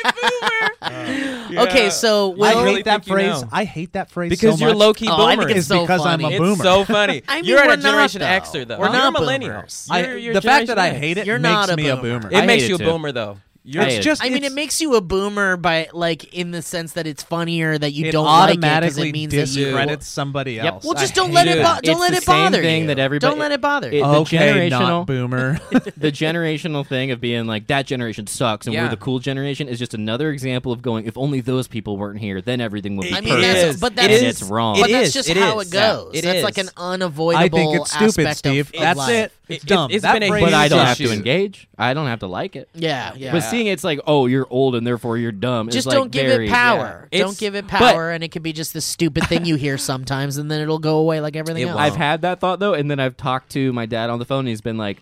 [SPEAKER 1] Okay, so
[SPEAKER 4] I
[SPEAKER 1] Will,
[SPEAKER 3] I
[SPEAKER 4] really
[SPEAKER 3] hate that
[SPEAKER 4] think you
[SPEAKER 3] phrase.
[SPEAKER 4] know.
[SPEAKER 3] I hate that phrase
[SPEAKER 4] because
[SPEAKER 3] so
[SPEAKER 4] you're
[SPEAKER 3] much.
[SPEAKER 4] low key
[SPEAKER 1] Oh, I
[SPEAKER 4] boomer.
[SPEAKER 1] think it's so
[SPEAKER 3] because I'm
[SPEAKER 1] funny.
[SPEAKER 3] a
[SPEAKER 1] It's
[SPEAKER 3] boomer.
[SPEAKER 4] so funny.
[SPEAKER 1] I mean,
[SPEAKER 4] you're
[SPEAKER 1] we're
[SPEAKER 4] at a
[SPEAKER 1] not,
[SPEAKER 4] generation
[SPEAKER 1] though.
[SPEAKER 4] Xer though.
[SPEAKER 1] We're
[SPEAKER 4] you're
[SPEAKER 1] not
[SPEAKER 4] a millennial.
[SPEAKER 1] boomers.
[SPEAKER 3] I-
[SPEAKER 4] You're, you're
[SPEAKER 3] the fact that I
[SPEAKER 4] Generation X.
[SPEAKER 3] hate it
[SPEAKER 1] You're
[SPEAKER 3] makes
[SPEAKER 1] not a
[SPEAKER 3] me a
[SPEAKER 1] boomer.
[SPEAKER 3] boomer.
[SPEAKER 2] I
[SPEAKER 4] it makes
[SPEAKER 2] hate
[SPEAKER 4] you
[SPEAKER 2] it,
[SPEAKER 4] a
[SPEAKER 2] too.
[SPEAKER 4] boomer though. You're
[SPEAKER 2] I
[SPEAKER 3] it's
[SPEAKER 2] hate it.
[SPEAKER 3] just
[SPEAKER 1] I mean, it
[SPEAKER 3] it's-
[SPEAKER 1] makes you a boomer by like in the sense that it's funnier that you
[SPEAKER 3] it
[SPEAKER 1] don't like it 'cause
[SPEAKER 3] automatically
[SPEAKER 1] it means that you
[SPEAKER 3] discredits somebody
[SPEAKER 1] [laughs]
[SPEAKER 3] else.
[SPEAKER 1] Well,
[SPEAKER 3] I
[SPEAKER 1] just don't let
[SPEAKER 3] hate
[SPEAKER 1] it,
[SPEAKER 4] it.
[SPEAKER 1] bo- don't
[SPEAKER 2] It's
[SPEAKER 1] let
[SPEAKER 2] the
[SPEAKER 1] it
[SPEAKER 2] same
[SPEAKER 1] bother
[SPEAKER 2] thing
[SPEAKER 1] you.
[SPEAKER 2] that everybody-
[SPEAKER 1] Don't let it bother
[SPEAKER 2] it-
[SPEAKER 1] you.
[SPEAKER 2] the
[SPEAKER 3] okay,
[SPEAKER 2] generational-
[SPEAKER 3] not boomer.
[SPEAKER 2] the generational thing of being like that generation sucks and
[SPEAKER 4] Yeah.
[SPEAKER 2] we're the cool generation is just another example of going if only those people weren't here then everything would be
[SPEAKER 1] I mean,
[SPEAKER 2] perfect.
[SPEAKER 1] that's- but
[SPEAKER 2] And
[SPEAKER 1] that's-
[SPEAKER 2] it's wrong.
[SPEAKER 1] but
[SPEAKER 4] It
[SPEAKER 1] that's
[SPEAKER 4] is,
[SPEAKER 1] just
[SPEAKER 4] it
[SPEAKER 1] how
[SPEAKER 4] is.
[SPEAKER 1] it
[SPEAKER 4] Yeah,
[SPEAKER 1] goes.
[SPEAKER 4] it
[SPEAKER 1] That's
[SPEAKER 4] is.
[SPEAKER 1] like an unavoidable
[SPEAKER 3] I think it's stupid,
[SPEAKER 1] aspect of-
[SPEAKER 3] Steve.
[SPEAKER 1] of
[SPEAKER 3] That's
[SPEAKER 1] life.
[SPEAKER 3] it.
[SPEAKER 4] It-
[SPEAKER 3] It's
[SPEAKER 4] it-
[SPEAKER 3] dumb.
[SPEAKER 4] it's
[SPEAKER 3] that
[SPEAKER 4] been a
[SPEAKER 3] phrase
[SPEAKER 2] but I don't
[SPEAKER 3] is-
[SPEAKER 2] have to
[SPEAKER 4] Issue.
[SPEAKER 2] engage. I don't have to like it.
[SPEAKER 1] Yeah, yeah.
[SPEAKER 2] But seeing it's like, oh, you're old and therefore you're dumb. is,
[SPEAKER 1] just
[SPEAKER 2] like,
[SPEAKER 1] don't give
[SPEAKER 2] very-
[SPEAKER 1] it power.
[SPEAKER 4] yeah.
[SPEAKER 1] Don't
[SPEAKER 4] It's-
[SPEAKER 1] give it
[SPEAKER 2] but-
[SPEAKER 1] power, and it could be just the stupid thing you hear [laughs] sometimes, and then it'll go away like everything
[SPEAKER 4] It
[SPEAKER 1] else.
[SPEAKER 4] won't.
[SPEAKER 2] I've had that thought though, and then I've talked to my dad on the phone, and he's been like,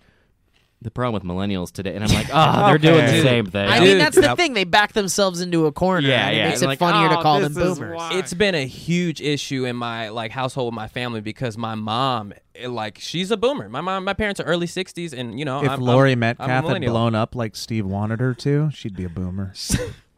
[SPEAKER 2] "The problem with millennials today," and I'm like, "Ah, they're doing the
[SPEAKER 3] Dude.
[SPEAKER 2] same thing."
[SPEAKER 1] I
[SPEAKER 4] Dude.
[SPEAKER 1] mean, that's the
[SPEAKER 3] Yep.
[SPEAKER 1] thing. They back themselves into a corner.
[SPEAKER 2] Yeah,
[SPEAKER 1] and
[SPEAKER 2] yeah.
[SPEAKER 1] It makes
[SPEAKER 2] And
[SPEAKER 1] it
[SPEAKER 2] like,
[SPEAKER 1] funnier to
[SPEAKER 2] oh,
[SPEAKER 1] call them
[SPEAKER 2] this is
[SPEAKER 1] boomers.
[SPEAKER 2] why-
[SPEAKER 4] It's been a huge issue in my like household with my family because my mom, eh, like, she's a boomer. My mom, my parents are early sixties, and you know,
[SPEAKER 3] If
[SPEAKER 4] I'm,
[SPEAKER 3] Lori
[SPEAKER 4] I'm, I'm
[SPEAKER 3] Metcalf
[SPEAKER 4] a
[SPEAKER 3] had
[SPEAKER 4] millennial.
[SPEAKER 3] blown up like Steve wanted her to, she'd be a boomer.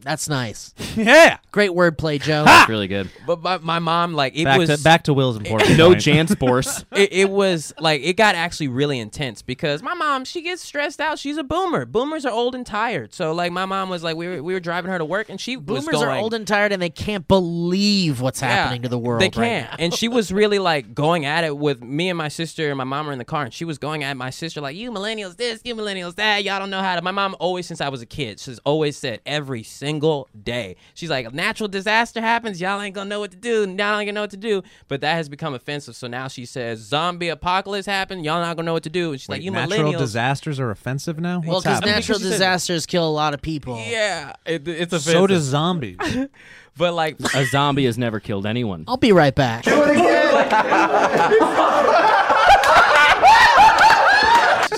[SPEAKER 1] That's nice.
[SPEAKER 3] yeah.
[SPEAKER 1] Great wordplay, Joe.
[SPEAKER 2] That's really good.
[SPEAKER 4] but my, my mom, like, it
[SPEAKER 3] Back
[SPEAKER 4] was
[SPEAKER 3] to back to Will's important.
[SPEAKER 2] No
[SPEAKER 3] point.
[SPEAKER 1] [laughs]
[SPEAKER 2] Janspors.
[SPEAKER 4] it, it was like it got actually really intense because my mom she gets stressed out. She's a boomer. Boomers are old and tired. So like my mom was like we were, we were driving her to work and she was
[SPEAKER 1] Boomers are
[SPEAKER 4] going-
[SPEAKER 1] old and tired, and they can't believe what's
[SPEAKER 4] Yeah,
[SPEAKER 1] happening to the world.
[SPEAKER 4] They
[SPEAKER 1] right
[SPEAKER 4] can't.
[SPEAKER 1] now.
[SPEAKER 4] and she was really like going at it with me and my sister and my mom were in the car and she was going at my sister like you millennials this, you millennials that, y'all don't know how to. My mom always since I was a kid, she's always said every single day. She's like a natural disaster happens, y'all ain't gonna know what to do, y'all ain't gonna know what to do. But that has become offensive. So now she says zombie apocalypse happened, y'all not gonna know what to do. And she's like you
[SPEAKER 3] natural
[SPEAKER 4] millennials.
[SPEAKER 3] disasters are offensive now.
[SPEAKER 1] Well,
[SPEAKER 3] What's
[SPEAKER 1] because
[SPEAKER 3] happening?
[SPEAKER 1] natural
[SPEAKER 4] Because you said-
[SPEAKER 1] disasters kill a lot of people.
[SPEAKER 4] yeah, it, it's offensive.
[SPEAKER 3] so does zombies.
[SPEAKER 4] but like
[SPEAKER 2] a zombie has never killed anyone.
[SPEAKER 1] I'll be right back.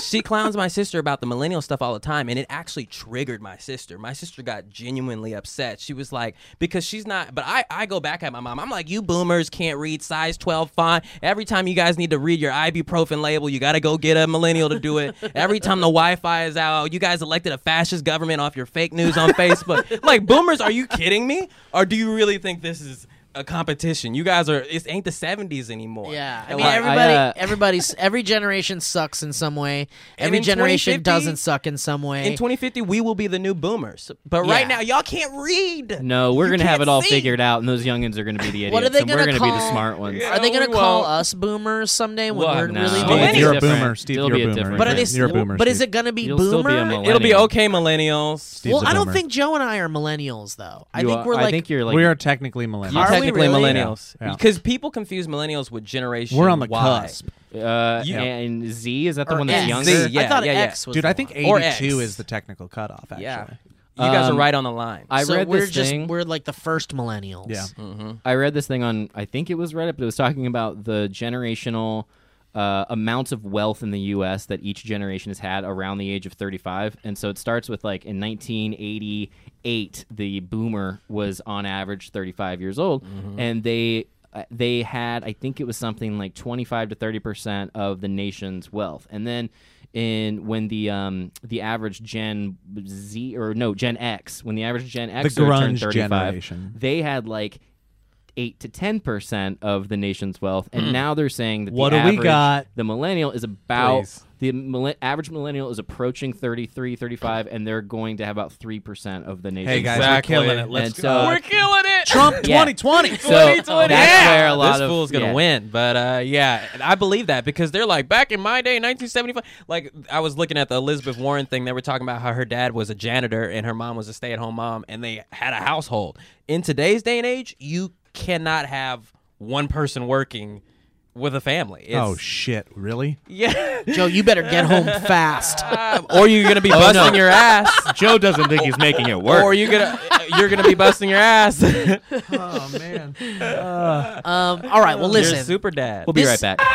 [SPEAKER 4] she clowns my sister about the millennial stuff all the time, and it actually triggered my sister. My sister got genuinely upset. She was like, because she's not, but I, I go back at my mom. I'm like, you boomers can't read size 12 font. Every time you guys need to read your ibuprofen label, you got to go get a millennial to do it. Every time the Wi Fi is out, you guys elected a fascist government off your fake news on Facebook. like, boomers, are you kidding me? Or do you really think this is. A competition. You guys are. It ain't the seventies anymore.
[SPEAKER 1] Yeah, I
[SPEAKER 4] And
[SPEAKER 1] mean
[SPEAKER 4] like-
[SPEAKER 1] everybody,
[SPEAKER 2] uh,
[SPEAKER 1] everybody's every generation sucks in some way. Every
[SPEAKER 4] in
[SPEAKER 1] generation
[SPEAKER 4] 2050
[SPEAKER 1] doesn't suck in some way.
[SPEAKER 4] in 2050 we will be the new boomers but right
[SPEAKER 1] Yeah.
[SPEAKER 4] now y'all can't read
[SPEAKER 2] No, we're
[SPEAKER 4] You
[SPEAKER 2] gonna have it
[SPEAKER 4] can't
[SPEAKER 2] all
[SPEAKER 4] see.
[SPEAKER 2] figured out, and those youngins are gonna be the idiots,
[SPEAKER 1] What are they
[SPEAKER 2] and we're
[SPEAKER 1] gonna
[SPEAKER 2] gonna be the
[SPEAKER 1] call-
[SPEAKER 2] smart ones.
[SPEAKER 1] are they
[SPEAKER 4] Yeah,
[SPEAKER 1] going to
[SPEAKER 4] we
[SPEAKER 1] call
[SPEAKER 4] won't.
[SPEAKER 1] us boomers someday when
[SPEAKER 4] Well,
[SPEAKER 1] we're
[SPEAKER 2] No.
[SPEAKER 1] really
[SPEAKER 4] Steve,
[SPEAKER 1] boomers?
[SPEAKER 4] Millennials.
[SPEAKER 3] you're a
[SPEAKER 2] Different.
[SPEAKER 3] boomer, Steve.
[SPEAKER 2] It'll
[SPEAKER 3] You're
[SPEAKER 2] be
[SPEAKER 3] a
[SPEAKER 2] a
[SPEAKER 3] boomer.
[SPEAKER 2] different
[SPEAKER 1] But are they?
[SPEAKER 2] thing.
[SPEAKER 3] You're a boomer,
[SPEAKER 1] But is
[SPEAKER 3] Steve.
[SPEAKER 1] it going to be
[SPEAKER 2] You'll still
[SPEAKER 1] boomer?
[SPEAKER 2] be a
[SPEAKER 4] it'll be
[SPEAKER 2] millennial.
[SPEAKER 4] okay millennials
[SPEAKER 3] Steve's
[SPEAKER 1] well,
[SPEAKER 3] a
[SPEAKER 1] I don't
[SPEAKER 3] boomer.
[SPEAKER 1] think Joe and I are millennials though. I
[SPEAKER 2] You
[SPEAKER 1] think
[SPEAKER 2] are-
[SPEAKER 1] we're like
[SPEAKER 2] I think you're like.
[SPEAKER 3] we are technically
[SPEAKER 4] you're
[SPEAKER 1] Are
[SPEAKER 3] millennials.
[SPEAKER 1] we
[SPEAKER 4] technically
[SPEAKER 1] really?
[SPEAKER 4] millennials
[SPEAKER 3] Yeah. Yeah.
[SPEAKER 4] because people confuse millennials with generation
[SPEAKER 3] We're on the
[SPEAKER 4] y.
[SPEAKER 3] cusp,
[SPEAKER 2] uh,
[SPEAKER 4] You-
[SPEAKER 2] and Z is that the
[SPEAKER 1] or
[SPEAKER 2] one that's
[SPEAKER 1] X.
[SPEAKER 2] younger?
[SPEAKER 4] Z, yeah,
[SPEAKER 1] I thought
[SPEAKER 4] yeah, yeah.
[SPEAKER 1] X was
[SPEAKER 3] dude.
[SPEAKER 1] the
[SPEAKER 3] I think
[SPEAKER 4] Or X.
[SPEAKER 3] eighty-two is the technical cutoff.
[SPEAKER 4] [laughs]
[SPEAKER 3] Actually,
[SPEAKER 4] yeah you guys are
[SPEAKER 2] Um,
[SPEAKER 4] right on the line
[SPEAKER 2] I
[SPEAKER 1] one. so
[SPEAKER 2] read
[SPEAKER 1] we're
[SPEAKER 2] this
[SPEAKER 1] just
[SPEAKER 2] thing.
[SPEAKER 1] we're like the first millennials.
[SPEAKER 3] yeah.
[SPEAKER 2] I read this thing on I think it was Reddit, but it was talking about the generational uh, amounts of wealth in the U.S. that each generation has had around the age of 35, and so it starts with like in 1988, the boomer was on average 35 years old,
[SPEAKER 3] Mm-hmm.
[SPEAKER 2] and they uh, they had I think it was something like 25 to 30 percent of the nation's wealth, and then in when the um the average Gen Z or no Gen X when the average Gen X
[SPEAKER 3] grunge
[SPEAKER 2] turned 35,
[SPEAKER 3] generation.
[SPEAKER 2] they had like eight to ten percent of the nation's wealth, and now they're saying that
[SPEAKER 3] What
[SPEAKER 2] the
[SPEAKER 3] do we
[SPEAKER 2] average-
[SPEAKER 3] got?
[SPEAKER 2] The millennial is about
[SPEAKER 4] Please.
[SPEAKER 2] the millen- average millennial is approaching 33, 35, and they're going to have about three percent of the nation's
[SPEAKER 3] Hey guys,
[SPEAKER 2] wealth.
[SPEAKER 4] Exactly.
[SPEAKER 3] we're killing it. Let's
[SPEAKER 2] And so-
[SPEAKER 4] we're killing it
[SPEAKER 3] Trump
[SPEAKER 2] Yeah.
[SPEAKER 3] 2020.
[SPEAKER 2] So that's
[SPEAKER 4] Oh, Yeah,
[SPEAKER 2] where a lot
[SPEAKER 4] this
[SPEAKER 2] of
[SPEAKER 4] fool's gonna
[SPEAKER 2] yeah.
[SPEAKER 4] win. But uh, yeah, and I believe that because they're like back in my day, 1975. Like I was looking at the Elizabeth Warren thing. They were talking about how her dad was a janitor and her mom was a stay-at-home mom, and they had a household. In today's day and age, you cannot have one person working with a family. It's,
[SPEAKER 3] [laughs] Oh shit! Really?
[SPEAKER 4] yeah.
[SPEAKER 1] [laughs] Joe, you better get home fast.
[SPEAKER 4] or you're gonna be
[SPEAKER 2] [laughs] Oh,
[SPEAKER 4] busting your ass.
[SPEAKER 2] Joe doesn't think he's making it
[SPEAKER 4] Or you're gonna uh, you're gonna be busting your ass. [laughs]
[SPEAKER 3] Oh man. [laughs]
[SPEAKER 1] Um, all right, well
[SPEAKER 4] You're
[SPEAKER 1] listen.
[SPEAKER 4] a super dad.
[SPEAKER 2] We'll be
[SPEAKER 1] This-
[SPEAKER 2] right back.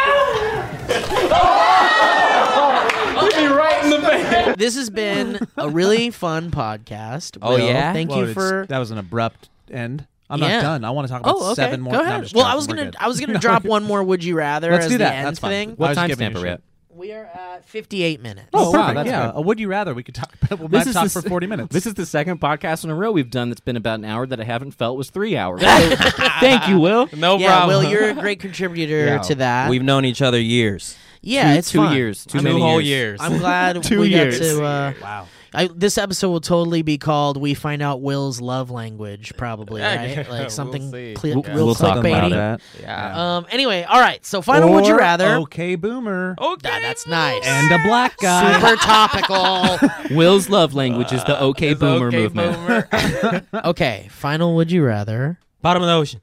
[SPEAKER 2] right in the face.
[SPEAKER 1] This has been a really fun podcast.
[SPEAKER 4] Oh,
[SPEAKER 1] Will.
[SPEAKER 4] yeah?
[SPEAKER 1] thank
[SPEAKER 3] Whoa,
[SPEAKER 1] you
[SPEAKER 3] it's-
[SPEAKER 1] for.
[SPEAKER 3] that was an abrupt end. I'm
[SPEAKER 1] Yeah.
[SPEAKER 3] not done. I want to talk about
[SPEAKER 1] Oh, okay.
[SPEAKER 3] seven more.
[SPEAKER 1] Go
[SPEAKER 3] no,
[SPEAKER 1] ahead.
[SPEAKER 3] I'm just
[SPEAKER 1] well,
[SPEAKER 3] joking.
[SPEAKER 1] I was
[SPEAKER 3] We're
[SPEAKER 1] gonna,
[SPEAKER 3] good.
[SPEAKER 1] I was gonna drop one more. Would you rather?
[SPEAKER 3] Let's
[SPEAKER 1] as
[SPEAKER 3] do
[SPEAKER 1] the
[SPEAKER 3] that.
[SPEAKER 1] End
[SPEAKER 3] That's fine.
[SPEAKER 1] thing.
[SPEAKER 3] Well, I
[SPEAKER 2] What
[SPEAKER 3] was
[SPEAKER 2] time
[SPEAKER 3] giving
[SPEAKER 2] stamp
[SPEAKER 3] you
[SPEAKER 2] are we
[SPEAKER 3] shit.
[SPEAKER 2] at?
[SPEAKER 1] We are at 58 minutes.
[SPEAKER 3] Oh,
[SPEAKER 2] wow,
[SPEAKER 3] perfect.
[SPEAKER 2] that's
[SPEAKER 3] yeah,
[SPEAKER 2] good.
[SPEAKER 3] a would you rather we could talk. About, we'll not talk
[SPEAKER 2] the
[SPEAKER 3] for
[SPEAKER 2] s-
[SPEAKER 3] forty minutes.
[SPEAKER 2] This is the second podcast in a row we've done that's been about an hour that I haven't felt was three hours. So, thank you, Will.
[SPEAKER 4] No
[SPEAKER 1] yeah,
[SPEAKER 4] problem.
[SPEAKER 1] Will,
[SPEAKER 4] [laughs]
[SPEAKER 1] you're a great contributor
[SPEAKER 2] Yeah.
[SPEAKER 1] to that.
[SPEAKER 4] We've known each other years.
[SPEAKER 1] yeah,
[SPEAKER 2] two,
[SPEAKER 1] it's
[SPEAKER 2] two
[SPEAKER 1] fun.
[SPEAKER 2] years, two,
[SPEAKER 4] Two
[SPEAKER 2] many
[SPEAKER 4] whole years.
[SPEAKER 1] I'm glad
[SPEAKER 2] [laughs] Two
[SPEAKER 1] we
[SPEAKER 2] years.
[SPEAKER 1] got to. Uh,
[SPEAKER 3] wow.
[SPEAKER 1] I, this episode will totally be called "We Find Out Will's Love Language," probably,
[SPEAKER 4] Yeah,
[SPEAKER 1] right?
[SPEAKER 4] [laughs] yeah, we'll
[SPEAKER 1] Like something
[SPEAKER 4] see.
[SPEAKER 1] clear
[SPEAKER 2] We'll,
[SPEAKER 1] real
[SPEAKER 2] we'll talk
[SPEAKER 1] clickbaity.
[SPEAKER 2] about that.
[SPEAKER 4] Yeah.
[SPEAKER 1] Um. Anyway, all right. So, final would you
[SPEAKER 3] Or
[SPEAKER 1] rather?
[SPEAKER 3] Okay, boomer.
[SPEAKER 4] okay.
[SPEAKER 1] Nah, that's nice.
[SPEAKER 3] And a black
[SPEAKER 2] Oh,
[SPEAKER 1] [laughs]
[SPEAKER 3] guy.
[SPEAKER 1] Super
[SPEAKER 2] [laughs]
[SPEAKER 1] topical.
[SPEAKER 2] Will's love language is the okay
[SPEAKER 4] It's
[SPEAKER 2] boomer
[SPEAKER 4] okay,
[SPEAKER 2] movement.
[SPEAKER 4] boomer. [laughs]
[SPEAKER 1] okay. Final would you rather?
[SPEAKER 4] Bottom of the ocean.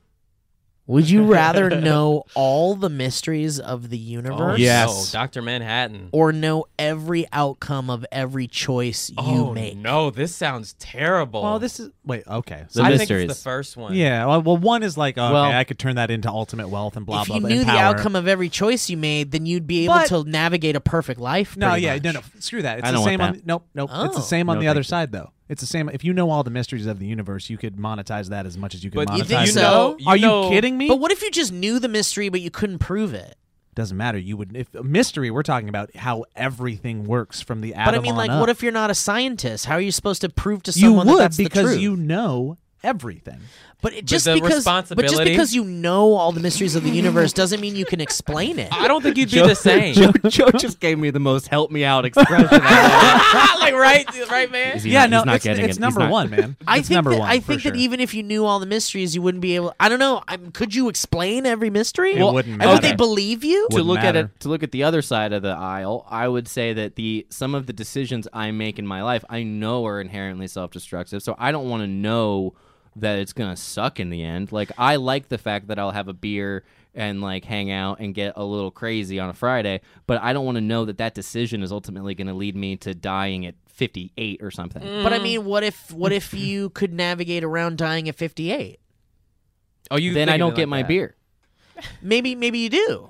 [SPEAKER 1] Would you
[SPEAKER 2] [laughs]
[SPEAKER 1] rather know all the mysteries of the
[SPEAKER 4] Oh,
[SPEAKER 1] universe?
[SPEAKER 3] Yes.
[SPEAKER 4] no, Dr. Manhattan.
[SPEAKER 1] Or know every outcome of every choice you
[SPEAKER 4] oh,
[SPEAKER 1] make?
[SPEAKER 4] no, this sounds terrible.
[SPEAKER 3] Well, this is wait. Okay.
[SPEAKER 2] The
[SPEAKER 4] I think
[SPEAKER 2] mysteries.
[SPEAKER 4] it's the first one.
[SPEAKER 3] Yeah. Well, well, one is like, okay,
[SPEAKER 2] Well-
[SPEAKER 3] I could turn that into ultimate wealth and blah
[SPEAKER 1] if
[SPEAKER 3] blah.
[SPEAKER 1] you
[SPEAKER 3] blah,
[SPEAKER 1] knew
[SPEAKER 3] and
[SPEAKER 1] the
[SPEAKER 3] power.
[SPEAKER 1] outcome of every choice you made, then you'd be able
[SPEAKER 3] But-
[SPEAKER 1] to navigate a perfect life.
[SPEAKER 3] No,
[SPEAKER 1] pretty
[SPEAKER 3] yeah,
[SPEAKER 1] much.
[SPEAKER 3] no, no. Screw that. It's
[SPEAKER 2] I
[SPEAKER 3] the
[SPEAKER 2] don't want
[SPEAKER 3] same on.
[SPEAKER 2] that.
[SPEAKER 3] Nope, nope. It's
[SPEAKER 1] Oh.
[SPEAKER 3] the same on
[SPEAKER 2] No,
[SPEAKER 3] the other
[SPEAKER 2] thank you.
[SPEAKER 3] side, though. It's the same. If you know all the mysteries of the universe, you could monetize that as much as you could
[SPEAKER 4] But
[SPEAKER 3] monetize.
[SPEAKER 1] You think
[SPEAKER 3] it.
[SPEAKER 1] so?
[SPEAKER 4] know,
[SPEAKER 3] Are
[SPEAKER 4] know-
[SPEAKER 3] you kidding me?
[SPEAKER 1] But what if you just knew the mystery but you couldn't prove it?
[SPEAKER 3] Doesn't matter. You would. If mystery, we're talking about how everything works from the atom
[SPEAKER 1] But I mean,
[SPEAKER 3] on
[SPEAKER 1] like,
[SPEAKER 3] up.
[SPEAKER 1] what if you're not a scientist? How are you supposed to prove to
[SPEAKER 3] you
[SPEAKER 1] someone
[SPEAKER 3] would
[SPEAKER 1] that that's the
[SPEAKER 3] because
[SPEAKER 1] truth?
[SPEAKER 3] you know everything?
[SPEAKER 1] But it, just
[SPEAKER 4] the
[SPEAKER 1] because, but just
[SPEAKER 4] responsibility-
[SPEAKER 1] because you know all the mysteries of the universe doesn't mean you can explain
[SPEAKER 3] [laughs]
[SPEAKER 1] it.
[SPEAKER 4] I don't think you'd be the same.
[SPEAKER 2] Joe, Joe just gave me the most help me out expression. I've ever-
[SPEAKER 4] like right, right, man.
[SPEAKER 2] Is he
[SPEAKER 3] yeah,
[SPEAKER 2] not- [laughs] he's
[SPEAKER 3] no,
[SPEAKER 2] not
[SPEAKER 3] it's,
[SPEAKER 2] getting it.
[SPEAKER 3] it's
[SPEAKER 2] He's
[SPEAKER 3] number
[SPEAKER 2] not-
[SPEAKER 3] one, man.
[SPEAKER 1] [laughs] I
[SPEAKER 3] It's
[SPEAKER 1] think
[SPEAKER 3] number
[SPEAKER 1] that,
[SPEAKER 3] one.
[SPEAKER 1] I
[SPEAKER 3] for
[SPEAKER 1] think that
[SPEAKER 3] sure.
[SPEAKER 1] even if you knew all the mysteries, you wouldn't be able. I don't know. I could you explain every mystery?
[SPEAKER 3] It Well, wouldn't
[SPEAKER 1] And would they
[SPEAKER 3] matter.
[SPEAKER 1] believe you?
[SPEAKER 2] to
[SPEAKER 3] Wouldn't
[SPEAKER 2] look at
[SPEAKER 3] matter.
[SPEAKER 2] it to look at the other side of the aisle, I would say that the some of the decisions I make in my life I know are inherently self-destructive. So I don't want to know that it's going to suck in the end. Like I like the fact that I'll have a beer and like hang out and get a little crazy on a Friday, but I don't want to know that that decision is ultimately going to lead me to dying at 58 or something.
[SPEAKER 1] But I
[SPEAKER 3] Mm.
[SPEAKER 1] mean, what if what if you could navigate around dying at fifty eight?
[SPEAKER 4] Oh, you
[SPEAKER 2] Then I
[SPEAKER 4] thinking
[SPEAKER 2] don't
[SPEAKER 4] like
[SPEAKER 2] get my
[SPEAKER 4] that.
[SPEAKER 2] beer.
[SPEAKER 1] Maybe maybe you do.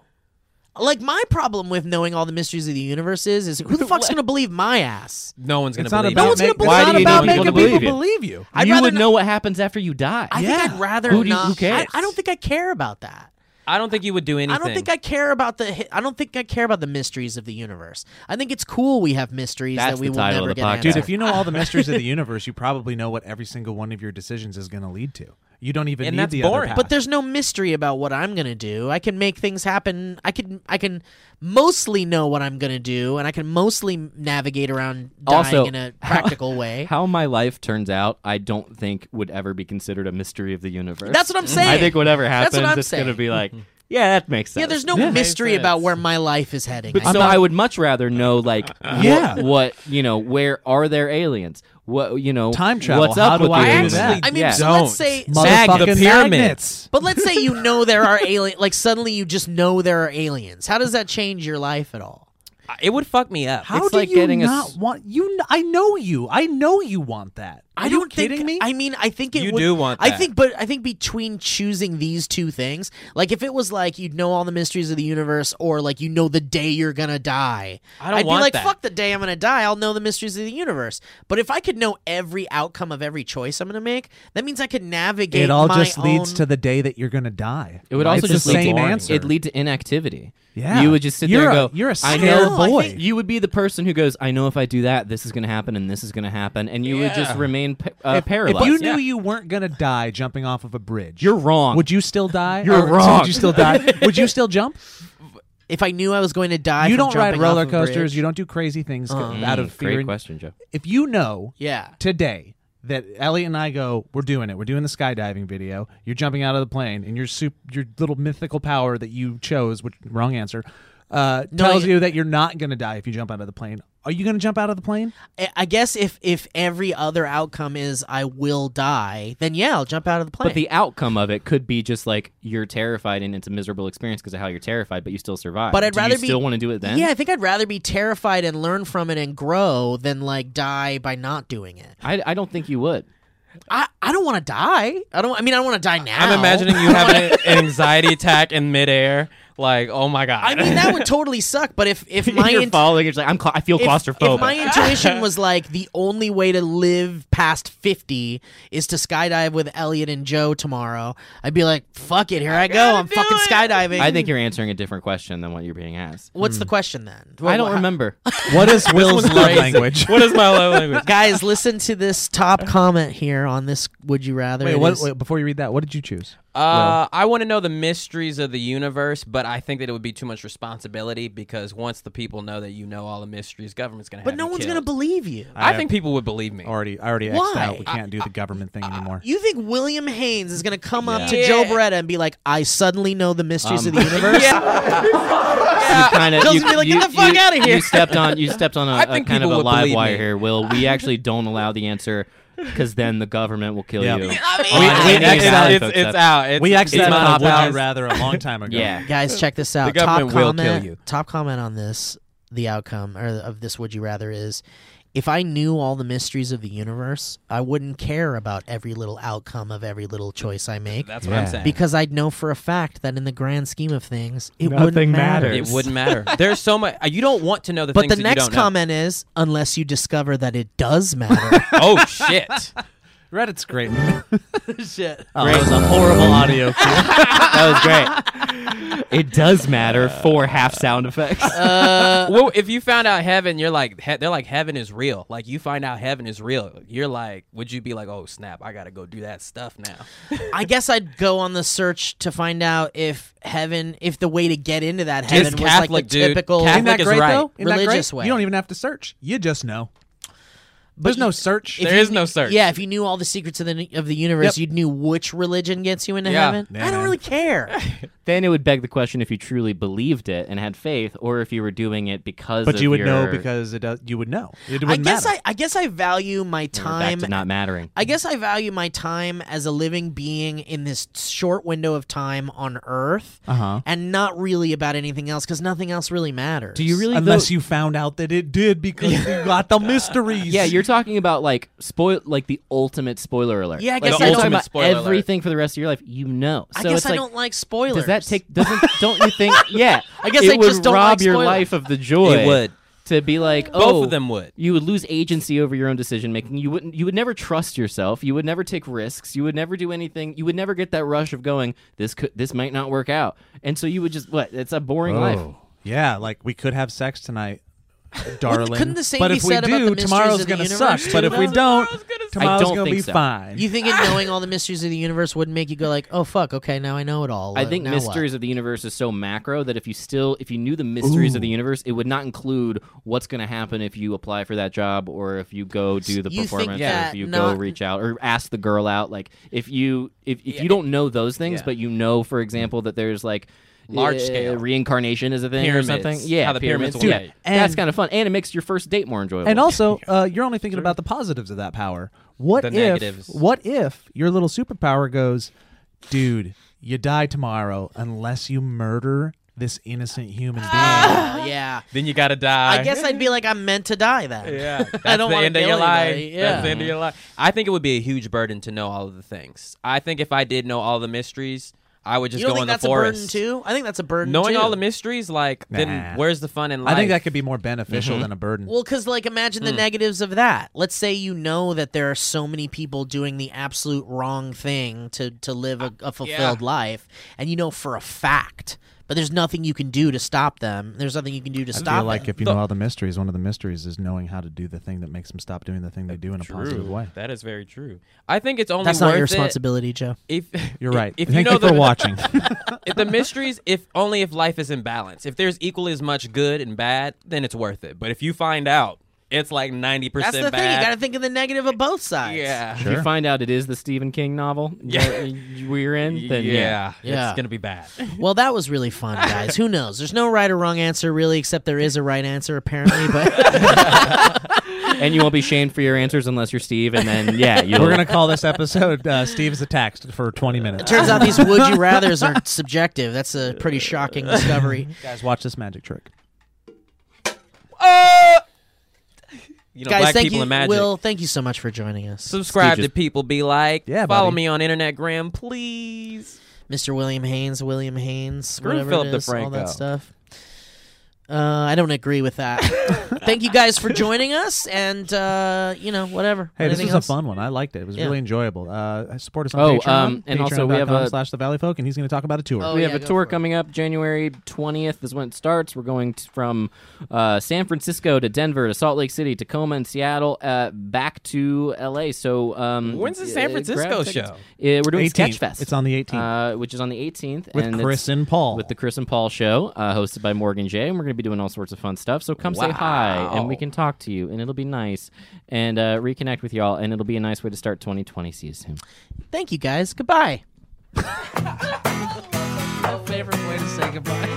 [SPEAKER 1] Like my problem with knowing all the mysteries of the universe is is who the fuck's gonna believe my ass?
[SPEAKER 4] No one's gonna
[SPEAKER 3] It's not
[SPEAKER 4] believe.
[SPEAKER 3] about
[SPEAKER 1] one's
[SPEAKER 3] make-
[SPEAKER 1] gonna-
[SPEAKER 3] it's
[SPEAKER 1] why do
[SPEAKER 3] not
[SPEAKER 1] you
[SPEAKER 3] about
[SPEAKER 1] need
[SPEAKER 3] making
[SPEAKER 1] people to
[SPEAKER 3] people
[SPEAKER 2] believe
[SPEAKER 3] believe you.
[SPEAKER 1] I'd
[SPEAKER 2] you
[SPEAKER 1] rather
[SPEAKER 2] would
[SPEAKER 1] not-
[SPEAKER 2] know what happens after you die.
[SPEAKER 1] I
[SPEAKER 3] Yeah.
[SPEAKER 1] think I'd rather
[SPEAKER 2] Who do you-
[SPEAKER 1] not.
[SPEAKER 2] who cares?
[SPEAKER 1] I, I don't think I care about that.
[SPEAKER 4] I don't think you would do anything.
[SPEAKER 1] I don't think I care about the. hi- I don't think I care about the mysteries of the universe. I think it's cool we have mysteries
[SPEAKER 2] That's
[SPEAKER 1] that we
[SPEAKER 2] the
[SPEAKER 1] will
[SPEAKER 2] title
[SPEAKER 1] never
[SPEAKER 2] of the
[SPEAKER 1] get.
[SPEAKER 2] podcast.
[SPEAKER 1] answered.
[SPEAKER 3] Dude, if you know all the mysteries of the universe, you probably know what every single one of your decisions is going to lead to. You don't even
[SPEAKER 4] And
[SPEAKER 3] need
[SPEAKER 4] that's
[SPEAKER 3] the
[SPEAKER 4] boring.
[SPEAKER 3] other path.
[SPEAKER 1] but there's no mystery about what I'm gonna do. I can make things happen. I can I can mostly know what I'm gonna do, and I can mostly navigate around dying
[SPEAKER 2] Also,
[SPEAKER 1] in a practical way.
[SPEAKER 2] [laughs] How my life turns out, I don't think would ever be considered a mystery of the universe.
[SPEAKER 1] That's what I'm saying.
[SPEAKER 2] I think whatever happens,
[SPEAKER 1] That's what I'm
[SPEAKER 2] it's
[SPEAKER 1] saying. Mm-hmm.
[SPEAKER 2] going to be like, yeah, that makes sense.
[SPEAKER 1] yeah, there's no mystery
[SPEAKER 4] sense.
[SPEAKER 1] about where my life is heading.
[SPEAKER 2] But
[SPEAKER 1] I
[SPEAKER 2] so
[SPEAKER 1] think.
[SPEAKER 2] I would much rather know, like,
[SPEAKER 3] Yeah.
[SPEAKER 2] what, what, you know, where are there aliens? What, you know,
[SPEAKER 3] Time travel,
[SPEAKER 2] What's
[SPEAKER 3] how
[SPEAKER 2] up
[SPEAKER 3] do
[SPEAKER 2] with
[SPEAKER 3] I
[SPEAKER 2] the
[SPEAKER 3] do
[SPEAKER 2] aliens?
[SPEAKER 3] that?
[SPEAKER 1] I mean,
[SPEAKER 2] yeah.
[SPEAKER 1] so let's say.
[SPEAKER 4] Don't. Mag the
[SPEAKER 3] Motherfucking
[SPEAKER 4] pyramids.
[SPEAKER 3] magnets.
[SPEAKER 1] But let's say you know there are alien. Like suddenly you just know there are aliens. How does that change your life at all?
[SPEAKER 4] I- it would fuck me up.
[SPEAKER 3] How
[SPEAKER 2] It's
[SPEAKER 3] do
[SPEAKER 2] like
[SPEAKER 3] you
[SPEAKER 2] getting a
[SPEAKER 3] not
[SPEAKER 2] s-
[SPEAKER 3] want you? kn- I know you. I know you want that. Are
[SPEAKER 1] I
[SPEAKER 3] you
[SPEAKER 1] don't
[SPEAKER 3] kidding
[SPEAKER 1] think,
[SPEAKER 3] me.
[SPEAKER 1] I mean, I think it
[SPEAKER 4] You
[SPEAKER 1] would,
[SPEAKER 4] do want
[SPEAKER 1] I
[SPEAKER 4] that.
[SPEAKER 1] think, but I think between choosing these two things, like if it was like you'd know all the mysteries of the universe, or like you know the day you're gonna die,
[SPEAKER 4] I don't
[SPEAKER 1] would
[SPEAKER 4] want
[SPEAKER 1] be like,
[SPEAKER 4] that.
[SPEAKER 1] fuck the day I'm gonna die. I'll know the mysteries of the universe. But if I could know every outcome of every choice I'm gonna make, that means I could navigate.
[SPEAKER 3] it all
[SPEAKER 1] my
[SPEAKER 3] just leads
[SPEAKER 1] own-
[SPEAKER 3] to the day that you're going to die.
[SPEAKER 2] It would
[SPEAKER 3] Right?
[SPEAKER 2] also
[SPEAKER 3] it's
[SPEAKER 2] just
[SPEAKER 3] the
[SPEAKER 2] lead
[SPEAKER 3] same
[SPEAKER 2] to
[SPEAKER 3] answer.
[SPEAKER 2] It'd lead to inactivity.
[SPEAKER 3] Yeah.
[SPEAKER 2] you would just sit
[SPEAKER 3] You're
[SPEAKER 2] there
[SPEAKER 3] a-
[SPEAKER 2] and go.
[SPEAKER 3] you're a
[SPEAKER 2] I
[SPEAKER 3] scared
[SPEAKER 2] know, I
[SPEAKER 3] boy."
[SPEAKER 2] think you would be the person who goes, "I know if I do that, this is going to happen, and this is going to happen," and you would just
[SPEAKER 4] Yeah.
[SPEAKER 2] remain pa- uh,
[SPEAKER 3] if,
[SPEAKER 2] paralyzed.
[SPEAKER 3] If you knew you weren't going to die jumping off of a bridge,
[SPEAKER 2] You're wrong.
[SPEAKER 3] Would you still die?
[SPEAKER 2] You're
[SPEAKER 3] Or- so
[SPEAKER 2] wrong.
[SPEAKER 3] would you still die? [laughs] would you still jump?
[SPEAKER 1] If I knew I was going to die,
[SPEAKER 3] you
[SPEAKER 1] from
[SPEAKER 3] don't ride
[SPEAKER 1] jumping off
[SPEAKER 3] roller
[SPEAKER 1] a bridge-
[SPEAKER 3] coasters. You don't do crazy things
[SPEAKER 2] Mm,
[SPEAKER 3] out of fear.
[SPEAKER 2] Great
[SPEAKER 3] and-
[SPEAKER 2] question, Joe.
[SPEAKER 3] If you know
[SPEAKER 1] yeah.
[SPEAKER 3] today that Elliot and I go, we're doing it. We're doing the skydiving video. You're jumping out of the plane, and your soup, your little mythical power that you chose, which wrong answer, uh,
[SPEAKER 1] No,
[SPEAKER 3] tells
[SPEAKER 1] I-
[SPEAKER 3] you that you're not going to die if you jump out of the plane. Are you going to jump out of the plane?
[SPEAKER 1] I- I guess if if every other outcome is I will die, then yeah, I'll jump out of the plane.
[SPEAKER 2] But the outcome of it could be just like you're terrified and it's a miserable experience because of how you're terrified, but you still survive.
[SPEAKER 1] But I'd
[SPEAKER 2] Do you
[SPEAKER 1] rather be-
[SPEAKER 2] still want to do it then.
[SPEAKER 1] Yeah, I think I'd rather be terrified and learn from it and grow than like die by not doing it.
[SPEAKER 2] I, I don't think you would.
[SPEAKER 1] I, I don't want to die. I don't. I mean, I don't want to die now.
[SPEAKER 4] [laughs] I'm imagining you having an anxiety attack in midair. Like, oh my god.
[SPEAKER 1] I
[SPEAKER 4] [laughs]
[SPEAKER 1] mean, that would totally suck. But if
[SPEAKER 3] [laughs]
[SPEAKER 1] if my
[SPEAKER 2] you're
[SPEAKER 1] int-
[SPEAKER 2] falling. It's like I'm. Cla- I feel
[SPEAKER 1] if,
[SPEAKER 2] claustrophobic.
[SPEAKER 1] if
[SPEAKER 2] [laughs]
[SPEAKER 1] my intuition was like the only way to live past fifty is to skydive with Elliot and Joe tomorrow, I'd be like, fuck it, here I, go,
[SPEAKER 4] gotta
[SPEAKER 1] I'm
[SPEAKER 4] do
[SPEAKER 1] fucking
[SPEAKER 4] it.
[SPEAKER 1] skydiving.
[SPEAKER 2] I think you're answering a different question than what you're being asked.
[SPEAKER 1] What's the question then?
[SPEAKER 2] I don't
[SPEAKER 1] Wha-
[SPEAKER 2] remember.
[SPEAKER 3] What is Will's love
[SPEAKER 4] crazy.
[SPEAKER 3] language?
[SPEAKER 4] [laughs] what is my love
[SPEAKER 1] [laughs]
[SPEAKER 4] language?
[SPEAKER 1] Guys, listen to this top comment here on this. Would you rather?
[SPEAKER 3] Wait,
[SPEAKER 1] It
[SPEAKER 3] what,
[SPEAKER 1] is-
[SPEAKER 3] wait, before you read that, what did you choose?
[SPEAKER 4] Uh, I want to know the mysteries of the universe, but I think that it would be too much responsibility because once the people know that you know all the mysteries, government's gonna.
[SPEAKER 1] But
[SPEAKER 4] have
[SPEAKER 1] no
[SPEAKER 4] you
[SPEAKER 1] one's
[SPEAKER 4] killed.
[SPEAKER 1] gonna believe you.
[SPEAKER 4] I think people would believe me.
[SPEAKER 3] Already, I already
[SPEAKER 1] Why?
[SPEAKER 3] X'd out. We can't do the government thing anymore.
[SPEAKER 1] You think William Haynes is gonna come up to
[SPEAKER 4] Yeah.
[SPEAKER 1] Joe Beretta and be like, "I suddenly know the mysteries of the universe"?
[SPEAKER 2] Um, [laughs] you kind of
[SPEAKER 1] Justin be like, "Get the fuck outta here."
[SPEAKER 2] You stepped on you stepped on a,
[SPEAKER 4] I
[SPEAKER 2] a
[SPEAKER 4] think
[SPEAKER 2] kind of
[SPEAKER 4] people
[SPEAKER 2] a
[SPEAKER 4] would
[SPEAKER 2] live
[SPEAKER 4] believe
[SPEAKER 2] wire
[SPEAKER 4] me.
[SPEAKER 2] here. Will
[SPEAKER 1] [laughs]
[SPEAKER 2] we actually don't allow the answer because then the government will kill
[SPEAKER 3] Yeah.
[SPEAKER 2] you.
[SPEAKER 3] We- we
[SPEAKER 2] I mean,
[SPEAKER 3] X'd
[SPEAKER 4] it's,
[SPEAKER 2] exactly,
[SPEAKER 3] out-
[SPEAKER 4] it's,
[SPEAKER 2] folks,
[SPEAKER 4] it's
[SPEAKER 2] that's-
[SPEAKER 4] out. It's,
[SPEAKER 3] we X'd
[SPEAKER 4] it's
[SPEAKER 3] out
[SPEAKER 4] not
[SPEAKER 3] on Would
[SPEAKER 4] about-
[SPEAKER 3] You Rather a long time
[SPEAKER 2] [laughs]
[SPEAKER 3] ago.
[SPEAKER 2] Yeah.
[SPEAKER 1] Guys, check this out. top
[SPEAKER 4] Uh, government will
[SPEAKER 1] comment,
[SPEAKER 4] kill you.
[SPEAKER 1] Top comment on this. The outcome or of this would you rather is, if I knew all the mysteries of the universe, I wouldn't care about every little outcome of every little choice I make
[SPEAKER 4] That's what I'm
[SPEAKER 3] Yeah.
[SPEAKER 4] saying.
[SPEAKER 1] because I'd know for a fact that in the grand scheme of things, it wouldn't
[SPEAKER 3] Nothing
[SPEAKER 1] matter.
[SPEAKER 3] matters.
[SPEAKER 4] it
[SPEAKER 1] [laughs]
[SPEAKER 4] wouldn't matter. There's so much. You don't want to know the
[SPEAKER 1] But the
[SPEAKER 4] things that
[SPEAKER 1] next
[SPEAKER 4] you don't know.
[SPEAKER 1] comment is, unless you discover that it does
[SPEAKER 4] [laughs]
[SPEAKER 1] matter.
[SPEAKER 4] Oh shit.
[SPEAKER 1] [laughs]
[SPEAKER 3] Reddit's great.
[SPEAKER 1] Shit.
[SPEAKER 3] Oh, that was a
[SPEAKER 2] [laughs]
[SPEAKER 3] horrible audio.
[SPEAKER 2] that was great. It does matter for half sound effects.
[SPEAKER 1] Uh,
[SPEAKER 4] well, if you found out heaven, you're like, he- they're like, heaven is real. Like, you find out heaven is real. You're like, would you be like, oh, snap, I got to go do that stuff now?
[SPEAKER 1] I guess I'd go on the search to find out if heaven, if the way to get into that heaven was like
[SPEAKER 4] Catholic,
[SPEAKER 1] the
[SPEAKER 4] dude.
[SPEAKER 1] typical.
[SPEAKER 4] Catholic
[SPEAKER 3] Isn't that
[SPEAKER 4] is
[SPEAKER 3] great
[SPEAKER 4] right.
[SPEAKER 3] though? Isn't that great?
[SPEAKER 1] Religious way.
[SPEAKER 3] You don't even have to search. You just know.
[SPEAKER 1] But
[SPEAKER 3] There's
[SPEAKER 1] you-
[SPEAKER 3] no search.
[SPEAKER 1] if
[SPEAKER 4] There
[SPEAKER 1] you
[SPEAKER 4] is
[SPEAKER 1] kn-
[SPEAKER 4] no search.
[SPEAKER 1] Yeah, if you knew all the secrets of the of the universe,
[SPEAKER 3] Yep.
[SPEAKER 1] you'd knew which religion gets you into
[SPEAKER 4] Yeah.
[SPEAKER 1] heaven.
[SPEAKER 3] Yeah,
[SPEAKER 1] I don't
[SPEAKER 3] man.
[SPEAKER 1] really care.
[SPEAKER 2] then it would beg the question if you truly believed it and had faith, or if you were doing it because.
[SPEAKER 3] but
[SPEAKER 2] of
[SPEAKER 3] you would know
[SPEAKER 2] your-
[SPEAKER 3] because it does. You would know. It wouldn't
[SPEAKER 1] I guess
[SPEAKER 3] matter.
[SPEAKER 1] I, I guess I value my
[SPEAKER 2] We're back
[SPEAKER 1] time.
[SPEAKER 2] to not mattering.
[SPEAKER 1] I guess I value my time as a living being in this short window of time on Earth,
[SPEAKER 3] Uh-huh.
[SPEAKER 1] and not really about anything else because nothing else really matters.
[SPEAKER 2] Do you really?
[SPEAKER 3] Unless you found out that it did because you got the mysteries.
[SPEAKER 2] Yeah, you're talking about like spoil, like the ultimate spoiler alert.
[SPEAKER 1] Yeah, I
[SPEAKER 2] Like,
[SPEAKER 1] guess
[SPEAKER 2] you're
[SPEAKER 1] I
[SPEAKER 2] talking
[SPEAKER 1] don't-
[SPEAKER 2] about
[SPEAKER 4] Ultimate spoiler alert.
[SPEAKER 2] everything for the rest of your life. You know, so
[SPEAKER 1] I guess
[SPEAKER 2] it's
[SPEAKER 1] I
[SPEAKER 2] like,
[SPEAKER 1] don't like spoilers.
[SPEAKER 2] Does that take? Doesn't don't you think? Yeah,
[SPEAKER 1] [laughs] I guess
[SPEAKER 2] it
[SPEAKER 1] I
[SPEAKER 2] would
[SPEAKER 1] just don't
[SPEAKER 2] rob
[SPEAKER 1] like
[SPEAKER 2] your
[SPEAKER 1] spoilers.
[SPEAKER 2] life of the joy.
[SPEAKER 4] It would.
[SPEAKER 2] to be like oh,
[SPEAKER 4] Both of them would.
[SPEAKER 2] You would lose agency over your own decision making. You wouldn't. You would never trust yourself. You would never take risks. You would never do anything. You would never get that rush of going. This could. This might not work out. And so you would just what? It's a
[SPEAKER 3] Oh.
[SPEAKER 2] boring life.
[SPEAKER 3] Yeah, like we could have sex tonight, darling.
[SPEAKER 1] couldn't the same
[SPEAKER 3] but
[SPEAKER 1] be
[SPEAKER 3] if we
[SPEAKER 1] said about the
[SPEAKER 3] do,
[SPEAKER 1] mysteries
[SPEAKER 3] tomorrow's
[SPEAKER 1] of the
[SPEAKER 3] gonna suck.
[SPEAKER 1] universe,
[SPEAKER 3] But
[SPEAKER 1] too,
[SPEAKER 3] if we
[SPEAKER 1] though?
[SPEAKER 3] don't, tomorrow's
[SPEAKER 2] don't
[SPEAKER 3] gonna
[SPEAKER 2] think
[SPEAKER 3] be
[SPEAKER 2] so.
[SPEAKER 3] fine.
[SPEAKER 1] You think in
[SPEAKER 4] [laughs]
[SPEAKER 1] knowing all the mysteries of the universe wouldn't make you go like, oh fuck, okay, now I know it all.
[SPEAKER 2] I
[SPEAKER 1] Like,
[SPEAKER 2] think
[SPEAKER 1] now what?
[SPEAKER 2] mysteries of the universe is so macro that if you still if you knew the mysteries of the universe, it would not include what's going to happen if you apply for that job or if you go do the
[SPEAKER 1] You think
[SPEAKER 2] performance or
[SPEAKER 1] that
[SPEAKER 2] if you
[SPEAKER 1] not-
[SPEAKER 2] go reach out or ask the girl out. Like if you if, if
[SPEAKER 4] Yeah.
[SPEAKER 2] you don't know those things,
[SPEAKER 4] Yeah.
[SPEAKER 2] but you know, for example, that there's like
[SPEAKER 4] Large
[SPEAKER 2] eh,
[SPEAKER 4] scale.
[SPEAKER 2] reincarnation is a thing
[SPEAKER 4] Pyramids.
[SPEAKER 2] or something. Yeah,
[SPEAKER 4] How the pyramids
[SPEAKER 2] pyramids.
[SPEAKER 4] work.
[SPEAKER 2] yeah, that's kind of fun, and it makes your first date more enjoyable.
[SPEAKER 3] And also, uh, you're only thinking about the positives of that power. What
[SPEAKER 4] The
[SPEAKER 3] if?
[SPEAKER 4] negatives.
[SPEAKER 3] What if your little superpower goes, dude? You die tomorrow unless you murder this innocent human being.
[SPEAKER 1] Oh, yeah.
[SPEAKER 4] Then you got to die.
[SPEAKER 1] I guess I'd be like, I'm meant to die then.
[SPEAKER 4] Yeah, that's
[SPEAKER 1] don't
[SPEAKER 4] the
[SPEAKER 1] wanna
[SPEAKER 4] end of
[SPEAKER 1] kill
[SPEAKER 4] your life.
[SPEAKER 1] anybody, yeah.
[SPEAKER 4] That's the end of your life. I think it would be a huge burden to know all of the things. I think if I did know all the mysteries, I would just
[SPEAKER 1] you don't
[SPEAKER 4] go
[SPEAKER 1] think
[SPEAKER 4] in the
[SPEAKER 1] that's a
[SPEAKER 4] forest.
[SPEAKER 1] burden too? I think that's a burden.
[SPEAKER 4] Knowing
[SPEAKER 1] too.
[SPEAKER 4] all the mysteries, like,
[SPEAKER 3] Nah.
[SPEAKER 4] then where's the fun in life?
[SPEAKER 3] I think that could be more beneficial than a burden.
[SPEAKER 1] Well, because like imagine the
[SPEAKER 4] Hmm.
[SPEAKER 1] negatives of that. Let's say you know that there are so many people doing the absolute wrong thing to to live a, a fulfilled life, and you know for a fact, but there's nothing you can do to stop them. There's nothing you can do to
[SPEAKER 3] I
[SPEAKER 1] stop.
[SPEAKER 3] feel like
[SPEAKER 1] them.
[SPEAKER 3] if you know all the mysteries, one of the mysteries is knowing how to do the thing that makes them stop doing the thing they do in a positive way.
[SPEAKER 4] That is very true. I think it's only
[SPEAKER 1] that's
[SPEAKER 4] worth
[SPEAKER 1] not your
[SPEAKER 4] it
[SPEAKER 1] responsibility, Joe.
[SPEAKER 4] If
[SPEAKER 3] [laughs] You're
[SPEAKER 4] if-
[SPEAKER 3] right.
[SPEAKER 4] If
[SPEAKER 3] Thank
[SPEAKER 4] you know
[SPEAKER 3] for
[SPEAKER 4] the,
[SPEAKER 3] watching.
[SPEAKER 4] if the mysteries, if only if life is in balance. If there's equally as much good and bad, then it's worth it. But if you find out it's like ninety
[SPEAKER 1] That's the
[SPEAKER 4] percent
[SPEAKER 1] thing. You got
[SPEAKER 4] bad,
[SPEAKER 1] to think of the negative of both sides.
[SPEAKER 4] yeah,
[SPEAKER 2] If you find out it is the Stephen King
[SPEAKER 4] [laughs]
[SPEAKER 2] novel
[SPEAKER 4] Yeah.
[SPEAKER 2] that y- we're in,
[SPEAKER 4] yeah,
[SPEAKER 2] then yeah.
[SPEAKER 1] Yeah.
[SPEAKER 4] it's gonna be bad.
[SPEAKER 1] Well, that was really fun, guys. Who knows? There's no right or wrong answer, really, except there is a right answer, apparently.
[SPEAKER 4] [laughs]
[SPEAKER 1] But
[SPEAKER 2] and you won't be shamed for your answers unless you're Steve, and then yeah,
[SPEAKER 4] [laughs]
[SPEAKER 2] you'll,
[SPEAKER 3] We're gonna call this episode uh, "Steve's Attacks" for 20 minutes.
[SPEAKER 1] turns out
[SPEAKER 4] [laughs]
[SPEAKER 1] these would you rather's are subjective. That's a pretty shocking discovery.
[SPEAKER 3] guys, watch this magic trick.
[SPEAKER 4] You know,
[SPEAKER 1] guys,
[SPEAKER 4] black
[SPEAKER 1] thank
[SPEAKER 4] people
[SPEAKER 1] you,
[SPEAKER 4] and magic.
[SPEAKER 1] Will. Thank you so much for joining us.
[SPEAKER 4] Subscribe
[SPEAKER 2] Steve
[SPEAKER 4] to people. Be like,
[SPEAKER 3] Yeah,
[SPEAKER 4] follow
[SPEAKER 3] buddy.
[SPEAKER 4] me on Internet Gram, please.
[SPEAKER 1] Mr. William Haynes, William Haynes,
[SPEAKER 4] Screw
[SPEAKER 1] whatever
[SPEAKER 4] Philip
[SPEAKER 1] it is, all
[SPEAKER 4] DeFranco.
[SPEAKER 1] that stuff. Uh, I don't agree with that.
[SPEAKER 4] [laughs]
[SPEAKER 1] Thank you guys for joining us, and uh, you know, whatever.
[SPEAKER 3] [laughs] Hey, this
[SPEAKER 1] Anything
[SPEAKER 3] was a
[SPEAKER 1] else?
[SPEAKER 3] fun one. I liked it. It was
[SPEAKER 1] Yeah.
[SPEAKER 3] really enjoyable. Uh, support us on
[SPEAKER 2] Oh,
[SPEAKER 3] Patreon.
[SPEAKER 2] um, and also we have a-
[SPEAKER 3] patreon.com slash the Valley Folk, and he's going to talk about a tour.
[SPEAKER 1] Oh,
[SPEAKER 2] we
[SPEAKER 1] yeah,
[SPEAKER 2] have a
[SPEAKER 1] go
[SPEAKER 2] tour
[SPEAKER 1] for it.
[SPEAKER 2] coming up January 20th is when it starts. We're going t- from uh, San Francisco to Denver to Salt Lake City, Tacoma and Seattle, uh, back to LA. So um,
[SPEAKER 4] When's the
[SPEAKER 2] uh,
[SPEAKER 4] San
[SPEAKER 2] grab
[SPEAKER 4] Francisco
[SPEAKER 2] tickets.
[SPEAKER 4] show?
[SPEAKER 2] Uh, we're doing
[SPEAKER 3] 18th.
[SPEAKER 2] Sketchfest.
[SPEAKER 3] It's on the 18th
[SPEAKER 2] uh, which is on the 18th
[SPEAKER 3] with
[SPEAKER 2] and it's
[SPEAKER 3] Chris and Paul.
[SPEAKER 2] with the Chris and Paul show uh, hosted by Morgan Jay, and we're going to be doing all sorts of fun stuff. So come say hi, and we
[SPEAKER 4] Wow.
[SPEAKER 2] can talk to you, and it'll be nice, and uh, reconnect with y'all, and it'll be a nice way to start 2020. See you soon.
[SPEAKER 1] Thank you guys. Goodbye. My favorite way to say goodbye.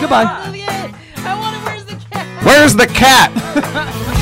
[SPEAKER 3] Goodbye.
[SPEAKER 1] I want to. Where's the cat?
[SPEAKER 4] Where's the cat?